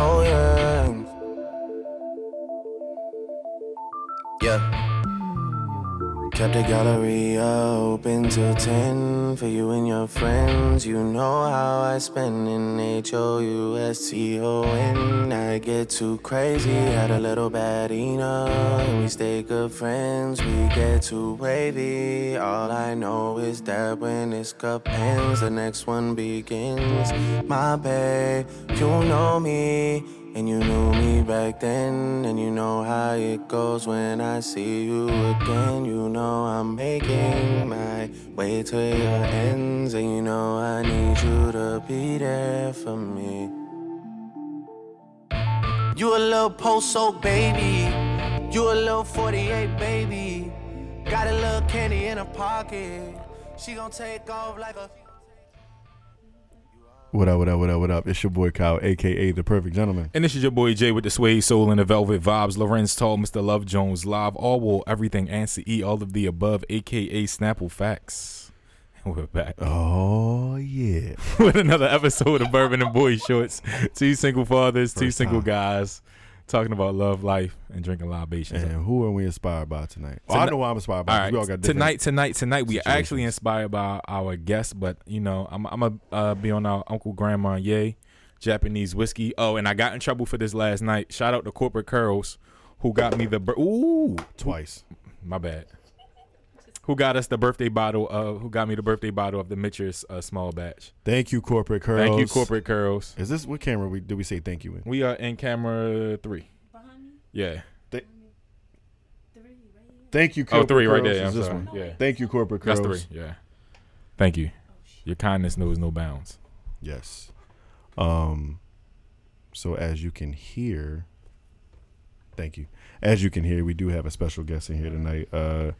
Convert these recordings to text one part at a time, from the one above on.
Oh, Yeah. Kept the gallery open till 10 for you and your friends. You know how I spend in H O U S T O N. I get too crazy, had a little bad enough. And we stay good friends, we get too wavy. All I know is that when this cup ends, the next one begins. My babe, you know me. And you knew me back then, and you know how it goes when I see you again. You know I'm making my way to your ends, and you know I need you to be there for me. You a little post-so baby. You a little 48 baby. Got a little candy in her pocket. She gon' take off like a. What up, what up, what up, what up? It's your boy Kyle, aka The Perfect Gentleman. And this is your boy Jay with the suede soul and the velvet vibes. Lorenz Tall, Mr. Love Jones, live, all wool, everything, answer, E, all of the above, aka Snapple Facts. And we're back Oh, yeah. with another episode of Bourbon and Boy Shorts. Two single fathers, two First single time. guys, talking about love, life, and drinking libations. And who are we inspired by tonight? Oh, I Tonight- know why I'm inspired by. All 'cause right, We all got different- tonight, tonight, tonight. We are actually situations. inspired by our guest, but you know, I'm I'm gonna uh, be on our Uncle Grandma Yay Japanese whiskey. Oh, and I got in trouble for this last night. Shout out to Corporate Curls, who got me the bir- ooh, Twice. my bad. Who got us the birthday bottle? of who got me the birthday bottle of the Mitchers uh, small batch? Thank you, Corporate Curls. Thank you, Corporate Curls. Is this what camera we did we say thank you in? We are in camera three. Yeah. Thank you, Oh, Corporate three right Curls there. Is I'm this sorry. one. Yeah. Thank you, Corporate That's Curls. three. Yeah. Thank you. Your kindness knows no bounds. Yes. Um so as you can hear thank you. As you can hear, we do have a special guest in here tonight. Uh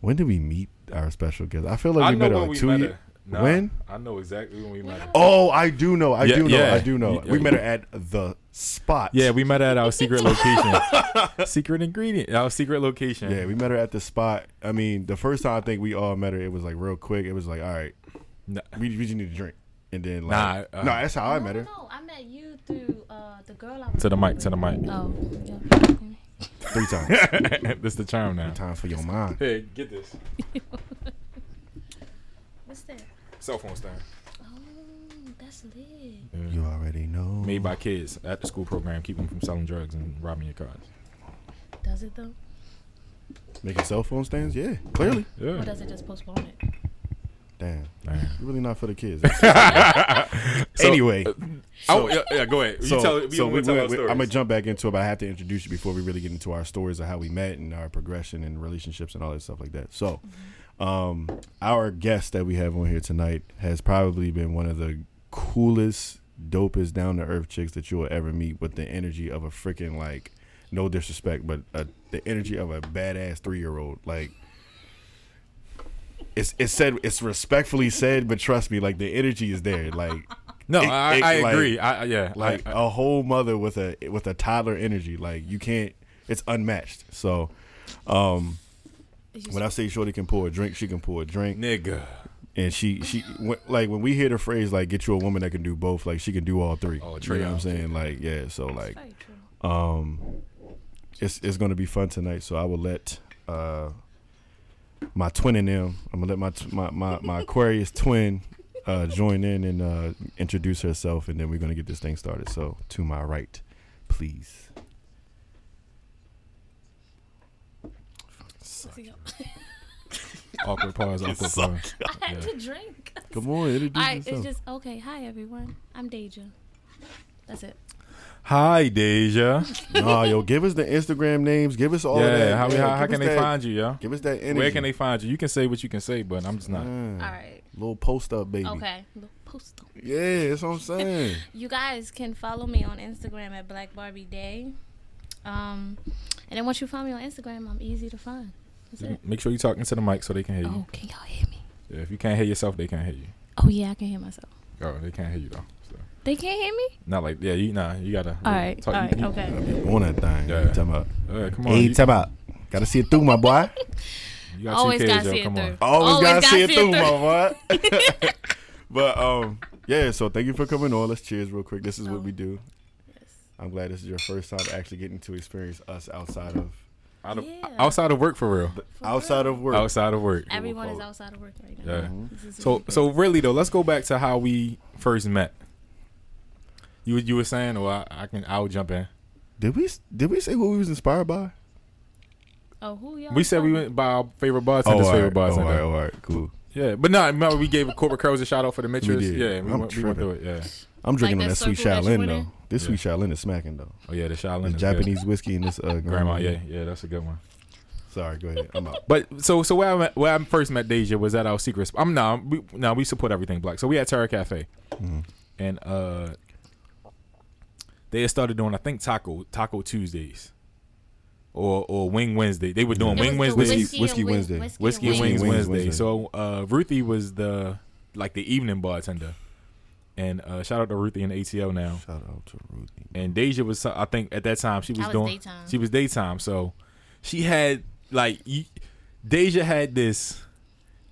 when did we meet our special guest? I feel like we met her like two years. Nah, When? I know exactly when we met her. Oh, I do know. I Yeah, do know. yeah. I do know. You- we met her at the spot. Yeah, we met at our secret location. secret ingredient. Our secret location. Yeah, we met her at the spot. I mean, the first time I think we all met her, it was like real quick. It was like, all right, Nah. we, we just need to drink, and then Nah, like, uh, no, that's how I met her. No, no, I met you through uh, the girl I was To the mic, with. to the mic. Oh, yeah. Three times. this the charm now. Time for your mind. Hey, get this. What's that? Cell phone stand. Oh, that's lit. You already know. Made by kids at the school program, keep them from selling drugs and robbing your cars. Does it though? Making cell phone stands. Yeah, clearly. Or Yeah. does it just postpone it? Damn, Damn. you're really not for the kids. So- anyway, oh, yeah, yeah, go ahead. You so, tell, you so we, we, tell we, our we- stories. I'm gonna jump back into it, but I have to introduce you before we really get into our stories of how we met and our progression and relationships and all that stuff like that. So, um, our guest that we have on here tonight has probably been one of the coolest, dopest, down to earth chicks that you will ever meet. With the energy of a freaking like, no disrespect, but uh the energy of a badass three year old. Like, it's it's said it's respectfully said, but trust me, like the energy is there. Like. no, it- I, it, I like- agree. I, I- yeah. uh, like I, a whole mother with a with a toddler energy. Like you can't. It's unmatched. So, um, Is you when I say Shorty can pour a drink, she can pour a drink, nigga. and she she when, like when we hear the phrase like "get you a woman that can do both," like she can do all three. you Oh, know what I'm trio. saying? Like yeah. So like Very true. um, it's it's gonna be fun tonight. So I will let uh my twin and them. I'm gonna let my tw- my my, my Aquarius twin. Uh, join in and uh, introduce herself, and then we're gonna get this thing started. So, to my right, please. See, Awkward pause. Awkward pause. I had Yeah. to drink. Come on, introduce All right, it's yourself. just okay. Hi everyone, I'm Deja. That's it. Hi, Deja. nah, yo, give us the Instagram names. Give us all yeah. that. how, how, how give can us they that- find you, yo? Give us that energy. Mm. Where can they find you? You can say what you can say, but I'm just not. All right. Little post up, baby. Okay. Little post. Yeah, that's what I'm saying. You guys can follow me on Instagram at Black Barbie Day. Um, and then once you find me on Instagram, I'm easy to find. That's it. Make sure you talking to the mic so they can hear you. Oh, can y'all hear me? Yeah, if you can't hear yourself, they can't hear you. Oh yeah, I can hear myself. Oh, they can't hear you though. So. They can't hear me. Not like yeah, you nah, you gotta. All right, talk- all right, you- okay. on that thing. Yeah. You talking about? you- yeah, come on. Hey, you, talking about? Gotta see it through, my boy. you got two Always kids, gotta yo, see it come on. through. Always, gotta, see it through, through. my boy. but um, yeah. So thank you for coming on. Let's cheers real quick. This is what we do. I'm glad this is your first time actually getting to experience us outside of Out of, Yeah. Outside of work for real. outside of work. Outside of work. Everyone is outside of work right now. Yeah. This is So so really though, let's go back to how we first met. You you were saying, or I, I can I'll jump in. Did we did we say what we was inspired by? oh, who y'all? We said we talking- went by our favorite bartender's favorite bartender. Oh, all right, cool. Yeah, but no, remember we gave Corporate Curls a shout out for the Mitchells. did. Yeah, we I'm went, we went through tripping. it. Yeah. I'm drinking Like on that that sweet circle that you Shaolin went in? though. This sweet Shaolin is smacking though. Oh yeah, the Shaolin. The is good. Japanese whiskey and this uh, grandma. Yeah, yeah, that's a good one. Sorry, go ahead. I'm out. But so so where I met, where I first met Deja was at our secret. Sp- I'm no, we no, we support everything black. So we at Terra Cafe, and uh, they had started doing I think taco taco Tuesdays, or or Wing Wednesday. They were doing It Wing was the Wednesday, Whiskey- Whiskey and Wing- Wednesday. whiskey and Wings. wings, Wings Wednesday. Wednesday. So uh, Ruthie was the like the evening bartender, and uh, shout out to Ruthie and ATL now. Shout out to Ruthie. and Deja was I think at that time she was, was doing daytime. she was daytime so she had like you, Deja had this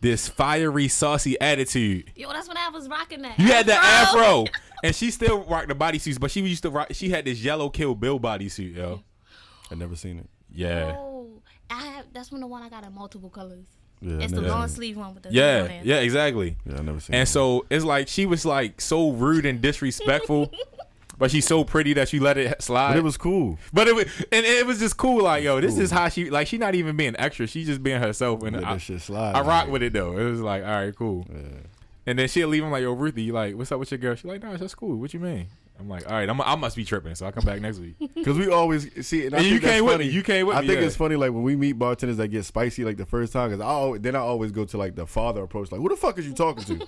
this fiery saucy attitude Yo, that's when I was rocking that. you had the afro and she still rocked the bodysuits but she used to rock she had this yellow kill bill bodysuit yo I never seen it. yeah Oh, I have, that's when the one I got in multiple colors. Yeah, I it's the never long seen sleeve one with the zipper yeah in. yeah exactly it. Yeah, I never seen and it. so it's like she was like so rude and disrespectful but she's so pretty that she let it slide but it was cool. But it was, and it was just cool. Like, yo, this is how she like. She not even being extra. She just being herself. And Let I, that shit slide. I rock with it though. It was like, all right, cool. And then she'll leave him like, yo, Ruthie, you like, what's up with your girl? She like, nah, that's cool. What you mean? I'm like, all right, I'm, I must be tripping. So I come back next week. Because we always see, and, I And you think that's came with funny. me, you came with I me, think yeah. it's funny, like when we meet bartenders that get spicy, like the first time. Because I always, then I always go to like the father approach, like who the fuck is you talking to?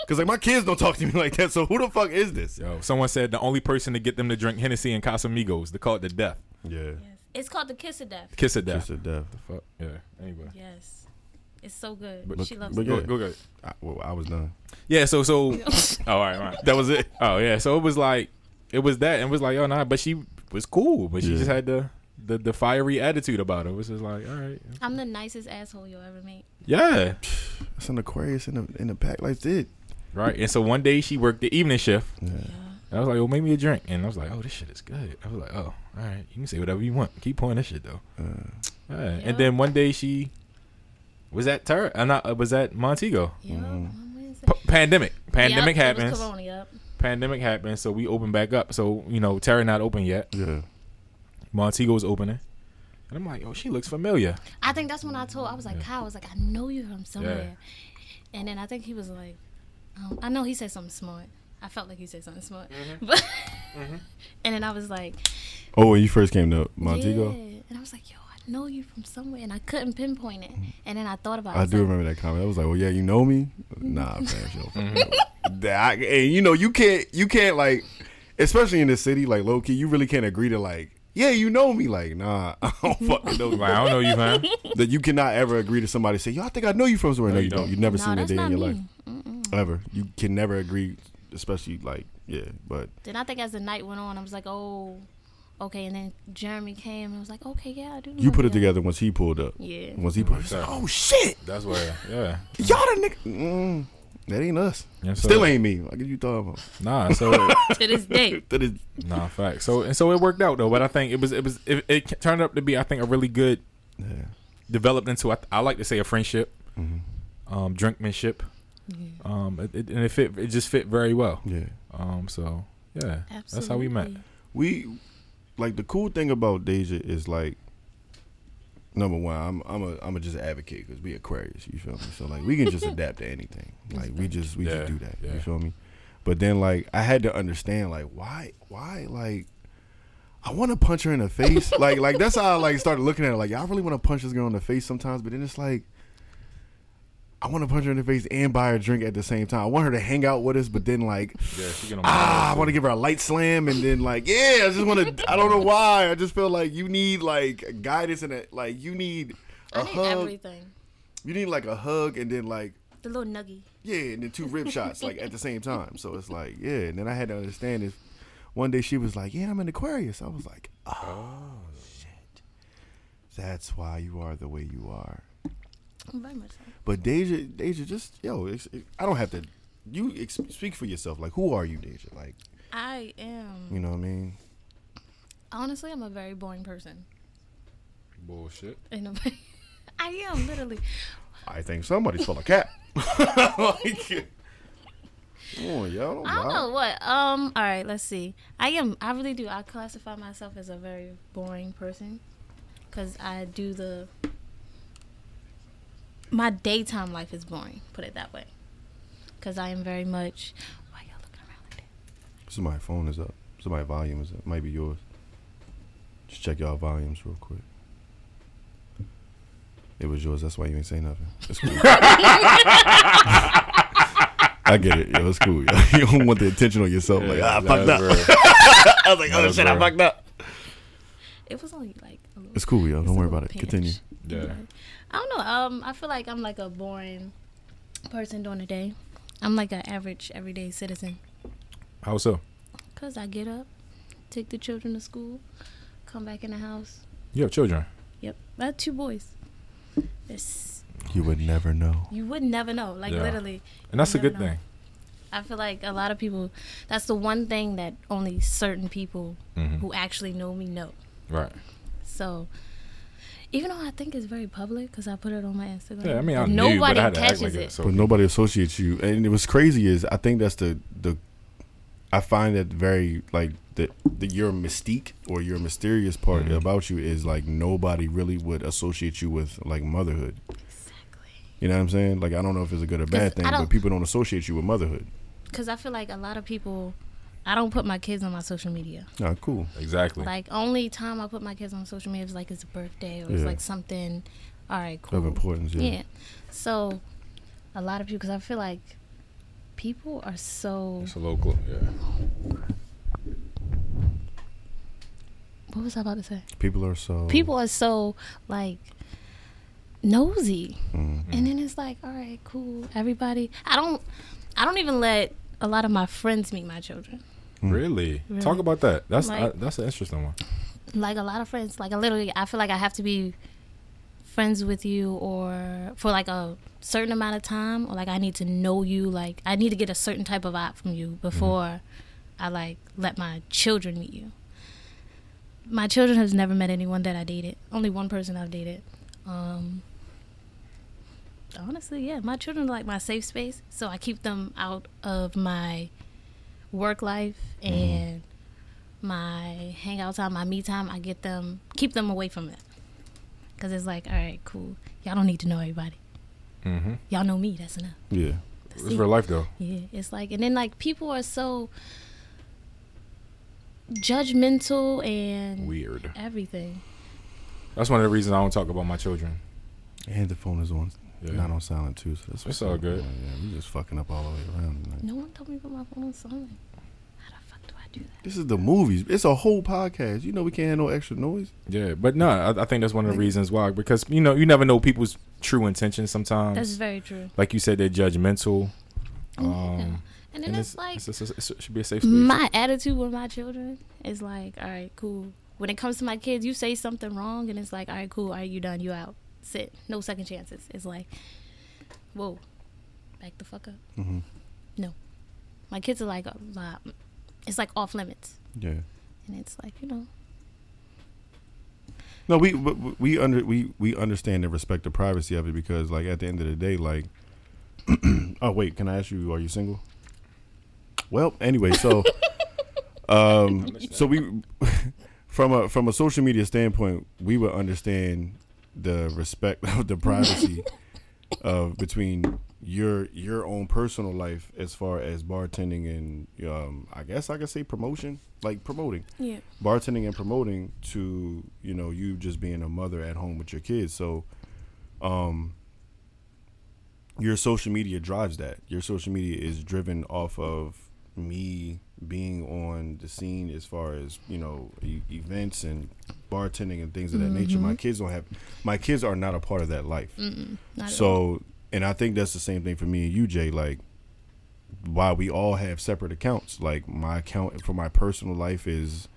Because like my kids don't talk to me like that. So who the fuck is this? Yo, someone said the only person to get them to drink Hennessy and Casamigos, they call it the death, Yeah, It's called the kiss of death. kiss of death. just a death. Fuck, yeah. Anyway, Yes. It's so good. But- she loves but it. go, Yeah. go, go. I, well, I was done. Yeah. So so. oh, all right, all right. That was it. Oh yeah, so it was like it was that, and it was like oh nah, but she was cool, but she Yeah. just had the, the the fiery attitude about her. It was just like all right, I'm the nicest asshole you'll ever meet. yeah, It's an Aquarius in the in the pack like this. right. And so one day she worked the evening shift, Yeah. and I was like, oh, make me a drink, and I was like, oh, this shit is good. I was like, oh, all right, you can say whatever you want. Keep pouring this shit though. all right. Yeah. And then one day she was at Tur, uh, not uh, was at Montego. Yeah. on Wednesday. P- pandemic, Mm. pandemic Yep, it was happens. Corona, yep. Pandemic happens, so we open back up. So you know, Terra not open yet. Yeah, Montego's opening. And I'm like, oh, she looks familiar. I think that's when I told I was like, Kyle I was like, I know you from somewhere. And then I think he was like, um, I know he said something smart. I felt like he said something smart, Mm-hmm. but and then I was like, Oh, when you first came to Montego, yeah. And I was like, yo, I know you from somewhere, and I couldn't pinpoint it. And then I thought about it. Mm-hmm. I was do like, remember that comment. I was like, "Well, yeah, you know me." Nah, man, you don't fucking know. That- I- and you know, you can't, you can't like, especially in the city, like low key, you really can't agree to like, yeah, you know me. Like, nah, I don't fucking know. Like, I don't know you, man. you. That you cannot ever agree to somebody say, "Yo, I think I know you from somewhere." No, you don't. You've never No, seen that that's day not in your life, me. ever. You can never agree, especially like, yeah, but Then I think as the night went on, I was like, oh, okay. And then Jeremy came, and I was like, okay, yeah, I do. you know put it you. together once he pulled up. Yeah. Once he pulled, up, he's like, "Oh shit, That's where, yeah. y'all the nigga." Mm, that ain't us. Yes, sir. Still ain't me. Like you talking about? Nah, so To this day, That is nah, fact. So and so it worked out though. But I think it was it was it, it turned up to be I think a really good Yeah. developed into I, I like to say a friendship, Mm-hmm. um, drinkmanship, um, it, it, and it fit it just fit very well. Yeah. Um, so yeah, absolutely. that's how we met. We like the cool thing about Deja is like number one, I'm I'm a I'm a just advocate because we Aquarius, you feel me? So like we can just adapt to anything. Like we just we Yeah, just do that. yeah. You feel me? But then like I had to understand like why why like I want to punch her in the face. like like that's how I like started looking at it. Like I really want to punch this girl in the face sometimes, but then it's like I want to punch her in the face and buy her a drink at the same time. I want her to hang out with us, but then like Yeah, she get on my ah, I nerves, want to give her a light slam, and then like, yeah, I just want to. I don't know why. I just feel like you need like guidance and a, like you need a I need hug. everything. You need like a hug, and then like The little nuggy. yeah, and then two rib shots like at the same time. So it's like yeah, and then I had to understand this. One day she was like, yeah, I'm an Aquarius. I was like, oh, shit, that's why you are the way you are. Very much so. But Deja, Deja, just yo, ex- I don't have to. You ex- speak for yourself. Like, who are you, Deja? Like, I am. you know what I mean? Honestly, I'm a very boring person. Bullshit. Ain't nobody. I am literally. I think somebody's full of cap. like, oh, yo, don't I don't lie. know what. Um. All right. Let's see. I am. I really do. I classify myself as a very boring person, cause I do the. My daytime life is boring. Put it that way, cause I am very much. Why y'all looking around like that? Somebody's phone is up. Somebody's volume is up. Might be yours. Just check y'all volumes real quick. It was yours. That's why you ain't say nothing. It's cool. I get it. Yo, it's cool. Yo. You don't want the attention on yourself. like, ah, I fucked up. I was like, oh, shit, I fucked up. It was only like. A little It's cool, yo. It's Don't a worry little about it. pinch. Continue. Yeah. I don't know. Um, I feel like I'm like a boring person during the day. I'm like an average everyday citizen. How so? Cause I get up, take the children to school, come back in the house. You have children. Yep, I have two boys. It's, You would never know. you would never know. Like Yeah. literally, And that's a never good know. thing. I feel like a lot of people. That's the one thing that only certain people Mhm. who actually know me know. Right. So. Even though I think it's very public because I put it on my Instagram. Yeah, I mean, I nobody knew, but I had to act catches like it. it. So But nobody associates you. And what's crazy is I think that's the the I find that very like the, the your mystique or your mysterious part about you is like nobody really would associate you with like motherhood. Exactly. You know what I'm saying? Like I don't know if it's a good or bad 'Cause thing, I but don't- people don't associate you with motherhood. because I feel like a lot of people, I don't put my kids on my social media. Ah, cool. exactly. Like only time I put my kids on social media is like it's a birthday or it's Yeah. like something. All right, cool. Of importance, yeah. yeah. So, a lot of people, because I feel like people are so. It's a local. Yeah. What was I about to say? People are so People are so like nosy, Mm. and then it's like, all right, cool. Everybody, I don't, I don't even let a lot of my friends meet my children. Mm. Really? Really. Talk about that. That's Like- I, that's an interesting one. like a lot of friends like I literally i feel like i have to be friends with you or for like a certain amount of time or like i need to know you like i need to get a certain type of vibe from you before i like let my children meet you my children has never met anyone that i dated only one person i've dated um honestly yeah my children are like my safe space so i keep them out of my work life and my hangout time, my me time, I get them, keep them away from it. Cause it's like, all right, cool. Y'all don't need to know everybody. Mm-hmm. Y'all know me. That's enough. Yeah. That's It's it. real life though. Yeah, it's like, and then like people are so judgmental and Weird. everything. That's one of the reasons I don't talk about my children. And the phone is on Yeah. not on silent too, so that's It's all good. Yeah, we just fucking up all the way around. tonight. No one told me to put my phone on silent. How the fuck do I do that? This is the movies. It's a whole podcast. You know we can't have no extra noise. Yeah, but no, I, I think that's one of the reasons why. Because you know, you never know people's true intentions. Sometimes, That's very true. like you said, they're judgmental. Um, yeah. And then and it's, it's, like it's, it's, it's, it should be a safe space. my attitude with my children is like, all right, cool. When it comes to my kids, you say something wrong, and it's like, all right, cool. Are you done? You out? Sit. No second chances. It's like, whoa, back the fuck up. Mhm. No, my kids are like, uh, uh, it's like off limits, Yeah. and it's like, you know, No, we we- we- we under we we understand and respect the privacy of it because, like, at the end of the day, like, oh wait, can I ask you, are you single? Well, anyway, so, um, so we from a from a social media standpoint, we would understand the respect of the privacy of between your your own personal life as far as bartending and um, I guess I could say promotion, like promoting yeah, bartending and promoting to you know you just being a mother at home with your kids so um your social media drives that your social media is driven off of me being on the scene as far as you know e- events and bartending and things of that nature Mm-hmm. my kids don't have my kids are not a part of that life not at all. so, and I think that's the same thing for me and you, Jay. Like, why we all have separate accounts. Like, my account for my personal life is,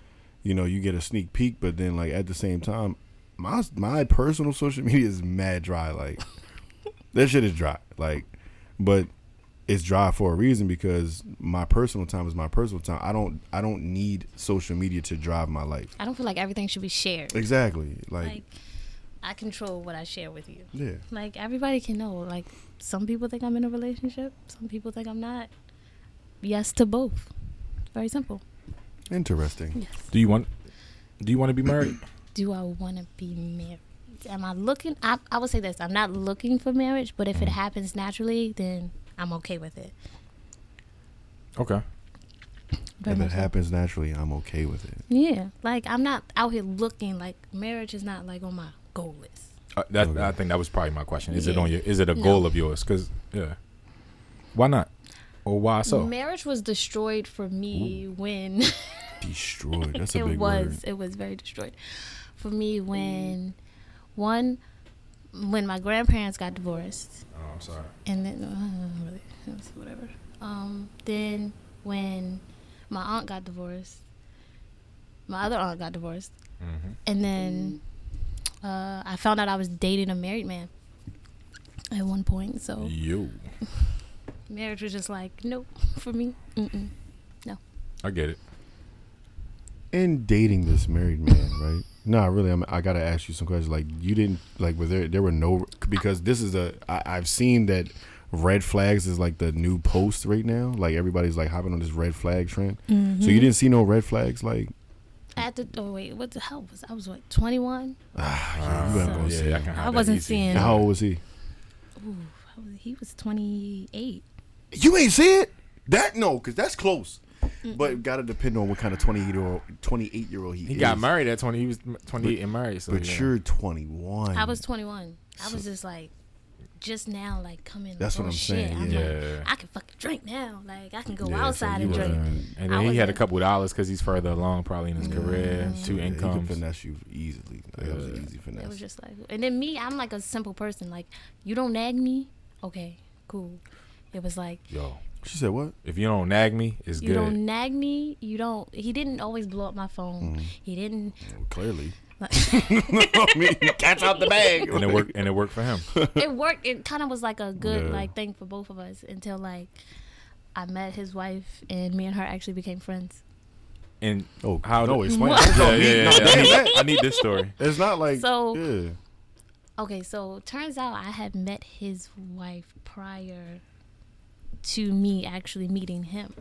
you know, you get a sneak peek, but then like at the same time, my my personal social media is mad dry. Like, that shit is dry. Like, but it's dry for a reason because my personal time is my personal time. I don't I don't need social media to drive my life. I don't feel like everything should be shared. Exactly. Like, Like, I control what I share with you. Yeah. Like everybody can know. Like some people think I'm in a relationship, some people think I'm not. Yes to both. Very simple. Interesting. Yes. Do you want? Do you want to be married? Do I want to be married? Am I looking? I, I would say this. I'm not looking for marriage, but if it happens naturally, then I'm okay with it. okay. Very If it much so. happens naturally, I'm okay with it. Yeah. Like I'm not out here looking. Like marriage is not like on my goal list. Uh, that Okay. I think that was probably my question. Is it Yeah. on your? Is it a No. goal of yours? Because yeah, why not? Or why so? marriage was destroyed for me when Destroyed. That's a it big was word. it was very destroyed for me when one when my grandparents got divorced oh, I'm sorry. and then uh, really, it was whatever um then when my aunt got divorced my other aunt got divorced and then uh, I found out I was dating a married man at one point so Oh. You, marriage was just like nope for me Mm-mm. I get it. In dating this married man, right? Nah, really. I'm, I gotta ask you some questions. Like, you didn't like. Were there? There were no because this is a. I, I've seen that red flags is like the new post right now. Like everybody's like hopping on this red flag trend. So you didn't see no red flags. Like at the oh wait what the hell was I was what 21 ah, Oh, you ain't gonna see. can hide I that wasn't easy. seeing- And how old was he? Ooh, I was- he was 28. You ain't see it? That no, because that's close. But gotta depend on what kind of twenty eight year old twenty eight year old he, He is. got married at 20. He was 28 and married. So But yeah. you're twenty one. I was 21. I was just like, just now, like coming. like, That's what oh, I'm shit. saying, I'm yeah. like, Yeah. I can fucking drink now. Like I can go Yeah, so outside you was, and drink. uh, And I then he had a wasn't- couple dollars because he's further along probably in his career, two Yeah, He incomes. could finesse you easily. Like, that was an easy It was finesse. just like, and then me, I'm like a simple person. Like you don't nag me, okay, cool. It was like Yo, She said what? if you don't nag me, it's you good. don't nag me. You don't. He didn't always blow up my Mm. phone. He didn't. Well, clearly. Like, I mean, catch out the bag. and it worked. And it worked for him. it worked. It kind of was like a good Yeah. like thing for both of us until like I met his wife and me and her actually became friends. And Oh, how? no, did- explain. Yeah, yeah, yeah, yeah. I, that. need, I need this story. It's not like So- yeah. Okay, so turns out I had met his wife prior to me actually meeting him.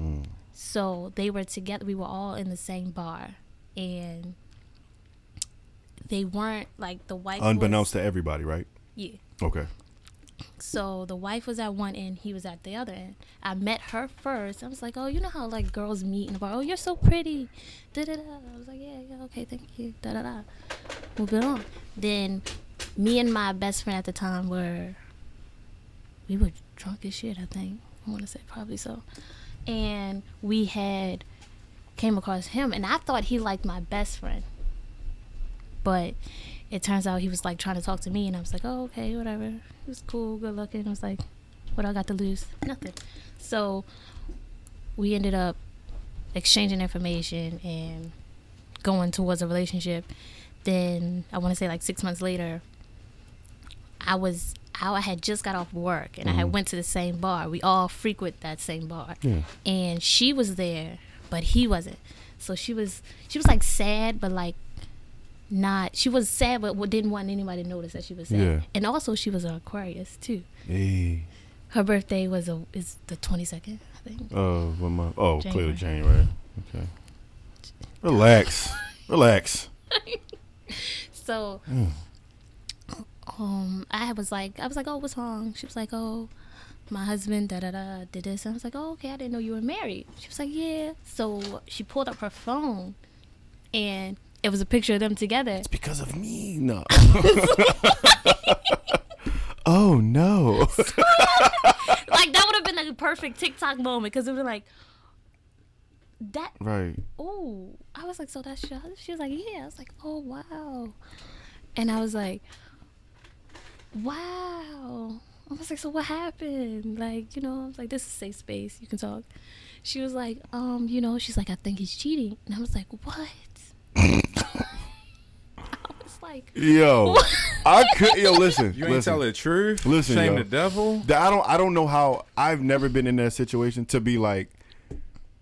Mm. So they were together, we were all in the same bar. And they weren't like the wife. was- Unbeknownst to everybody, right? yeah. Okay. So the wife was at one end, he was at the other end. I met her first. I was like, oh, you know how like girls meet in the bar. Oh, you're so pretty. Da da da. I was like, yeah, yeah, okay, thank you. Da da da. Moving on. Then me and my best friend at the time were we were drunk as shit. I think I want to say probably so. And we had came across him, and I thought he liked my best friend, but it turns out he was like trying to talk to me, and I was like, oh okay, whatever. He was cool, good looking. I was like, what I got to lose? Nothing. So we ended up exchanging information and going towards a relationship. Then I want to say like six months later, I was I had just got off work and I had went to the same bar. We all frequent that same bar, and she was there, but he wasn't. So she was she was like sad, but like not. She was sad, but didn't want anybody to notice that she was sad. Yeah. And also, she was an Aquarius too. Hey. Her birthday was a is the twenty second, I think. Uh, what month? Oh, clearly January. January. Okay. Relax. Relax. So um I was like I was like, Oh, what's wrong? She was like, Oh, my husband da da da did this and I was like, Oh, okay, I didn't know you were married. She was like, Yeah. So she pulled up her phone and it was a picture of them together. Because of me. No. oh no. Like that would have been a perfect TikTok moment because it was like that right. oh i was like so that's your husband she was like yeah i was like oh wow and i was like wow i was like so what happened like you know i was like this is safe space you can talk she was like um you know she's like i think he's cheating and i was like what i was like Yo, I could. Yo, listen. You ain't listen. tell the truth. Listen, shame yo. the devil. Th- I don't. I don't know how. I've never been in that situation to be like,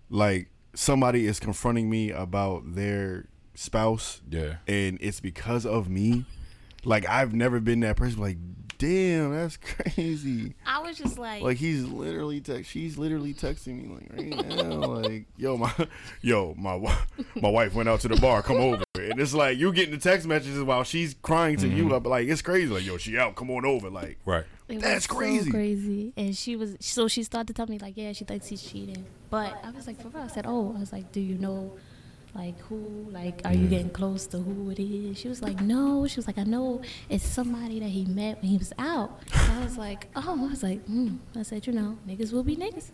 like somebody is confronting me about their spouse, Yeah. and it's because of me. Like I've never been that person. Like, damn, that's crazy. I was just like, Like he's literally text. She's literally texting me like right now. Like yo, my yo, my wi- my wife went out to the bar. Come over. And it's like you getting the text messages while she's crying to you. Up like it's crazy. Like yo, she out. Come on over. Like Right. it was that's so crazy. crazy. And she was so she started to tell me like, yeah, she thinks he's cheating. But I was like, for real. I said, oh, I was like, do you know, like who? Like, are you getting close to who it is? She was like, no. She was like, I know it's somebody that he met when he was out. And I was like, oh, I was like, mm. I said, you know, niggas will be niggas.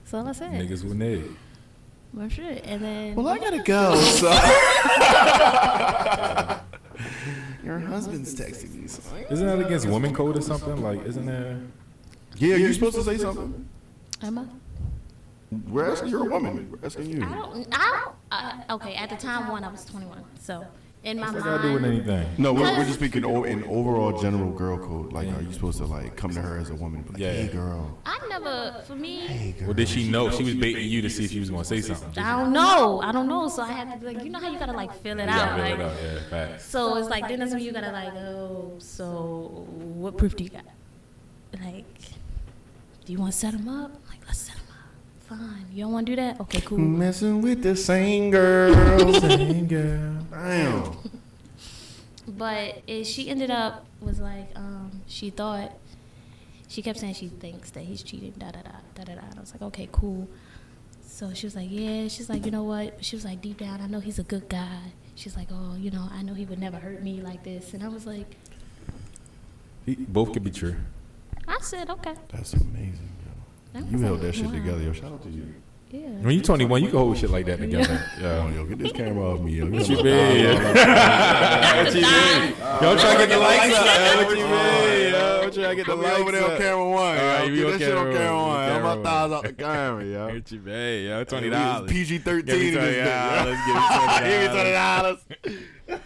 That's all I said. Niggas with niggas. Well, shit. And then Well, I gotta go. So. Your husband's texting me. So. I- Isn't that against woman code or something? Like, isn't there? Yeah, you're supposed to say something. am I? We're asking you're a woman. We're asking you. I don't. I don't uh, okay, at the time one, I was 21. So in my What mind, that got to do with anything? No, we're, we're just speaking o- in overall general girl code. Like, are you supposed to like come to her as a woman? Like, Yeah. hey, girl. I never. For me. Well, did she know she was baiting you to see if you was going to say something? I don't know. I don't know. So I had to be like, you know how you gotta like fill it out. Yeah, Like, yeah, facts. so it's like then that's when you gotta like, oh, so what proof do you got? Like, do you want to set him up? Like, let's set him up. Fine. You don't want to do that? Okay, cool. Messing with the same girl. same girl. Damn. But it, she ended up was like, um, she thought. She kept saying she thinks that he's cheating. Da da da da da da. And I was like, okay, cool. So she was like, yeah. She's like, you know what? She was like, deep down, I know he's a good guy. She's like, oh, you know, I know he would never hurt me like this. And I was like, Both could be true. I said, okay. That's amazing. I Yo. was You held like, that shit wow. together. Yo, shout out to you. Yeah. When you 21, you can hold shit like that together. Yo, yo, get this camera off me. Yo, What you mean? What you mean? Yo, try to get the likes up. man. What you mean? Yo, I'm trying to get the likes over there on up. camera one. All right, yo. we Get on that shit on camera camera one, one. we Yo, camera my thighs out the camera, yo. What you mean? Yo, We twenty was dollars. PG Give me thirteen. twenty dollars. Give me Give me twenty twenty dollars. dollars.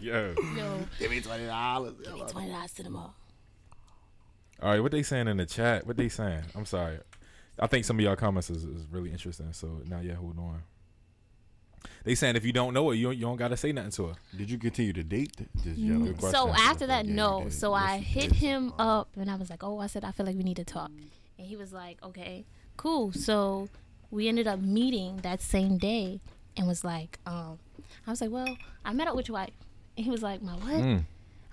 Yo. Yo, Give me twenty dollars. twenty dollars to the mall. All right, what they saying in the chat? What they saying? I'm sorry. I think some of y'all comments is, is really interesting. So now, yeah, hold on. They saying if you don't know it, you don't, you don't gotta say nothing to her. Did you continue to date th- this gentleman? question. So after that, Yeah, you no. did. So Yes, I you hit did. him up and I was like, oh, I said, I feel like we need to talk. And he was like, okay, cool. So we ended up meeting that same day and was like, um, I was like, well, I met up with your wife. And he was like, my what? I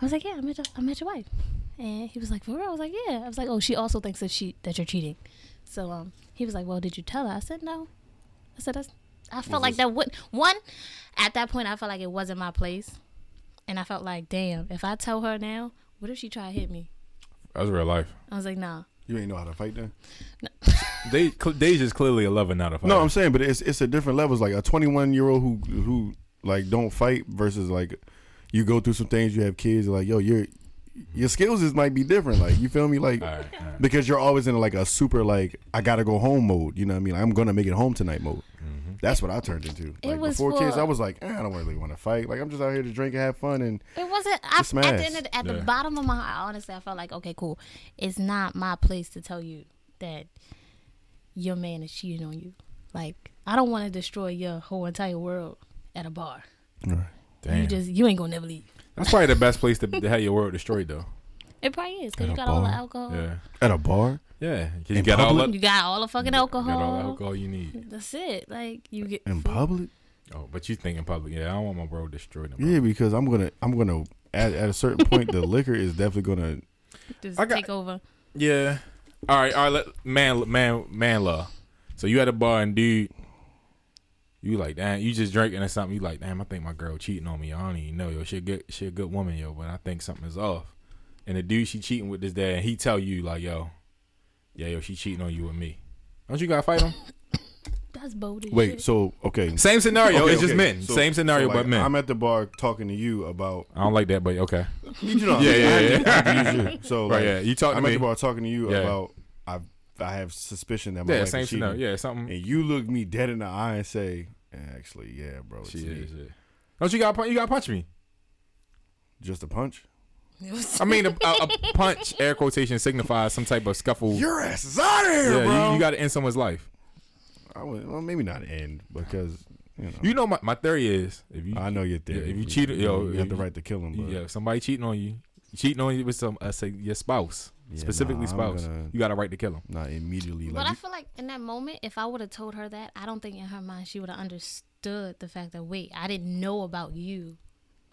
was like, yeah, I met, your, I met your wife. And he was like, for real? I was like, yeah. I was like, oh, she also thinks that she that you're cheating. So um, he was like, well, did you tell her? I said, no. I said, that's, I felt like that would one. At that point, I felt like it wasn't my place, and I felt like, damn, if I tell her now, what if she try to hit me? That's real life. I was like, nah. You ain't know how to fight then. They cl- Deja's clearly a lover, not a fighter. No, I'm saying, but it's it's a different level. It's like a 21 year old who who like don't fight versus like you go through some things. You have kids. Like yo, your your skills is might be different. Like you feel me? Like All right, all right. because you're always in like a super like I gotta go home mode. You know what I mean? I'm gonna make it home tonight mode. Mm-hmm. That's what I turned into. Like was before kids, for- I was like, eh, I don't really want to fight. Like I'm just out here to drink and have fun. And It wasn't. I, It's at the end, smashed. of, the- at Yeah. the bottom of my heart, honestly, I felt like, okay, cool. It's not my place to tell you that your man is cheating on you. Like, I don't want to destroy your whole entire world at a bar. You Damn. just, you ain't gonna never leave. That's probably the best place to, to have your world destroyed, though. It probably is. 'cause At you a got all the bar? alcohol. Yeah. at a bar, Yeah. 'cause You got all, the, You got all the fucking got all the alcohol. alcohol you need. That's it. Like you get in public. Oh, but you think in public. Yeah, I don't want my world destroyed. in Yeah, because I'm gonna I'm gonna at, at a certain point the liquor is definitely gonna just I got- take over. Yeah. All right. All right. Let, man, man, man, love. So you at a bar and dude, you like damn, you just drinking or something. You like damn, I think my girl cheating on me. I don't even know yo. She a good, she a good woman yo, but I think something is off. And the dude she cheating with this dad, and he tell you like yo, yeah yo, she cheating on you with me. Don't you gotta fight him? That's bold as wait. shit. So okay, Same scenario. Okay, it's just okay. men. So- Same scenario, so, like, but men. I'm at the bar talking to you about. I don't like that, but okay. You know, Yeah, yeah, I yeah. have to use you. So, Right, like, yeah, you talk to I'm me. at the bar talking to you Yeah. about. I I have suspicion that my Yeah, wife same is cheating. scenario. Yeah, something. And you look me dead in the eye and say, "Actually, yeah, bro, it's She me. is. yeah. Don't you got to you got to punch me? just a punch." I mean, a, a, a punch air quotation signifies some type of scuffle. Your ass is out of here, yeah, bro. you, you got to end someone's life. I would, well, maybe not end because You know. You know my, my theory is if you I know you're there. if you cheated, yo, you have if the you- right to kill him. But yeah, if somebody cheating on you, cheating on you with some uh, say your spouse, Yeah, specifically nah, I'm spouse, gonna- you got a right to kill him. not immediately. But Like, I feel like in that moment, if I would have told her that, I don't think in her mind she would have understood the fact that wait, I didn't know about you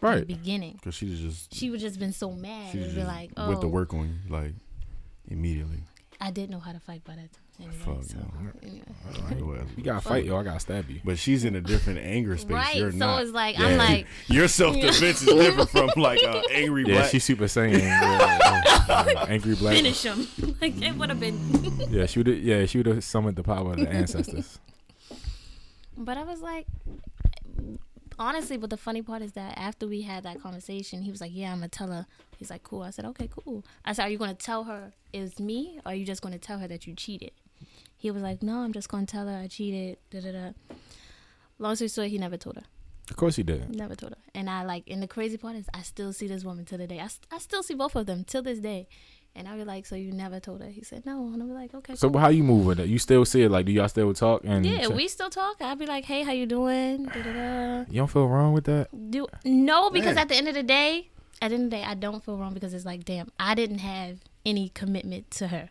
in the beginning. because she was just She would just been so mad she and was be just like, "Oh, with the work on you, like immediately. I did know how to fight by that time." Anyway, Fuck so, no. anyway. You gotta fight, yo. I gotta stab you. But she's in a different anger space. Right, You're so not. it's like, I'm like- your self defense is different from like an angry Yeah, black. she's super saiyan. yeah, yeah. Angry black. finish him. like it would have been. Yeah, she would. Yeah, she would have summoned the power of the ancestors. But I was like, honestly. But the funny part is that after we had that conversation, he was like, "Yeah, I'm gonna tell her." He's like, "Cool." I said, "Okay, cool." I said, "Are you gonna tell her it was me, or are you just gonna tell her that you cheated?" He was like, "No, I'm just gonna tell her I cheated." Da da da. Long story short, he never told her. Of course, he did. Never told her. And I like, and the crazy part is, I still see this woman till the day. I, st- I still see both of them till this day. And I was like, so you never told her? He said, no. And I was like, okay. So cool. how you move with it? You still see it? Like, do y'all still talk? And Yeah, check- we still talk. I'd be like, hey, how you doing? Da, da, da. You don't feel wrong with that? Do no, because Hey. at the end of the day, at the end of the day, I don't feel wrong because it's like, damn, I didn't have any commitment to her.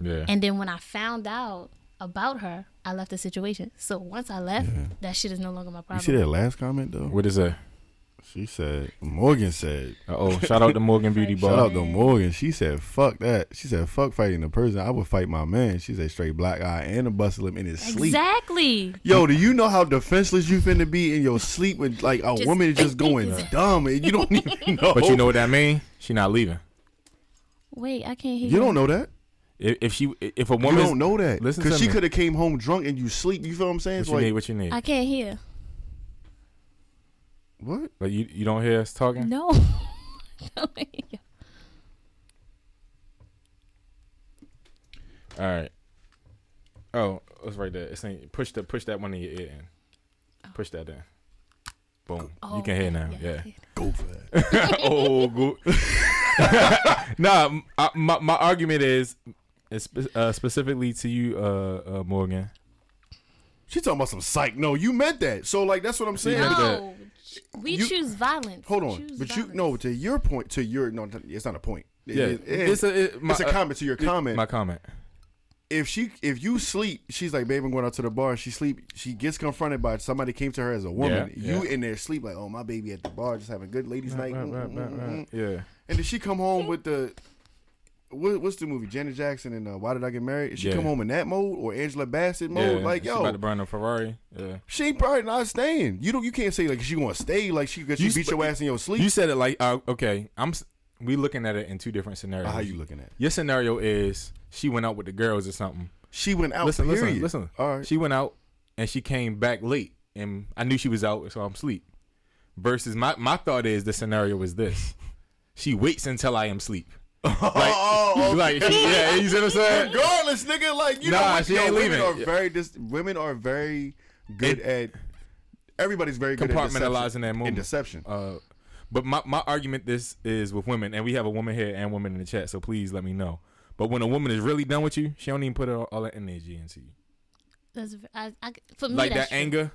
Yeah. And then when I found out about her, I left the situation. So once I left, Yeah. that shit is no longer my you problem. see that last comment though? What is that? She said Morgan said. Uh oh! Shout out to Morgan Beauty Shout Shout Bar. out to Morgan. She said, "Fuck that." She said, "Fuck fighting the person. I would fight my man." She said, "Straight black eye and a bustle him in his sleep." Exactly. Yo, do you know how defenseless you finna be in your sleep when like a Just- woman is just going dumb and you don't even know? But you know what that mean? She not leaving. Wait, I can't hear you don't know that. If, if she, if a You woman, don't know that Listen because to she me. could have came home drunk and you sleep. You feel what I'm saying? What It's you need? like What you need? I can't hear. what? Like you, you don't hear us talking? No. All right. Oh, it's right there. It's in, push the push that one in your ear in. Oh. Push that in. Boom. you can hear now. Yeah. Go for that. oh, good. nah, m- I- my my argument is, is spe- uh, specifically to you, uh, uh, Morgan. She talking about some psych. No, you meant that. So like that's what I'm saying. Yeah, But- No, we You- choose violence. Hold We on, choose but you violence. no to your point to your no. It's not a point. It- Yeah, it- it- it's, it- my- a uh, comment to your comment. My comment. if she if you sleep, she's like, babe, I'm going out to the bar. She sleep. She gets confronted by somebody came to her as a woman. Yeah, you yeah. in there sleep like, oh my baby at the bar just having good ladies night. Right, right, Mm, right, mm, mm, right. mm. Yeah. And then she come home with the. What, what's the movie? Janet Jackson and uh, Why Did I Get Married? She Yeah. come home in that mode or Angela Bassett yeah. mode? like she about yo, to burn a Ferrari. Yeah. she probably not staying. You don't. You can't say like she gonna stay. Like she 'cause she You beat sp- your ass in your sleep. You said it like uh, okay. I'm. s- We looking at it in two different scenarios. How you looking at? it? Your scenario is she went out with the girls or something. She went out. listen, period. listen, listen. All right. She went out and she came back late, and I knew she was out, so I'm asleep. Versus my my thought is the scenario is this: she waits until I am asleep. Like, like she- yeah, you see what I'm saying? regardless, nigga. Like you Nah, know, what? she Yo, ain't women leaving. are very dis- women are very good at everybody's very good at Compartmentalizing deception. that and moment. deception. Uh, but my my argument this is with women, and we have a woman here and women in the chat, so please let me know. But when a woman is really done with you, she don't even put all, all that energy into you. That's, I, I, for me, like that Mm, that's true. anger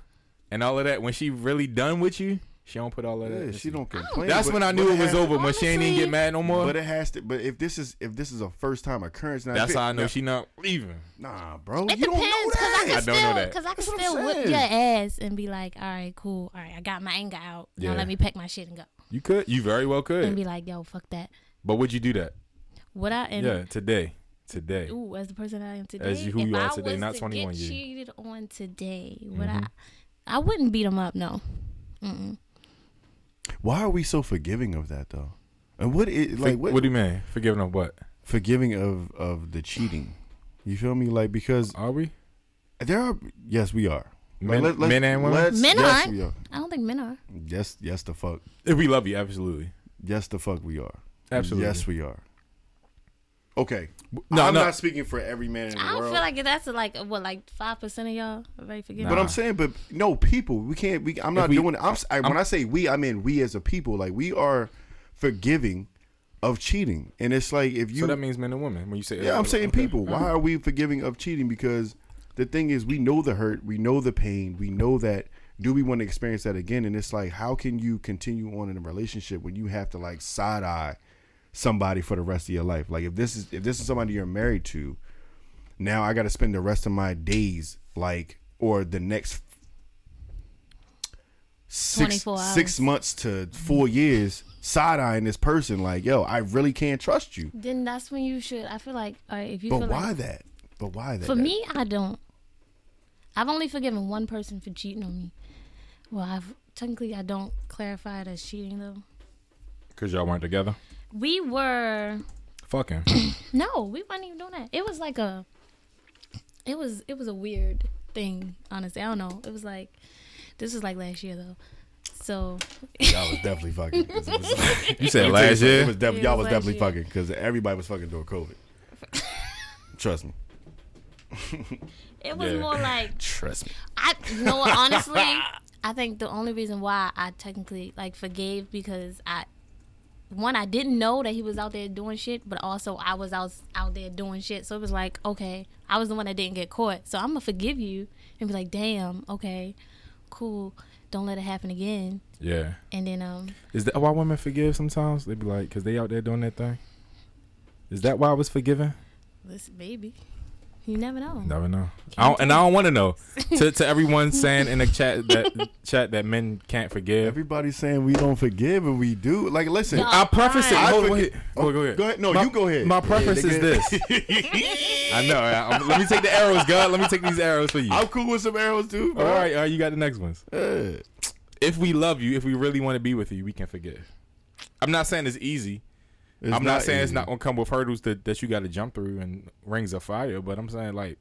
and all of that. When she really done with you, she don't put all of that. yeah, into she you. don't complain. That's but- when I knew but it was has- over. When she ain't even Honestly- get mad no more. But it has to. But if this is if this is a first time occurrence, now That's if it- how I know now- she not leaving. Nah, bro, It you depends, don't know cause I that. can I don't know still, that. cause I can That's what I'm still whip saying. your ass and be like, all right, cool, all right, I got my anger out. Yeah. Now let me pack my shit and go, You could. You very well and could. be like, yo, fuck that. But would you do that? What I and Yeah, today. Today. ooh, as the person I am today, As you- who if you are I today, was not to 21 get you. cheated on today, would Mm-hmm. I? I wouldn't beat him up, no. Mm-mm. Why are we so forgiving of that though? And what is like For- what, do you mean? Forgiving of what? forgiving of of the cheating? You feel me? Like because Are we? there are yes we are Uh, Men- Like, let's- men and women? let's- Men yes, aren't. we are I don't think men are. yes yes the fuck If we love you, absolutely. Yes, the fuck we are. Absolutely. Yes, we are. Okay. no, I'm no. not speaking for every man in the I don't world. feel like that's like what, like five percent of y'all. Right, forgive Nah. me. but I'm saying, but no, people, we can't. We, I'm not we- doing. I'm, si when I say we, I mean we as a people. Like we are forgiving of cheating, and it's like if you. so that means men and women. When you say uh, yeah, I'm saying Okay. people. Why are we forgiving of cheating? Because the thing is, we know the hurt, we know the pain, we know that. Do we want to experience that again? And it's like, how can you continue on in a relationship when you have to like side eye somebody for the rest of your life? Like, if this is if this is somebody you're married to, now I got to spend the rest of my days like or the next six 24 hours. six months to four years side eyeing this person. Like, yo, I really can't trust you. Then that's when you should. I feel like, all right, if you But feel why like, that? But why that? for me, I don't. I've only forgiven one person for cheating on me. Well, I've technically I don't clarify it as cheating though. Cause y'all weren't together. We were Fucking. no, we weren't even doing that. It was like a, it was it was a weird thing. Honestly, I don't know. It was like, this was like last year though. So y'all was definitely fucking. 'cause it was- you said Tell you last something, year. it was def- Yeah, it y'all was was last definitely year. fucking because everybody was fucking during COVID. Trust me. it was Yeah. more like Trust me. I you know what, honestly, I think the only reason why I technically like forgave because I one I didn't know that he was out there doing shit, but also I was out out there doing shit. So it was like, okay, I was the one that didn't get caught. So I'm gonna forgive you and be like, damn, okay, cool. Don't let it happen again. Yeah. And then um Is that why women forgive sometimes? They be like, cause they out there doing that thing. Is that why I was forgiven? listen, baby. You never know. Never know. I don't, and I don't want to know. to to everyone saying in the chat that chat that men can't forgive. Everybody's saying we don't forgive and we do. Like, listen. No. I preface it. I Hold, forgi- on, wait. Go, go ahead. Oh, Go ahead. No, My- you go ahead. My Go ahead, preference is nigga. this. I know. I, I'm- let me take the arrows, God. Let me take these arrows for you. I'm cool with some arrows too. all Bro. right, all right. You got the next ones. Yeah. If we love you, if we really want to be with you, we can forgive. I'm not saying it's easy. It's I'm not, saying it's easy. not gonna come with hurdles that, that you got to jump through and rings of fire, but I'm saying like,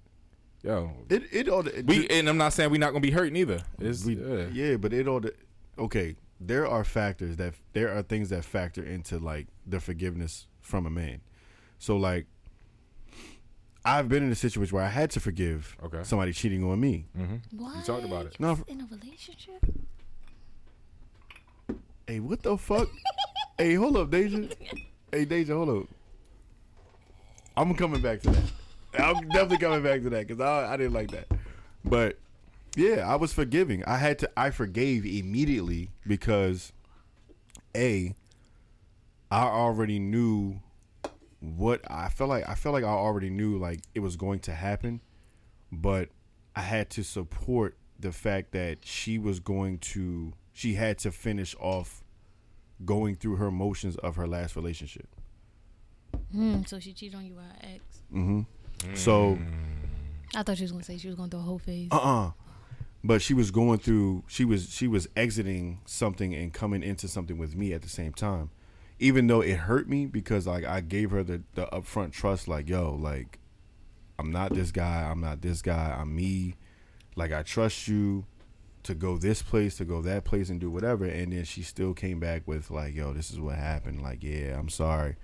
yo, It it all. It, we and I'm not saying we're not gonna be hurt neither. It's we- yeah. yeah, but it all. de- Okay, there are factors that there are things that factor into like the forgiveness from a man. So like, I've been in a situation where I had to forgive Okay. Mm. somebody cheating on me. What? talked about it. No. He's in a relationship? Hey, what the fuck? hey, hold up, Deja. Hey, Deja, hold up. I'm coming back to that. I'm definitely coming back to that because I, I didn't like that. But yeah, I was forgiving. I had to. I forgave immediately because a. I already knew what I felt like. I felt like I already knew like it was going to happen, but I had to support the fact that she was going to. She had to finish off going through her motions of her last relationship. Hmm, so she cheated on you by her ex. So I thought she was gonna say she was gonna throw a whole phase. uh-uh but she was going through she was she was exiting something and coming into something with me at the same time even though it hurt me because like i gave her the, the upfront trust like yo like i'm not this guy i'm not this guy i'm me like i trust you to go this place to go that place and do whatever and then she still came back with like yo this is what happened like yeah i'm sorry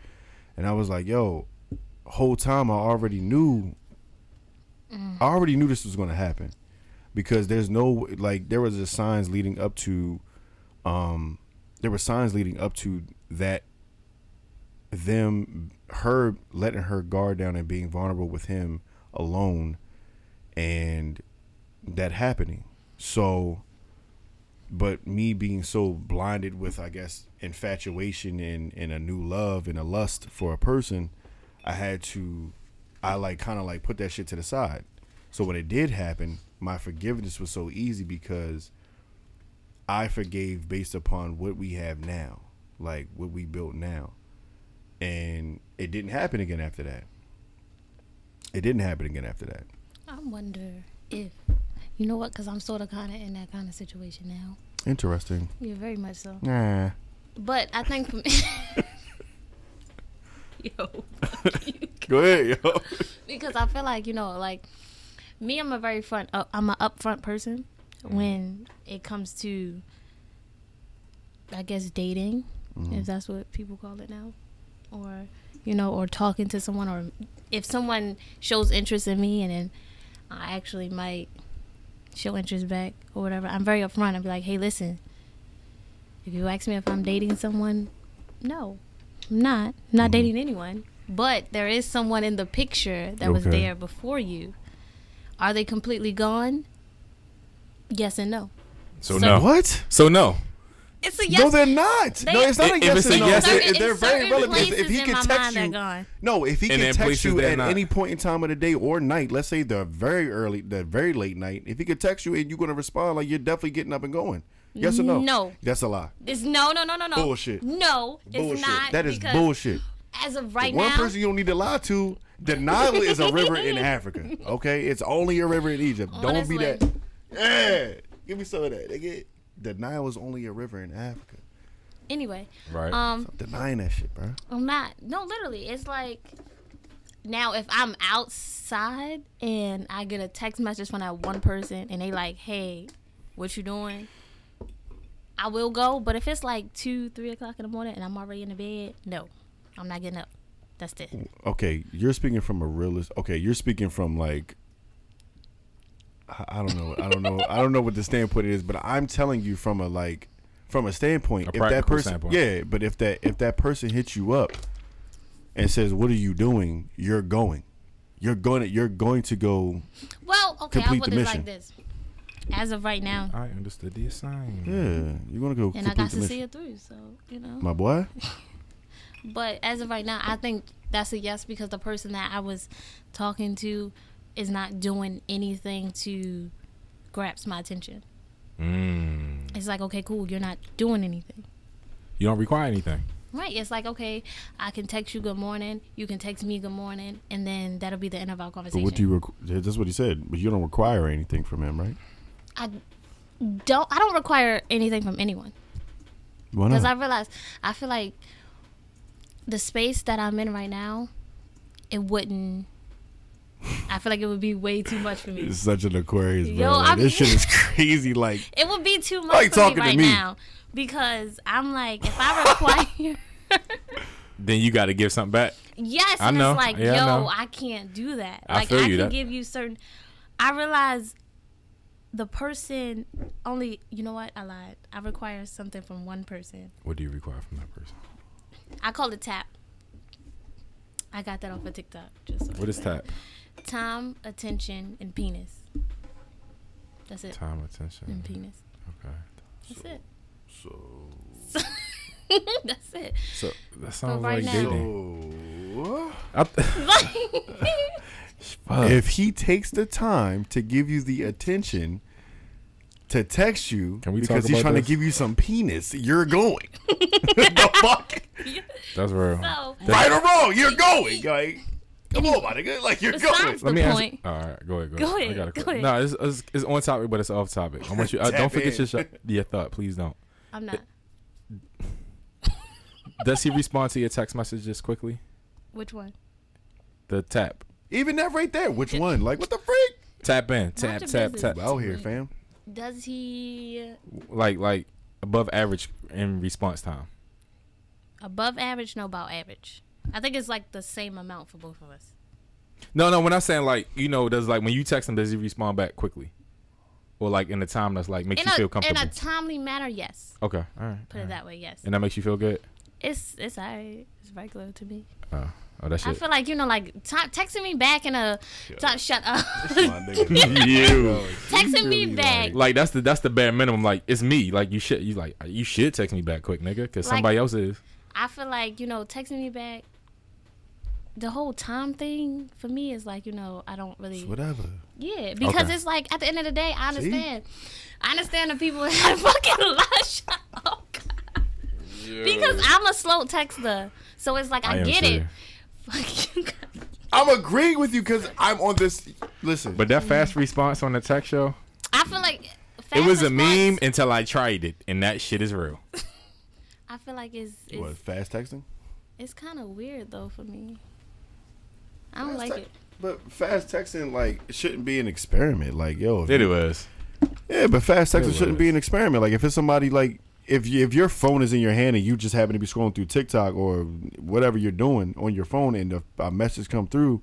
and i was like yo whole time i already knew i already knew this was going to happen because there's no like there was a signs leading up to um there were signs leading up to that them her letting her guard down and being vulnerable with him alone and that happening so but me being so blinded with i guess infatuation and and a new love and a lust for a person i had to i like kind of like put that shit to the side so when it did happen my forgiveness was so easy because i forgave based upon what we have now like what we built now and it didn't happen again after that it didn't happen again after that I wonder if you know what, because I'm sort of kind of in that kind of situation now. interesting Yeah, very much so. yeah But I think for me, yo, go ahead yo because I feel like you know, like me, I'm a very front. Uh, I'm an upfront person when it comes to, I guess, dating, Mm-hmm. if that's what people call it now, or you know, or talking to someone, or if someone shows interest in me, and then I actually might show interest back or whatever. I'm very upfront. I'd be like, hey, listen, if you ask me if I'm dating someone, no, I'm not. I'm Mm-hmm. not dating anyone. But there is someone in the picture that was Okay. there before you. Are they completely gone? Yes and no. So, So- no. What? So no. It's a yes. No, they're not. no, They- it's not a If yes it's and a no. yes, they're, Certain- they're in very certain relevant. If- If places he in can my text mind, they're you, gone. no, if he can And in text places you they're at not. any point in time of the day or night, let's say the very early, the very late night, if he could text you and you're going to respond, like you're definitely getting up and going. Yes or no? No. That's a lie. It's no, no, no, no, no. Bullshit. No, it's Bullshit. not. that is because bullshit. As of right One now, person you don't need to lie to. Denial is a river in Africa. Okay, it's only a river in Egypt. Don't be that. Honestly. Yeah, give me some of that. Nigga. Denial is only a river in Africa. anyway, Right. um, Denying that shit, bro. I'm not. No, literally, it's like now if I'm outside and I get a text message from that one person and they like, "Hey, what you doing?" I will go, but if it's like two, three o'clock in the morning and I'm already in the bed, no, I'm not getting up. That's it. Okay, you're speaking from a realist. Okay, you're speaking from like. I I don't know. I don't know. I don't know what the standpoint is, but I'm telling you from a like, from a standpoint. A if that practical person, standpoint. yeah, but if that if that person hits you up, and says, "What are you doing?" You're going. You're going. To, you're going to go. Well, okay, I'll Complete put the this mission. like this. As of right now, I understood the assignment. Yeah, you're gonna go. and I complete got the to mission. see it through, so you know. My boy. But as of right now, I think that's a yes because the person that I was talking to is not doing anything to grasp my attention. Mm. It's like, okay, cool, you're not doing anything. You don't require anything. Right. It's like, okay, I can text you good morning, you can text me good morning, and then that'll be the end of our But conversation. what do you? Requ- yeah, that's what he said. But you don't require anything from him, right? I don't I don't require anything from anyone. Why Because I not? realize I feel like the space that I'm in right now, it wouldn't I feel like it would be way too much for me. It's such an Aquarius, bro. Yo, Like, I'm- this shit is crazy. Like, It would be too much Why you for me talking to right me? now because I'm like, if I require, Then you got to give something back. yes, I and know. it's like, Yeah, I yo, I, know. can't do that. I like, feel I you. can That- give you certain. I realize the person only. You know what? I lied. I require something from one person. What do you require from that person? I call it tap. I got that off of TikTok. Just so What is tap? time, attention, and penis. That's it. Time, attention. And penis. Okay. That's it. so, That's it. So that sounds right like now- dating. I th- Fuck. if he takes the time to give you the attention to text you Can we because talk he's about trying this? to give you some penis, you're going. the fuck? That's real. So Right or wrong, you're going. Like, come on, my nigga. Like, you're going. besides the point. All right, go ahead. Go, Go ahead. I ahead, got a go question. ahead. No, it's, it's, it's on topic, but it's off topic. I want you. Uh, don't Tap forget in. your sh- your thought. Please don't. I'm not. Does he respond to your text messages quickly? Which one? The tap, Even that right there. Which one? Like, what the freak? tap in, tap, your tap, business. tap. Out here, fam. Does he Like like above average in response time. above average? No, about average. I think it's like the same amount for both of us. No, no. When I'm saying like, you know, does like when you text him, does he respond back quickly, or like in a time that's like makes In you feel a in comfortable? a timely manner, yes. okay, all right. Put it that way, yes. And that makes you feel good. It's it's alright. It's regular to me. Oh, oh that I shit. feel like you know, like time, texting me back in a time. Shut up. you. texting me back. like that's the that's the bare minimum. Like it's me. Like you should you like you should text me back quick, nigga, because Like- somebody else is. I feel like you know, texting me back. The whole time thing for me is like you know I don't really Whatever. yeah because Okay. it's like at the end of the day I understand I understand the people that fucking lie shut up God. because I'm a slow texter so it's like I, am get it too. Fuck you guys. I'm agreeing with you because I'm on this. Listen, But that fast response on the tech show, I feel like it Mm-hmm. fast was a meme response- until I tried it, and that shit is real. I feel like it's it's, what fast texting? it's kind of weird though for me I don't like te- it But fast texting like shouldn't be an experiment. Like yo, if It was. Yeah, but fast texting It shouldn't was. be an experiment. Like if it's somebody like if you, if your phone is in your hand and you just happen to be scrolling through TikTok or whatever you're doing on your phone and a, a message come through,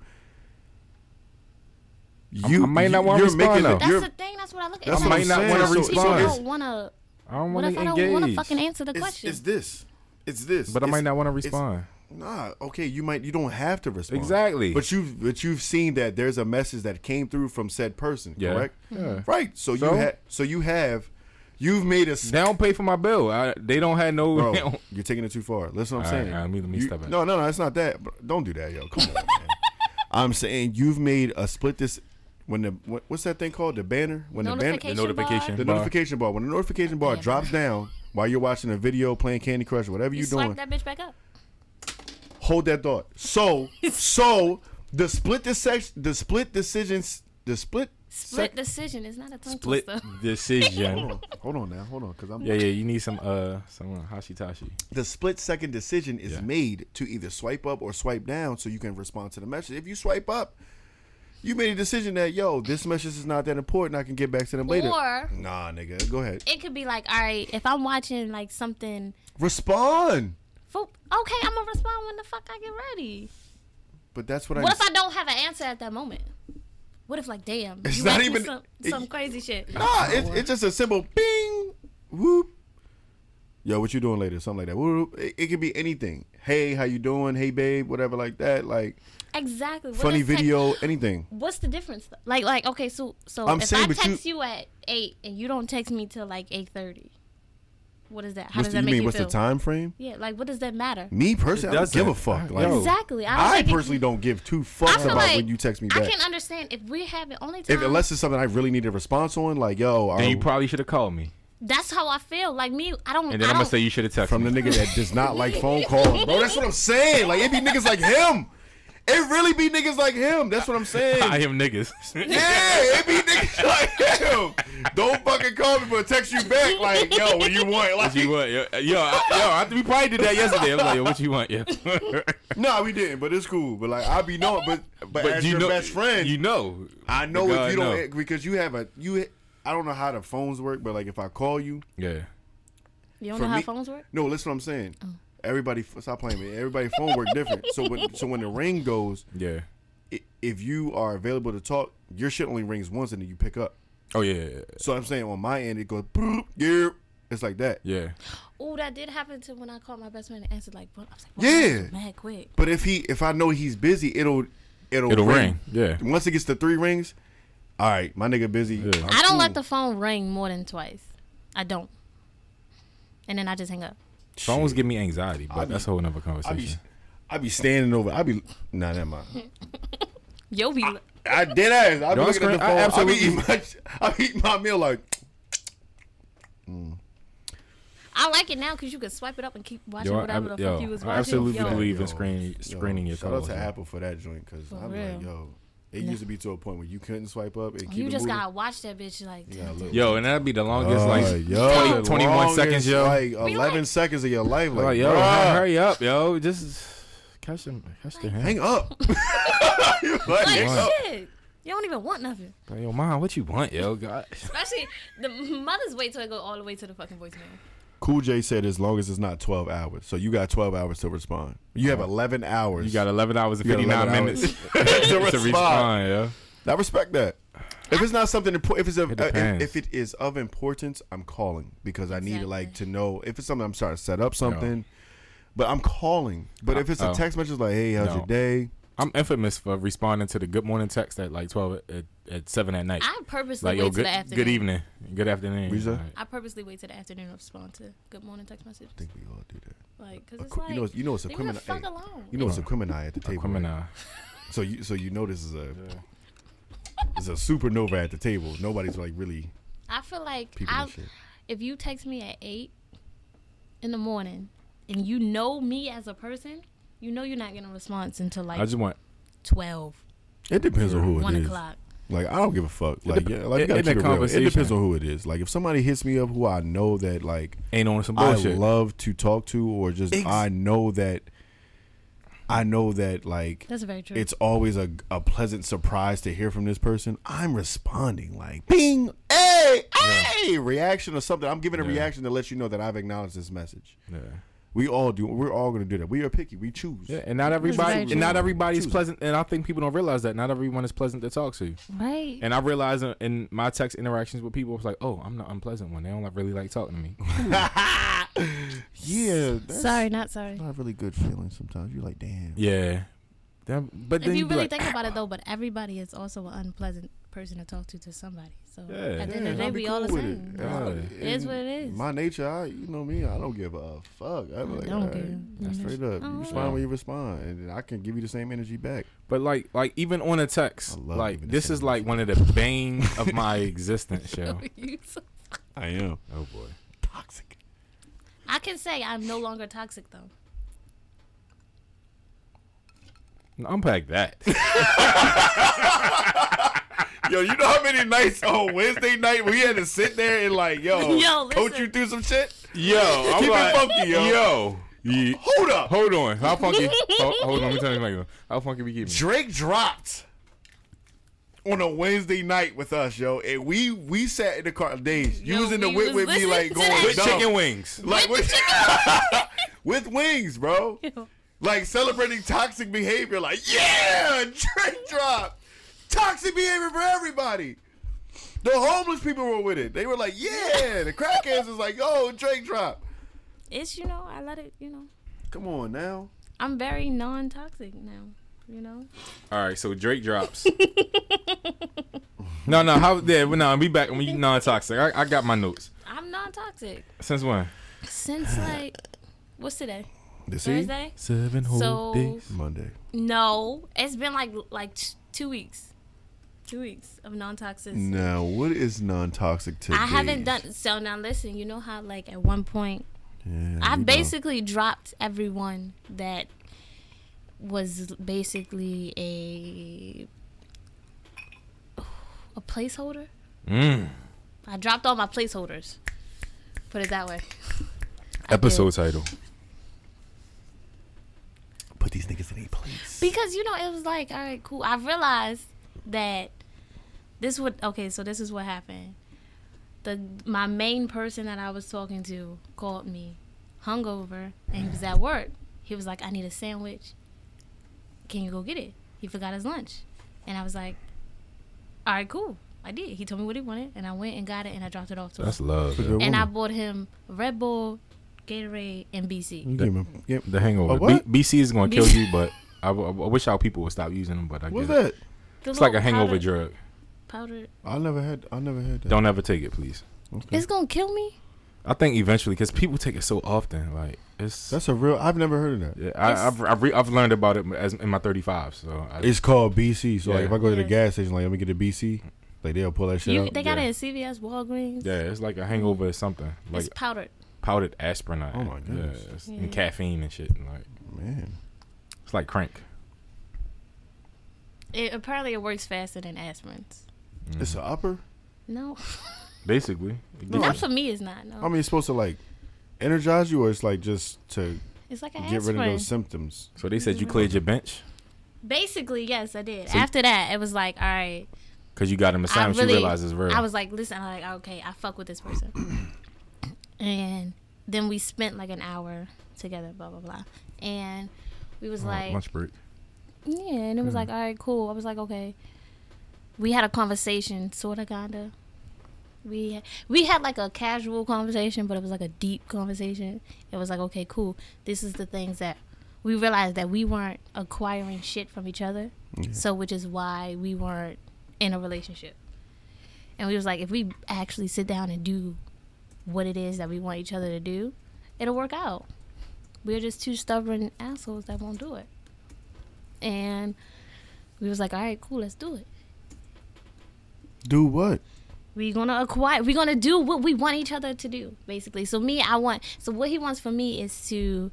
you I might not wanna you're making respond, though. it- that's you're- the thing that's what I look at That's It's I what like, might I'm saying. not wanna So- so people respond. it's- don't want to I don't What want if to I don't want to engage. fucking answer the It's, question? it's this. It's this. but I It's- might not want to it's- respond. Nah, okay, you might you don't have to respond. Exactly. But you've but you've seen that there's a message that came through from said person, Yeah. correct? Yeah. Right. So, So? you ha- so you have you've made a s- They don't pay for my bill. I, they don't have no. they bro, don't- you're taking it too far. Listen what I'm All right, saying. all right, let me- let me You- step back. No, no, no, it's not that. Bro, Don't do that, yo. Come on, man. I'm saying you've made a split this when the what, what's that thing called? The banner? When the banner Notification notification. bar. the bar. notification bar. When the notification bar Yeah. drops down while you're watching a video, playing Candy Crush, or whatever You, you're swipe doing, that bitch back up. hold that thought. So, so the split decision, the split decisions, the split Split sec- decision is not a tongue Split twister. decision. hold on now, hold on, because I'm yeah, yeah. You need some uh some uh, hashitashi. the split second decision is Yeah. made to either swipe up or swipe down, so you can respond to the message. If you swipe up. You made a decision that yo, this message is not that important. I can get back to them later. Or- nah, nigga, go ahead. It could be like, all right, if I'm watching like something, Respond. fo- okay, I'm gonna respond when the fuck I get ready. But that's what, What I'm. if I don't have an answer at that moment? What if like, damn, It's you not asked me even- some, it- some crazy shit. Nah, it's, it's just a simple ping, whoop. Yo, what you doing later? Something like that. Whoop. It, it could be anything. Hey, how you doing? Hey, babe, whatever like that. Like Exactly. What funny if text- video, anything. What's the difference? Though? Like, like, okay, so, so I'm if saying, I but you- text you, at eight and you don't text me till like eight thirty, what is that? How What's the, does that you make mean? you what's feel? the time frame? Yeah, like, what does that matter? Me personally, I don't give a doesn't. fuck. Yo. Like Exactly. I, don't I think it- personally don't give two fucks feel about like when you text me I back. can understand if we're having only time. If unless it's something I really need a response on, like yo, Then I- you probably should have called me. that's how I feel. Like me, I don't. And then I I'm gonna don't- say you should have texted from the me. nigga that does not like phone calls, bro. That's what I'm saying. Like it be niggas like him. It really be niggas like him. That's what I'm saying. I am niggas. Yeah, it be niggas like him. Don't fucking call me, but text you back like, yo, what you want? Like, what you want? Yo, yo, I, yo I, we probably did that yesterday. I was like, yo, what you want? Yeah. nah, we didn't, but it's cool. But like, I be knowing, but but, as your best friend, you know. I know God, if you don't eh, no. because you have a you. I don't know how the phones work, but like if I call you, Yeah. you don't for know how me- phones work. no, listen, what I'm saying. Everybody, stop playing me. Everybody phone work different. So when so when the ring goes, Yeah. i- if you are available to talk, your shit only rings once and then you pick up. Oh yeah, yeah, So I'm saying on my end it goes, "Broop, yeah, it's like that. yeah. yeah. Oh, that did happen to when I called my best friend and answered like, bro, I was like, Yeah. wow, that's mad quick. But if he, if I know he's busy, it'll, it'll, It'll ring. Yeah. Once it gets to three rings, all right, my nigga busy. Yeah. I don't let the phone ring more than twice. I don't. And then I just hang up. Phones give me anxiety, but be- that's a whole nother I be, conversation. I be standing over. I be nah, never mind. Yo, be I dead ass. I be looking at Y'all the scream- I phone. I, be absolutely- eating my, I be eating my meal like. I like it now because you can swipe it up and keep watching Yo, I, whatever I- the yo, fuck you was I watching. absolutely Yo, believe Yo, in screening screening yo, your Shout calls. out to Apple for that joint because I'm like real. yo. It used to be to a point where you couldn't swipe up and keep you it just moving. gotta watch that bitch like. Yeah, look. Yo, and that'd be the longest Uh, like yo, 20 21 longest, seconds, yo. Like 11 like- seconds of your life. Like, Like, yo, bruh, hurry up, yo. Just catch him, catch the hand. hang up. Like, Like hang up. shit. You don't even want nothing. Like, yo, mom, what you want, yo? God. Especially the mothers wait till it go all the way to the fucking voicemail. Cool J said as long as it's not 12 hours. So you got 12 hours to respond. You have 11 hours. You got 11 hours and You got 59 11 minutes hours to to respond. respond, yo. I respect that. If it's not something important, if it's of, It uh, if, depends. if it is of importance, I'm calling because I need to like to Exactly. know if it's something I'm trying to set up something. But I'm calling. But if it's a Oh. text message like, "Hey, how's No. your day?" I'm infamous for responding to the good morning text at like 12 at, at 7 at night. I purposely like, wait yo, till good, the afternoon. good evening. Good afternoon. What'd you say? Alright. I purposely wait till the afternoon to respond to good morning text messages. I think we all do that. Like, cause it's Qu- like you know, it's- you know, it's a leave me the criminal. fuck hey, alone. you know, it's a criminal at the table. right? Criminal. So you so you know this is a it's a supernova at the table. Nobody's like really I feel like peeping I, this shit. if you text me at eight in the morning and you know me as a person, you know you're not getting a response until like I just want. twelve, It depends on who it one is. o'clock. Like I don't give a fuck. Like dep- yeah, like you in- gotta in the keep it real. It depends conversation. on who it is. Like if somebody hits me up who I know that like Ain't on some I bullshit. love to talk to or just Ex- I know that I know that like That's very true. it's always a, a pleasant surprise to hear from this person. I'm responding like bing, hey, hey, reaction or something. I'm giving a Yeah. reaction to let you know that I've acknowledged this message. yeah. We all do. We're all gonna do that. We are picky. We choose. yeah, and not everybody, very and not true. everybody's Choose. pleasant. And I think people don't realize that not everyone is pleasant to talk to. right. And I realized in- in my text interactions with people, it's like, oh, I'm the unpleasant one. They don't like, really like talking to me. yeah, that's Sorry, not sorry. not really good feeling sometimes. You're like, damn. Yeah. That- but then If you you'd be really like, think about "Ah." it though, but everybody is also an unpleasant person to talk to to somebody. So Yeah. at the end Yeah, of the day, I'll be we all the cool with same. it. Uh, It is and what it is. My nature, I you know me, I don't give a fuck. I, like, don't Mm-hmm. Oh. all right, give a straight up. You fuck. respond when you respond, and I can give you the same energy back. But like, like even on a text, I love like giving the this same is like one of the bane of my existence, Oh, yo. I am Oh boy. toxic. I can say I'm no longer toxic though. Unpack that. Yo, you know how many nights oh, on Wednesday night we had to sit there and like, yo, Yo, listen. coach you through some shit? yo, I'm Keep it like, funky, yo. Yo. Ye- Hold up. Hold on. How funky? hold, hold on. Let me turn this mic on. How funky we keep? it? Drake dropped on a Wednesday night with us, yo, and we we sat in the car days. You Yo, was in the we whip was with me, listening like to going that. With With dumb. chicken wings. like with, with wings, bro. Like celebrating toxic behavior, like yeah, Drake drop, toxic behavior for everybody. The homeless people were with it. They were like, yeah. The crackheads was like, oh, Drake drop. It's you know I let it you know Come on now. I'm very non-toxic now. You know All right, so Drake drops. no, no, how? Yeah, well, no, we back. We non-toxic. I, I got my notes. I'm non-toxic Since when? since like what's today This Thursday? Seven So- days. Monday. No, it's been like like t- two weeks, two weeks of non-toxic. Now, what is non-toxic today? I haven't done so now. Listen, you know how like at one point Yeah, I we know. basically dropped everyone that was basically a a placeholder. Mm. I dropped all my placeholders. Put it that way. Episode title. put these niggas in a place. Because you know it was like, all right, cool. I realized that this would okay. So this is what happened. The my main person that I was talking to called me hungover, and he was at work. He was like, I need a sandwich. Can you go get it? He forgot his lunch, and I was like, all right, cool. I did. He told me what he wanted, and I went and got it, and I dropped it off to him. That's love. yo. And I bought him Red Bull, Gatorade, and BC. give him a- give- The Hangover. A what? B- BC is gonna kill you, but I, w- I wish our people would stop using them. But I What's get it. that? The It's like a little hangover powder- drug. Hmm. Powder. I never had. I never had that. Don't ever take it, please. It's gonna kill me. I think eventually, because people take it so often, like it's. That's a real. I've never heard of that. yeah, I, I've I've, re- I've learned about it as in my 35. So I, It's called BC. So like, Yeah. if I go to the Yeah. gas station, like, let me get a BC. Like they'll pull that shit You, out. they got yeah. it at CVS, Walgreens. yeah, it's like a hangover or something, like it's powdered. powdered aspirin. I- Oh my goodness. Yeah, it's- Yeah. and caffeine and shit. and like Man, it's like crank. It, apparently, it works faster than aspirins. it's an upper. No, Basically, It not gives you- for me. It's not. No, I mean, it's supposed to like energize you, or it's like just to it's like an get rid aspirin. of those symptoms. so they said you cleared your bench Basically, yes, I did. So- After that, it was like, all right. because you got him I assigned. really, you realize it's real. I was like, listen, I'm like, okay, I fuck with this person. and then we spent like an hour together, blah blah blah, and we was Oh, like, lunch break. Yeah, and it was like, all right, cool. I was like, okay. We had a conversation, sorta, kinda. We we had like a casual conversation, but it was like a deep conversation. It was like, okay, cool. This is the things that we realized that we weren't acquiring shit from each other, so which is why we weren't in a relationship. And we was like, if we actually sit down and do what it is that we want each other to do, it'll work out. We're just two stubborn assholes that won't do it and we was like, all right, cool, let's do it. Do what? We're gonna acquire. We're gonna do what we want each other to do, basically. So me, I want. So what he wants from me is to.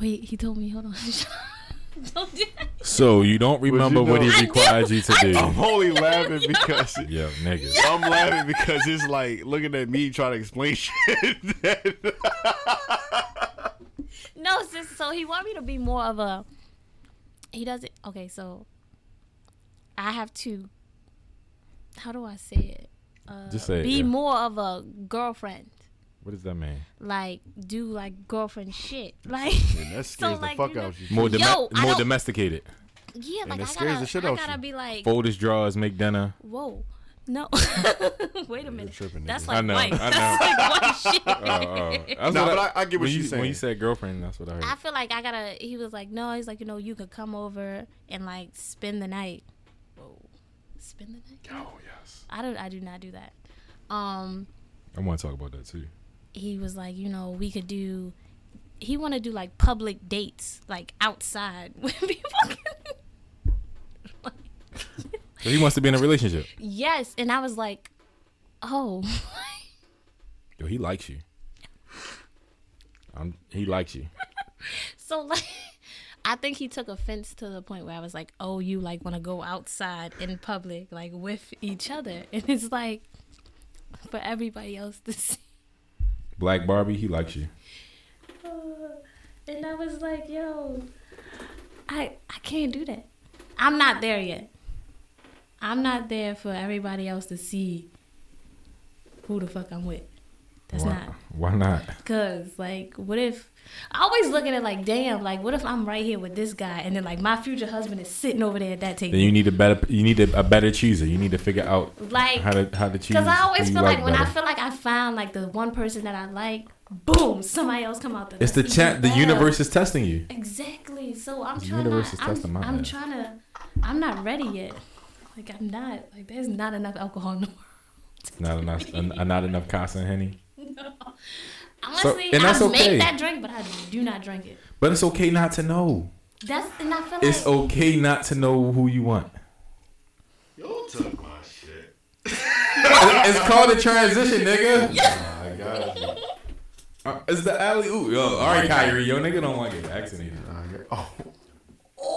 Wait, he told me. Hold on. Don't do that. So you don't remember know- what I he do. required you to I do? do. I'm only laughing because Yeah, nigga. I'm laughing because it's like looking at me trying to explain shit. No, sis. So he want me to be more of a. He doesn't. Okay, so. I have to. How do I say it? Uh, Just say it, be yeah. more of a girlfriend. What does that mean? Like do like girlfriend shit. Like that scares the like, fuck you know- out of you. More Yo, dome- I more don't- domesticated. Yeah, it like I scares gotta, the shit I out gotta you. be like, Fold his drawers, make dinner. whoa, No. Wait a minute. tripping, That's nigga. like I Uh, know, white. I That's like white shit. That's Nah, what but I- I get what when she's you, saying. When you said girlfriend, that's what I heard. I feel like I gotta. He was like, no. He's like, you know, you could come over and like spend the night. Whoa, spend the night. oh yes, I don't. I do not do that. Um, I want to talk about that too. he was like, you know, we could do. He want to do like public dates, like outside with people. So he wants to be in a relationship. yes, and I was like, oh, Yo, he likes you. I'm, he likes you. so like. I think he took offense to the point where I was like, "Oh, you like want to go outside in public, like with each other," and it's like for everybody else to see. Black Barbie, he likes you. And I was like, yo, I I can't do that. I'm not there yet. I'm not there for everybody else to see who the fuck I'm with. That's why, not Why not? cuz like what if I always look at it like damn, like what if I'm right here with this guy and then like my future husband is sitting over there at that table. Then you need a better. You need a, a better chooser. You need to figure out Like- how to how to choose. Cause I always who you feel like, when I better. feel like I found like the one person that I like, boom, somebody else come out the it's the nest. chat. The Yeah. universe is testing you. Exactly. So I'm The trying. universe Not, is I'm, testing my I'm ass. trying to. I'm not ready yet. Like I'm not. Like there's not enough alcohol in the world. Not enough. uh, not enough Casa and Henny. Honestly, and that's I okay. make that drink, but I do not drink it. But it's okay not to know. That's and I feel It's like okay not to know who you want. You took my shit. It's called a transition, nigga. I got it. Uh, It's the alley. Ooh, yo, all right, Kyrie, yo, nigga don't want to get vaccinated. I got Oh.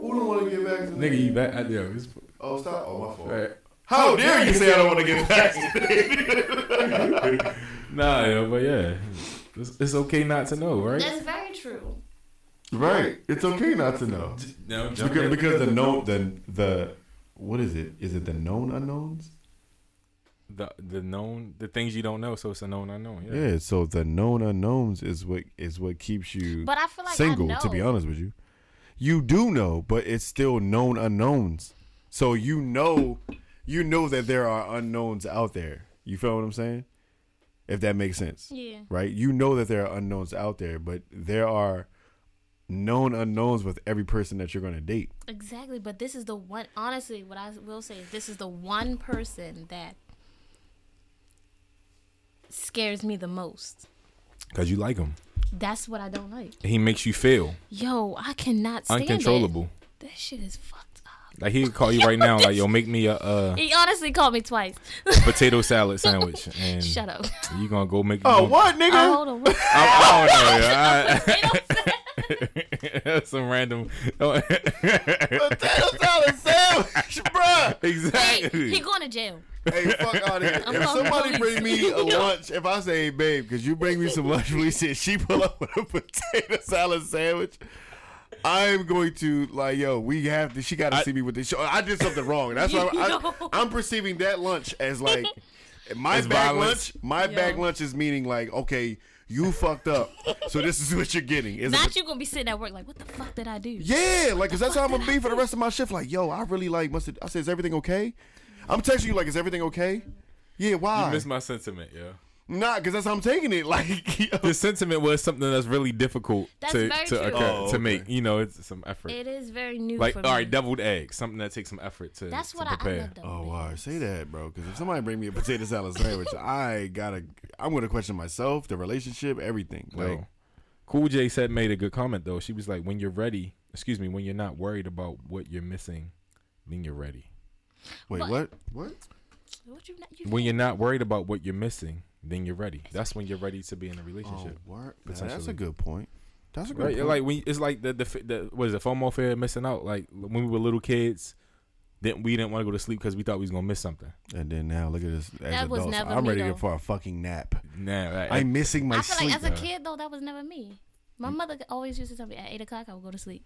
Who don't want to get vaccinated? Nigga, you back? I- Yo, it's- Oh, stop. Oh, my fault. all right. How dare you say I don't want to get vaccinated? Nah, yo, but yeah, it's, it's okay not to know, right? that's very true. right. It's okay not to know. No, Because, because the known the the what is it? Is it the known unknowns? the the known the things you don't know, so it's a known unknown. Yeah. Yeah. So the known unknowns is what is what keeps you But I feel like I single. To be know. honest with you, you do know, but it's still known unknowns. So you know, you know that there are unknowns out there. You feel what I'm saying? If that makes sense. Yeah. Right. You know that there are unknowns out there, but there are known unknowns with every person that you're going to date. Exactly. But this is the one. Honestly, what I will say is this is the one person that scares me the most. Cause you like him. That's what I don't like. He makes you feel Yo, I cannot stand uncontrollable. it. That shit is fucked up. Like he could call you right now, like yo, make me a uh, He honestly called me twice. potato salad sandwich, and Shut up. you gonna go make. Oh, what, nigga? Oh, hold on. What? I, I don't know. yo. I- They don't say- Some random. Hey, exactly. he going to jail. Hey, fuck out here. I'm If calling the somebody police. bring me a lunch, if I say, babe, could you bring me some lunch? We said she pull up with a potato salad sandwich. I am going to like, yo, we have to. She got to see me with this. I did something wrong. That's why I, Yo. I, am perceiving that lunch as like my As bag violence. lunch. My Yo. bag lunch is meaning like, okay, you fucked up. So this is what you're getting. It's a Not you going to be sitting at work like, what the fuck did I do? yeah, like, cause that's how I'm gonna be for the rest of my shift. Like, yo, I really like. Must I said, is everything okay? I'm texting you like, is everything okay? Yeah, why? You missed my sentiment, yeah. nah, cause that's how I'm taking it. Like, yo. The sentiment was something that's really difficult That's to very to true. occur, Oh, to okay. make. You know, it's some effort. It is very new like for all me. right, deviled egg, something that takes some effort to. That's to what I, I prepare. love though. oh wow, say that, bro. Cause if somebody bring me a potato salad sandwich, I gotta, I'm gonna question myself, the relationship, everything. Like, Yo. Cool J said made a good comment though. She was like, "When you're ready, excuse me, when you're not worried about what you're missing, then you're ready. wait, But- what? What? What you, not- you When you're not worried about what you're missing, then you're ready. That's when you're ready to be in a Oh, relationship. word. Nah, that's a Potentially. good point. That's a good Right, point. like when it's like the the, the what is it FOMO fear of missing out. Like when we were little kids, then we didn't want to go to sleep because we thought we was gonna miss something. and then now look at this. As That was adults, never I'm me, ready though. for a fucking nap. Nah, right. I'm missing my I feel sleep. like as a kid though, that was never me. My Mm. mother could always used to tell me at eight o'clock I would go to sleep.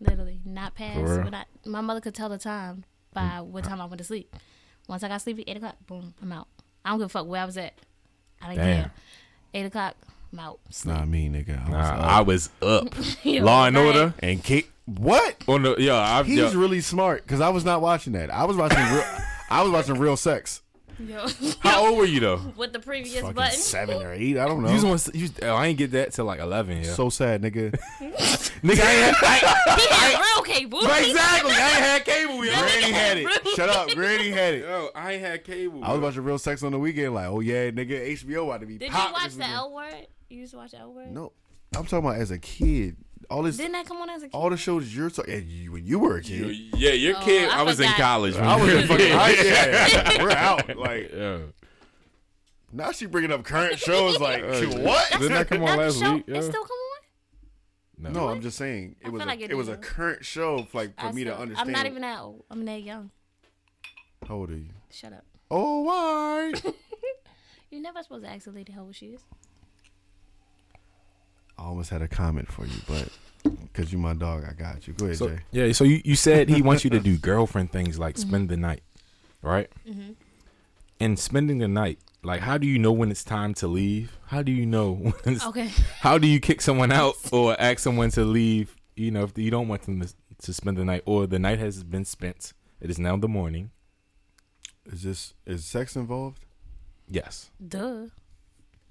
Literally, not past. For real? Mm. When I, my mother could tell the time by what time I went to sleep. Once I got sleepy, eight o'clock, boom, I'm out. I don't give a fuck where I was at. I didn't Damn. care. Eight o'clock, I'm out. Nah, me nigga. I was up. Uh, I was up. You Law and right. Order. and Kate, what? On the yeah, I've He's yeah. really smart because I was not watching that. I was watching real. I was watching real sex. Yo. How old were you though? With the previous Fucking button. seven or eight. I don't know. You was on, you, was- oh, I ain't get that till like eleven. Yeah. So sad, nigga. nigga, I ain't had, He had real cable. I, exactly. I ain't had cable. yet. Granny had it. Really? Shut up, Granny had it. Yo, I ain't had cable. I was watching real sex on the weekend. Like, oh yeah, nigga, HBO about to be. Did you popping watch this the weekend. L word? You used to watch the L word? No, I'm talking about as a kid. All this, Didn't that come on as a Oh, kid? all the shows you're talking. You, when you were a kid, yeah, your Oh, kid. I I, was in forgot. college. I was in fucking Yeah. high yeah, We're out. Like Yeah. now, she bringing up current shows. Like Uh, what? Didn't that come on Not the last show? week? Yeah. It still come on? No, I'm just saying it I was feel a, like it, it was a did. current show like for I me to still- understand. I'm not even that old. I'm that young. How old are you? Shut up. Oh, why? You're never supposed to ask a lady how old she is. I almost had a comment for you, but because you my dog, I got you. Go ahead, So, Jay. yeah, so you, you said he wants you to do girlfriend things like spend the night, right? And spending the night, like, how do you know when it's time to leave? How do you know? When it's, Okay. How do you kick someone out or ask someone to leave? You know, if you don't want them to, to spend the night, or the night has been spent, it is now the morning. Is this is sex involved? Yes. Duh.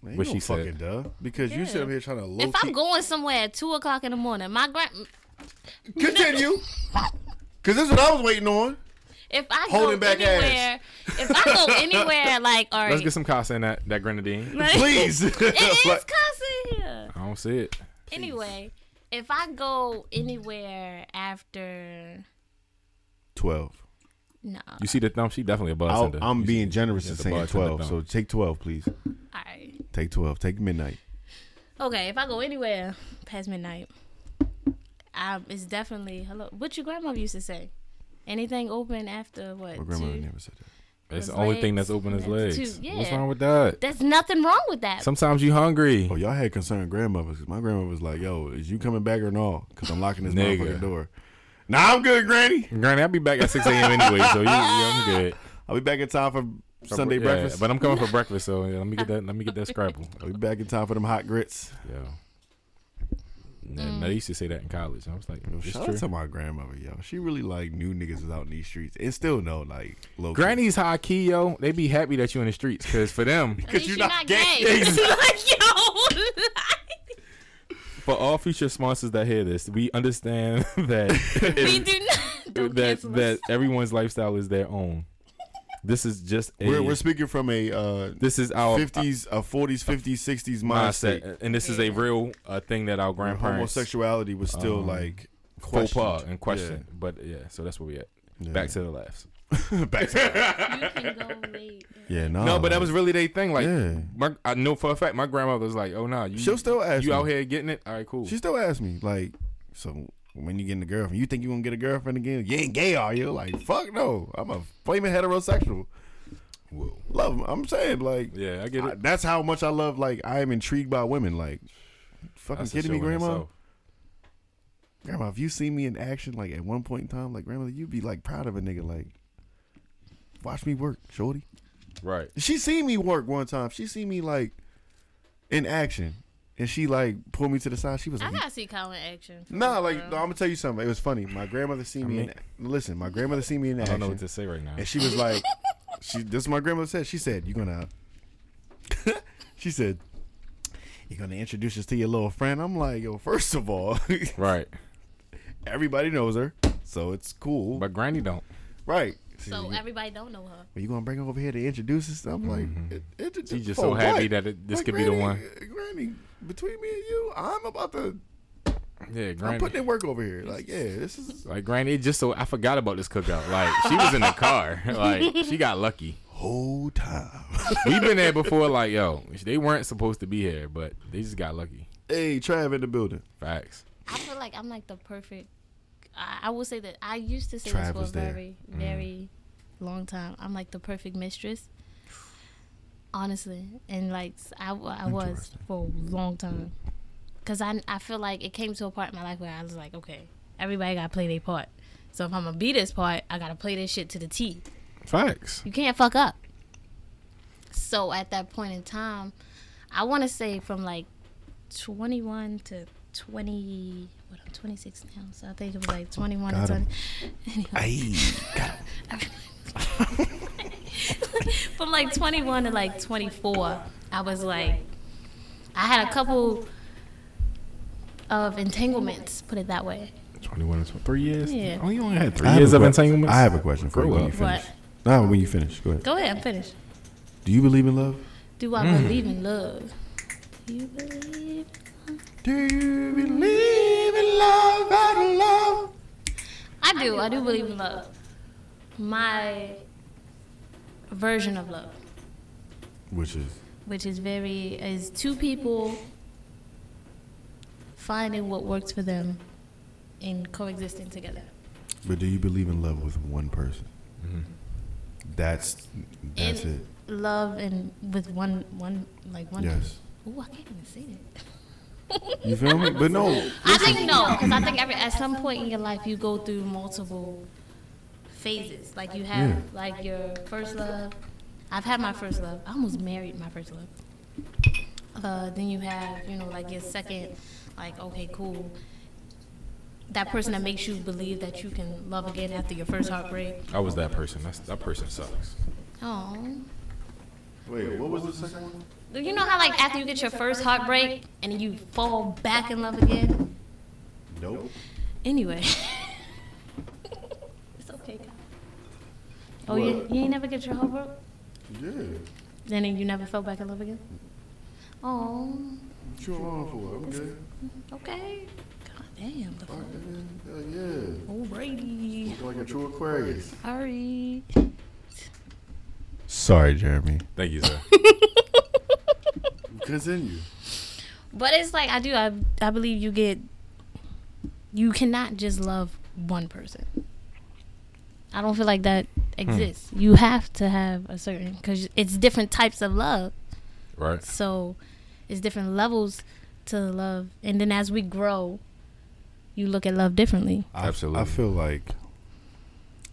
Man, What you she don't fucking said. duh. Because you Yeah. sit up here trying to low If I'm going somewhere at two o'clock in the morning, my grand. continue. Cause this is what I was waiting on. If I Holding go back ass. anywhere, if I go anywhere, like all Let's right, get some casa in that, that grenadine. like, Please. it is Like, cussing here. I don't see it. Anyway, if I go anywhere after, twelve. no, You see the thumb? She definitely a I'll- bartender. I'm You being generous and the saying bartender twelve. down. So take twelve, please. all right, Take twelve. Take midnight. okay. If I go anywhere past midnight, um, it's definitely hello. What your grandmother used to say? Anything open after what? My grandmother two? never said that. see- It's the his only thing legs that's open is and legs. that's two, What's yeah. wrong with that? There's nothing wrong with that. Sometimes you hungry. Oh, y'all had concerned grandmothers. 'cause my grandmother was like, "Yo, is you coming back or no? Because I'm locking this Nigga. motherfucking door." Nah, I'm good, Granny. Granny, I'll be back at 6 a.m. anyway, so you, yeah, I'm good. I'll be back in time for, Sunday Yeah, breakfast. But I'm coming for breakfast, so yeah, let me get that. Let me get that Scrabble. I'll be back in time for them hot grits. Yeah. And They used to say that in college. I was like, it's Shout true. out to my grandmother, yo. She really like knew niggas was out in these streets and still know like low. Granny's high key, yo. They be happy that you in the streets, cause for them, At least you're you're not not, gay. gay. like yo. for all future sponsors that hear this, we understand that we do not. Don't that cancel that us. everyone's lifestyle is their own. This is just a. We're, we're speaking from a uh, this is our 50s, uh, 40s, 50s, 60s mindset. Oh, mindset, and this is a real uh, thing that our Where grandparents homosexuality was still like faux pas questioned. and question. But yeah, so that's where we at. Back to the laughs. Yeah. Back to- you can go late. yeah, nah, No, but that like, was really their thing. Like, Yeah. my, I know for a fact, my grandmother was like, "Oh no, you She'll still ask you me. out here getting it. All right, cool." She still asked me like, so when you getting a girlfriend, you think you gonna get a girlfriend again? You ain't gay, are you? Like, fuck no. I'm a flaming heterosexual. Whoa. Love 'em. I'm saying like, Yeah, I get I- it. that's how much I love. Like I am intrigued by women. Like, fucking That's a kidding me, show in grandma. itself. Grandma, if you see me in action, like at one point in time, like grandma, you'd be like proud of a nigga. Like, watch me work, shorty. Right. She seen me work one time. She seen me like in action, and she like pulled me to the side. She was I like, gotta see Colin action. Mm. Nah, like no, I'm gonna tell you something. It was funny. My grandmother seen me. mean- in, listen, my grandmother seen me in I action, don't know what to say right now. and she was like, "She." This is what my grandmother said. She said, "You're gonna." she said, "You're gonna introduce us to your little friend." I'm like, "Yo, first of all, Right. everybody knows her, so it's cool, But granny don't. right?" She's So like, everybody don't know her. well, you gonna bring her over here to introduce us? I'm like, it, it, She's Mm-hmm. just for so happy what? that it- this Like, could be the granny- one. Granny, between me and you, I'm about to. Yeah, I'm putting granny. in work over here. Like, yeah, this is Like granny, it just so I forgot about this cookout. Like she was in the car. Like she got lucky. whole time. We've been there before. Like yo, they weren't supposed to be here, but they just got lucky. hey, Trav in the building. Facts. I feel like I'm like the perfect. I, I will say that I used to say Trav this for a was there. Mm. very, very long time. I'm like the perfect mistress. Honestly, and like s- I, w- I was Interesting. for a long time, cause I I feel like it came to a part in my life where I was like, okay, everybody gotta play their part. So if I'm gonna be this part, I gotta play this shit to the T. Facts. You can't fuck up. So at that point in time, I want to say from like 21 to 20. What I'm 26 now, so I think it was like 21 Got to 20. him. Anyway, from like 21 to like 24, I was like, I had a couple of entanglements. Put it that way. 21 to 23 years? Yeah. Oh, you only had three I have years a of que- entanglement? I have a question for you Grow when you up. finish. What? No, when you finish, go ahead. Go ahead, I'm finished. Do you believe in love? Do I Mm. believe in love? Do you believe? Do you believe in love? Out of love. I do. I do believe in love. My version of love, Which is which is very, is two people finding what works for them and coexisting together. But do you believe in love with one person? That's that's in it. Love and with one, one like one. Yes. Ooh, I can't even say that. You feel me? But no, I think no, because I think every, at some point in your life you go through multiple phases. Like you have Yeah. like your first love. I've had my first love. I almost married my first love. Uh, then you have you know like your second, like okay cool. That person that makes you believe that you can love again after your first heartbreak. I was that person. That's, that person sucks. Oh. Wait, what was the second one? You know how like after you get your first heartbreak and you fall back in love again? Nope. Anyway. it's okay, guys. Oh, you, you ain't never get your heart broke? Yeah. Then you never fell back in love again? Oh, What you on for? I'm good. okay. God damn. The fuck? yeah. Alrighty. Like a true Aquarius. Sorry. Sorry, Jeremy. Thank you, sir. Continue. But it's like, I do. I, I believe you get. You cannot just love one person. I don't feel like that exists. You have to have a certain. Because it's different types of love. right? So it's different levels to love. And then as we grow, you look at love differently. I Absolutely. feel like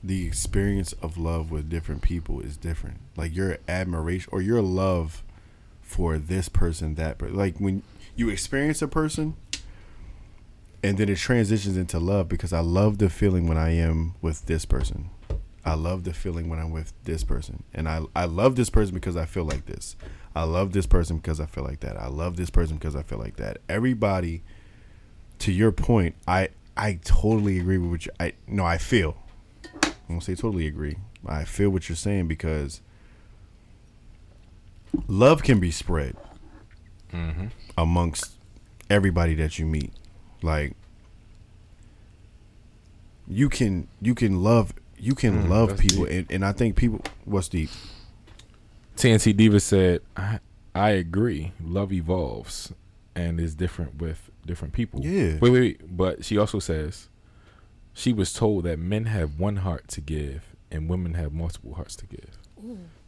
the experience of love with different people is different. Like your admiration or your love for this person, that person. Like when you experience a person and then it transitions into love because I love the feeling when I am with this person. I love the feeling when I'm with this person. And I, I love this person because I feel like this. I love this person because I feel like that. I love this person because I feel like that. Everybody to your point, I I totally agree with what you. I no, I feel. I won't say totally agree. I feel what you're saying because love can be spread Mm-hmm. amongst everybody that you meet. Like you can you can love you can love Mm-hmm. that's people and, and I think people what's deep TNT Diva said, I, I agree. Love evolves and is different with different people. Yeah. Wait, wait, wait. But she also says, she was told that men have one heart to give and women have multiple hearts to give.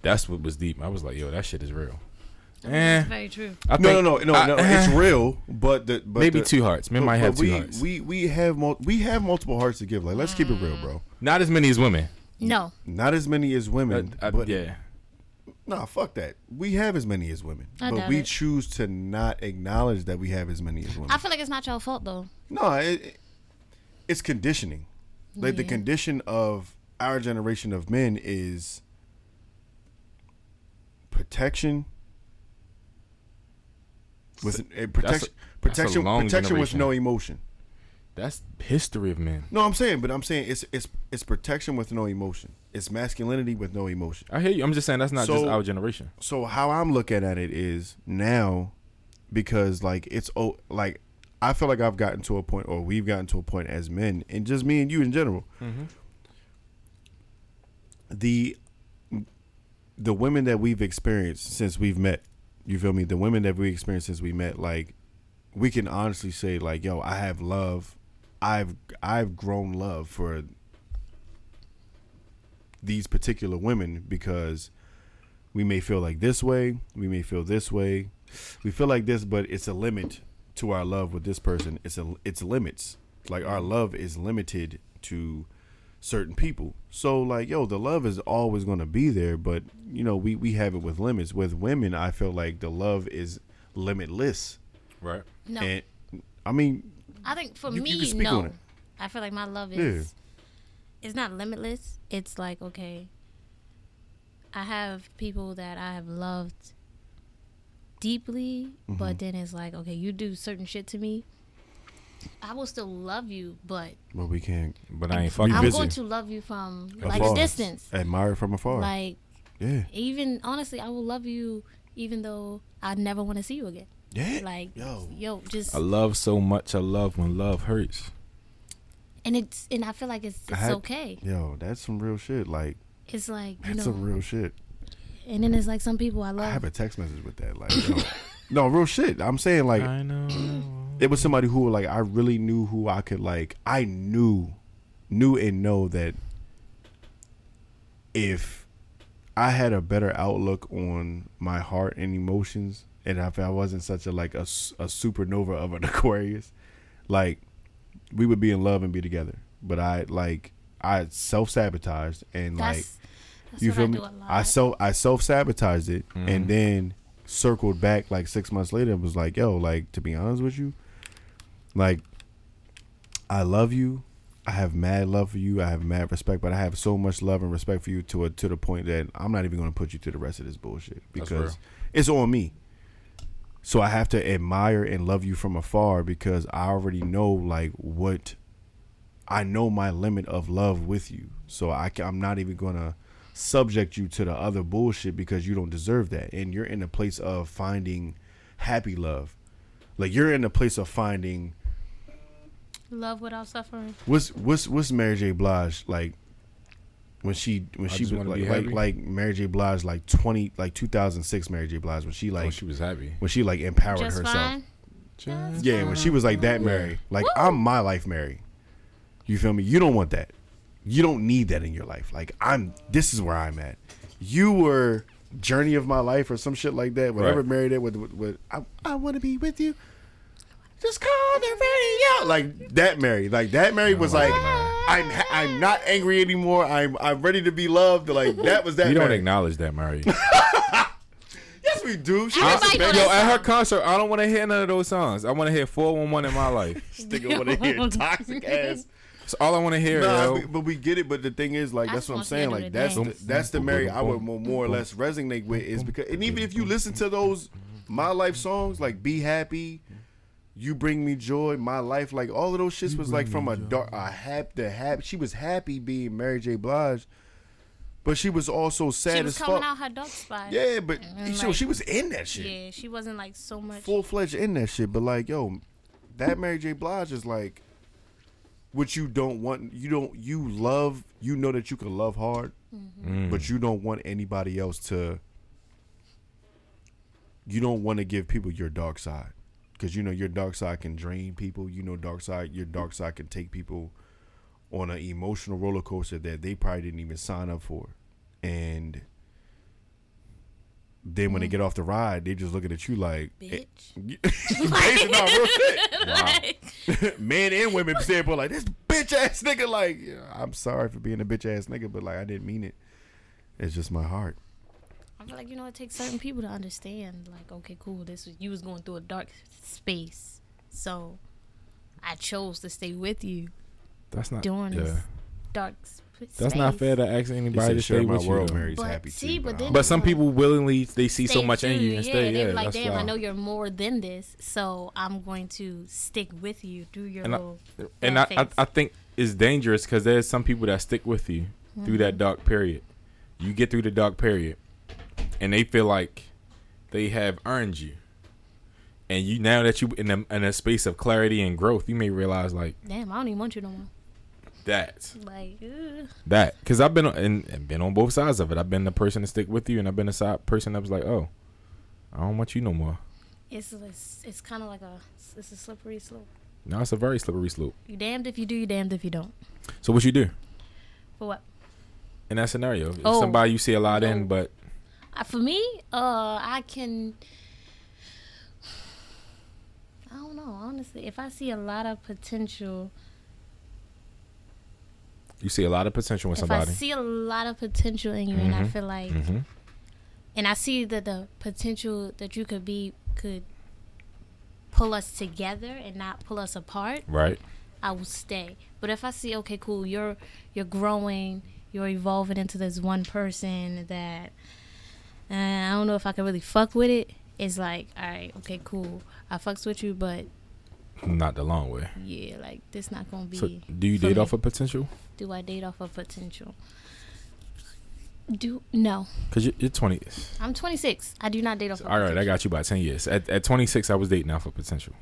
That's what was deep. I was like, yo, that shit is real. Eh, Very true. I think- No, no, no, no, I- eh, no. It's real, but the but Maybe the- two hearts. Men but- might have but two we, hearts. We we have mul- we have multiple hearts to give. Like, let's keep it real, bro. Not as many as women. No. Not as many as women, I- I- but Uh, yeah. nah, fuck that. We have as many as women, I but doubt we it. choose to not acknowledge that we have as many as women. I feel like it's not your fault though. no, it, it- it's conditioning. Like the Yeah. condition of our generation of men is protection. With eh, protection, that's a protection, long protection with generation. no emotion. That's history of men. No, I'm saying, but I'm saying it's it's it's protection with no emotion. It's masculinity with no emotion. I hear you. I'm just saying that's not just So- our generation. So how I'm looking at it is now because like it's oh like I feel like I've gotten to a point or we've gotten to a point as men and just me and you in general. The the women that we've experienced since we've met, you feel me? The women that we experienced since we met, like we can honestly say like, yo, I have love. I've I've grown love for these particular women because we may feel like this way, we may feel this way, we feel like this, but it's a limit to our love with this person. It's a it's limits. Like our love is limited to certain people. So like yo, the love is always gonna be there, but you know we we have it with limits. With women, I feel like the love is limitless. Right. No, And I mean, I think for you- you me, can speak on no. it. I feel like my love Yeah. is it's not limitless. It's like okay, I have people that I have loved deeply, Mm-hmm. but then it's like okay, you do certain shit to me. I will still love you, but well, we can't But I ain't I'm fucking I'm Revisit. going to love you from like Afar. a distance. admire from afar. Like yeah, even honestly, I will love you even though I never want to see you again. yeah. Like Yo. yo, just I love so much. I love when love hurts. and it's and I feel like it's it's had- okay. Yo, that's some real shit. Like It's like you that's know, some real shit. and then it's like some people I love. I have a text message with that. Like, yo. no, real shit. I'm saying like know. it was somebody who like I really knew who I could like I knew knew and know that if I had a better outlook on my heart and emotions and if I wasn't such a like a, s- a supernova of an Aquarius like we would be in love and be together but I like I self-sabotaged and like that's, that's you what feel I me? do a lot. I self I self sabotaged it and then circled back like six months later and was like, yo, like to be honest with you, like I love you. I have mad love for you. I have mad respect, but I have so much love and respect for you to a, to the point that I'm not even going to put you through the rest of this bullshit That's because real. it's on me. So I have to admire and love you from afar because I already know like what I know my limit of love with you. So I ca I'm not even gonna subject you to the other bullshit because you don't deserve that. And you're in a place of finding happy love. Like you're in a place of finding love without suffering. what's what's what's Mary J. Blige like when she when I she just was wanna like be like, happy. like Mary J. Blige like twenty like two thousand six Mary J. Blige when she like oh, she was happy. when she like empowered Just herself. fine. Just Yeah, when she was like Mm. that, Mary. Like I'm my life, Mary. You feel me? You don't want that. You don't need that in your life. Like I'm. This is where I'm at. You were journey of my life or some shit like that. Whatever, Right. Mary. That with with, with I, I want to be with you. Just call the radio. Like that, Mary. Like that, Mary was like like. I'm ha- I'm not angry anymore. I'm I'm ready to be loved. Like that was that. You don't Mary. acknowledge that, Mary. Yes, we do. She Everybody was a know bad- that Yo, at her concert, I don't want to hear none of those songs. I want to hear 411 in my life. This nigga want to hear toxic ass. That's all I want to hear, Nah, yo. but- but we get it. But the thing is, like, I that's just what I'm want to be saying. able Like, to that's the, dance. that's the Mary I would mo- more or less resonate with is because, and even if you listen to those my life songs, like "Be Happy," "You Bring Me Joy," "My Life," like all of those shits was like from a dark, a happy, the happy. She was happy being Mary J. Blige, but she was also sad She was as coming fuck. out her dark spot. yeah, but And, so like- she was in that shit Yeah, she wasn't like so much. full fledged in that shit. But like, yo, that Mary J. Blige is like what you don't want. You don't you love. You know that you can love hard, but you don't want anybody else to. You don't want to give people your dark side, because you know your dark side can drain people. You know, dark side. Your dark side can take people on an emotional roller coaster that they probably didn't even sign up for, and. Then when they get off the ride, they just looking at you like, Mm. Bitch. Basically, no, real shit. Men and women said, but like this bitch ass nigga, like yeah, I'm sorry for being a bitch ass nigga, but like I didn't mean it. It's just my heart. I feel like you know it takes certain people to understand. Like, okay, cool. This was, you was going through a dark space, so I chose to stay with you That's not. during yeah. this dark sp- space. That's not fair to ask anybody to stay share my with you. world, though. Mary's But happy see, too. but I then- But some people willingly they see so stay much in true, you and stay. they Yeah, were like, that's damn, I wild. know you're more than this, so I'm going to stick with you through your And I- little. and I, love I, phase. I think it's dangerous because there's some people that stick with you through that Mm-hmm. dark period. You get through the dark period, and they feel like they have earned you. And you now that you in a, in a space of clarity and growth, you may realize like Damn, I don't even want you no more. that Like, ugh. that because I've been on, and, and been on both sides of it. I've been the person to stick with you, and I've been the side person that was like, oh, I don't want you no more. it's it's, it's kind of like a it's a slippery slope. Now it's a very slippery slope. You damned if you do, you damned if you don't. So what you do For what? in that scenario? If Oh. Somebody you see a lot in, No. but Uh, for me, uh, I can. I don't know, honestly. If I see a lot of potential, you see a lot of potential in if I somebody. see a lot of potential in you, and I Mhm. feel like, hmm and I see that the potential that you could be could pull us together and not pull us apart, Right. I will stay. But if I see, okay, cool, you're you're growing, you're evolving into this one person that uh, I don't know if I can really fuck with it. It's like, all right, okay, cool, I fucks with you, but Not the long way. yeah, like this not gonna be. So, do you for date me. off of potential? Do I date off of potential? Do no, Cause you- you're 20. I'm 26. I do not date off. of All right, I potential. got you by 10 years. At, at 26, I was dating off of potential.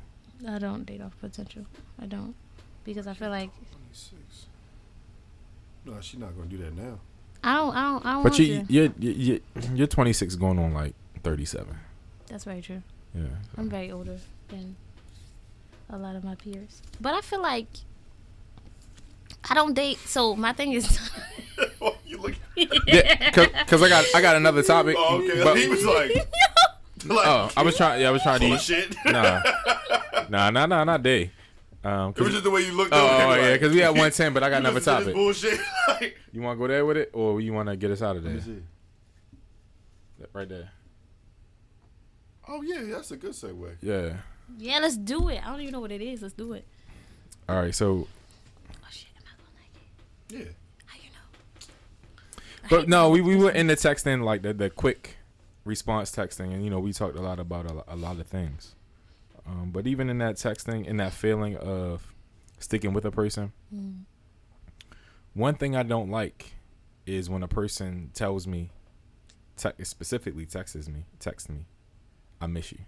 I don't date off potential. I don't because I feel like No, she's not gonna do that now. I don't. I don't. I don't But want you, to. you're, you're you're 26, going on like 37. That's very true. Yeah. I'm very older than a lot of my peers, but I feel like I don't date. So my thing is, you look. Yeah, cause, 'cause I got I got another topic. Oh, okay. but- he was like, like oh, I was trying. Yeah, I was trying full to. of shit. Nah, nah, nah, nah, not day. Um, it was 'cause- just the way you looked. oh, at oh, him, yeah, like, because we had 110, but I got you another listen to this topic. Bullshit. Like, You want to go there with it, or you want to get us out of there? That- Right there. Oh yeah, that's a good segue. Yeah. yeah, let's do it. I don't even know what it is. Let's do it. All right. So, Oh shit, am I going like it? Yeah. How you know? but no, we, we were in the texting like the the quick response texting, and you know we talked a lot about a, lo- a lot of things. Um, but even in that texting, in that feeling of sticking with a person, one thing I don't like is when a person tells me, te- specifically texts me, texts me, I miss you.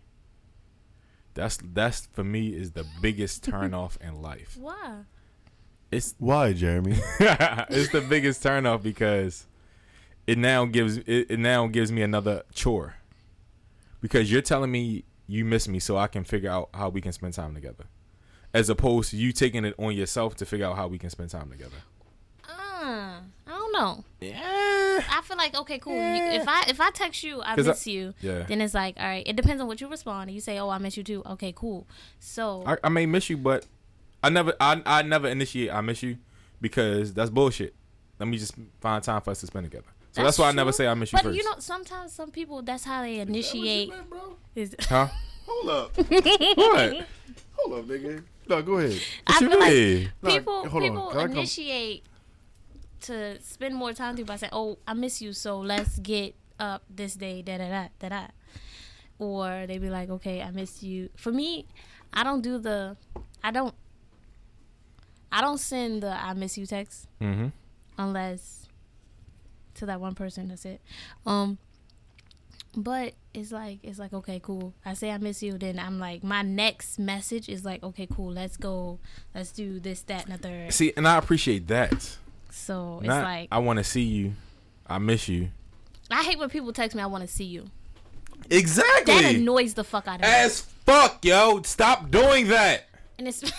That's that's for me is the biggest turn off in life. Why? It's Why, Jeremy? it's the biggest turnoff because it now gives it, it now gives me another chore because you're telling me you miss me so I can figure out how we can spend time together as opposed to you taking it on yourself to figure out how we can spend time together. Uh, I don't know. Yeah. I feel like okay, cool. You, if I if I text you, I Eh. 'Cause I- miss you. Yeah. Then it's like, all right. It depends on what you respond. You say, oh, I miss you too. Okay, cool. So I, I may miss you but I never I, I never initiate I miss you because that's bullshit. Let me just find time for us to spend together. So that's, why I never true. say I miss you But first. you know, sometimes some people that's how they initiate. bro? Is huh? Hold up. What? Hold up, nigga. No, go ahead. I feel like Really? No, people hold on. people Can I come- initiate to spend more time to you by saying, "Oh, I miss you, so let's get up this day." Da da da da da. Or they be like, "Okay, I miss you." For me, I don't do the, I don't, I don't send the "I miss you" text Mm-hmm. unless to that one person that's it um but it's like it's like okay cool i say i miss you then i'm like my next message is like okay cool let's go let's do this that and the third See, and I appreciate that. so it's Not, like I want to see you. I miss you. i hate when people text me i want to see you Exactly. that annoys the fuck out of me As fuck, yo. Stop doing that. and it's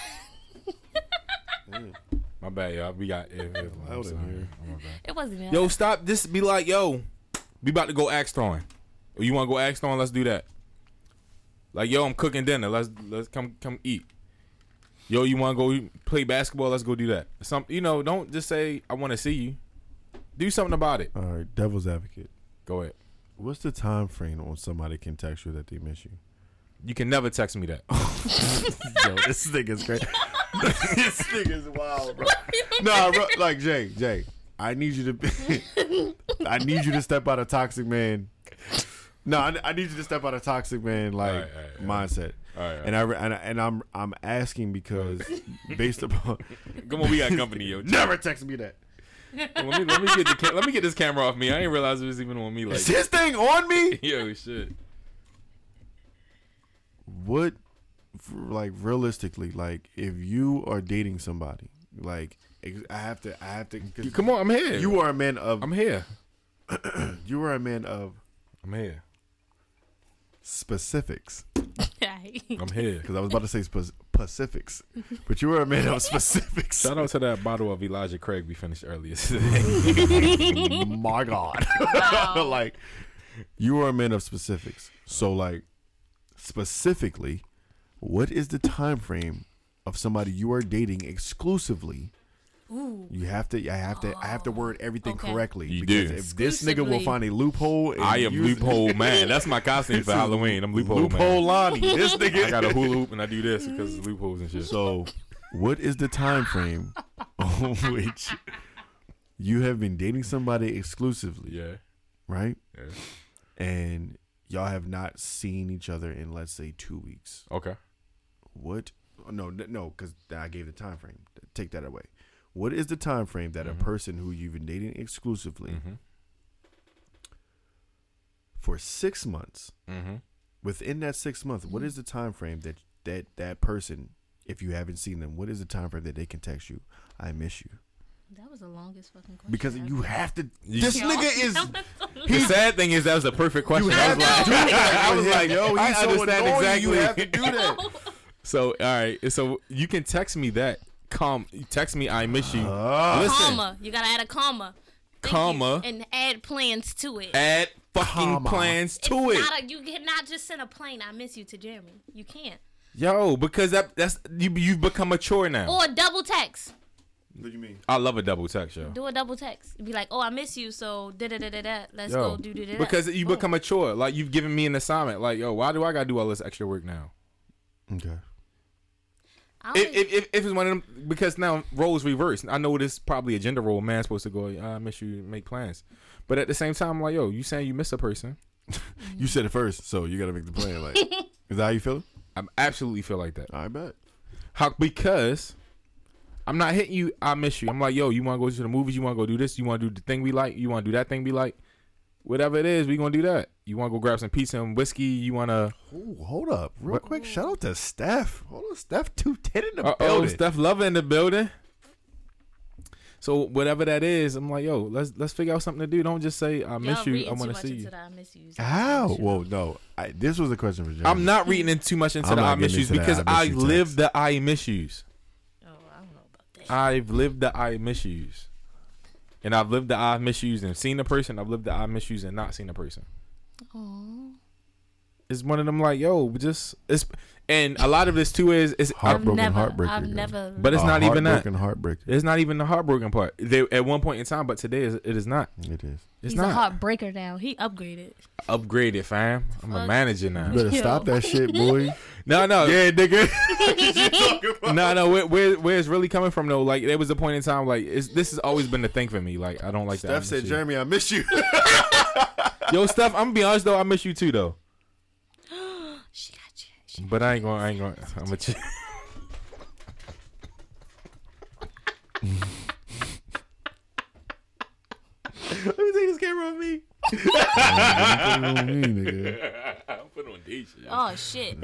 My bad, y'all. We got. Yeah, yeah, I'm Loud in sorry. here. I'm okay. it wasn't me. Yo, stop. Just be like, yo, we about to go axe throwing. Or you want to go axe throwing? Let's do that. Like, yo, I'm cooking dinner. Let's let's come come eat. Yo, you want to go play basketball? Let's go do that. Some, you know, don't just say I want to see you. Do something about it. All right, devil's advocate. Go ahead. What's the time frame on somebody can text you that they miss you? You can never text me that. Yo, this nigga's crazy. this nigga's wild, bro. nah, bro, like Jay, Jay, I need you to, be- I need you to step out of toxic man. No, I, I need you to step out of toxic man like Alright, alright, mindset. Alright, alright. And I re- and, I, and I'm I'm asking because based upon Come on, we got company, yo. never text me that. let me let me get the ca- let me get this camera off me. I didn't realize it was even on me. Like, Is this thing on me? yo, shit. what f- like realistically like if you are dating somebody like ex- i have to i have to 'cause Come on, I'm here. you are a man of I'm here. you are a man of I'm here. specifics I'm here. because i was about to say spe- pacifics but you are a man of specifics Shout out to that bottle of Elijah Craig we finished earlier today. my god like you are a man of specifics so like specifically what is the time frame of somebody you are dating exclusively Ooh. Oh, You have to. I have to. I have to word everything Okay. correctly. You because do. If this nigga will Exclusively. find a loophole, and I am use- loophole man. That's my costume for Halloween. I'm loophole, Loophole man. Lonnie. This I nigga. got a hula hoop and I do this because it's loopholes and shit. So, what is the time frame on which you have been dating somebody exclusively, yeah. right? yeah. And y'all have not seen each other in let's say two weeks. Okay. What? No, n- no, because I gave the time frame. Take that away. What is the time frame that a person who you've been dating exclusively for six months, within that six month, what is the time frame that that that person, if you haven't seen them, what is the time frame that they can text you? I miss you That was the longest fucking question. because I've- you have to. This nigga is. The sad thing is that was the perfect question. I was like, I was like, yo, I so understand annoying, exactly. You have to do that. So all right, so you can text me that. Com, text me. I miss you. Listen, comma. You gotta add a comma. Thank you. Comma. And add plans to it. add fucking Comma. plans to It's it, Not a, you cannot just send a plane. I miss you to Jeremy. You can't. yo, because that that's you. You've become mature now. Or double text. What do you mean? I love a double text, yo. Do a double text. Be like, oh, I miss you. So da da da da da. Let's yo go do da da. because you Boom. become mature. Like you've given me an assignment. Like yo, why do I gotta do all this extra work now? Okay. I If, don't if, if, if it's one of them, because now roles reversed. I know this probably a gender role. Man's supposed to go. I miss you. Make plans. But at the same time, like yo, you saying you miss a person. You said it first, so you got to make the plan. Like, is that how you feel? I absolutely feel like that. I bet. How because I'm not hitting you. I miss you. I'm like, yo, you want to go to the movies? You want to go do this? You want to do the thing we like? You want to do that thing we like? Whatever it is, we gonna do that. You want to go grab some pizza and whiskey? You want to? Ooh, hold up, real quick. Shout out to Steph. Hold on, Steph, two ten in the Uh oh, building. Steph Love in the building. So whatever that is, I'm like, yo, let's let's figure out something to do. Don't just say I miss Y'all you. reading I too want to much see into you. the I miss yous. How? Well, no. I, this was a question for Jeremy. I'm not reading in too much into I'm the not I miss getting yous into that because I I, miss you live text. the I miss yous. Oh, I don't know about that. I've lived the I miss yous. And I've lived the I miss yous and seen the person. I've lived the I miss yous and not seen the person. Oh, It's one of them like, yo, we just it's and a lot of this too is is I've Heartbroken never. heartbreaker, I've girl. never. but it's A not even that. heartbroken heartbreaker. It's not even the heartbroken part. They at one point in time, but today is it is not. It is. It's he's not a heartbreaker now. He upgraded. upgraded, fam. I'm a Fuck. manager You now. better Yo. stop that shit, boy. No, no, yeah, nigga. no, no. Where, where, where it's really coming from though? Like there was a point in time. Like it's, this has always been the thing for me. Like I don't like that. Steph said, "Jeremy, I miss you." "Yo, Steph, I'm gonna be honest though. I miss you too though. She got you. She But I ain't going. I ain't going. I'm gonna. Ch- Let me take this camera on me. Me, nigga. I'm putting on D shit. Oh shit.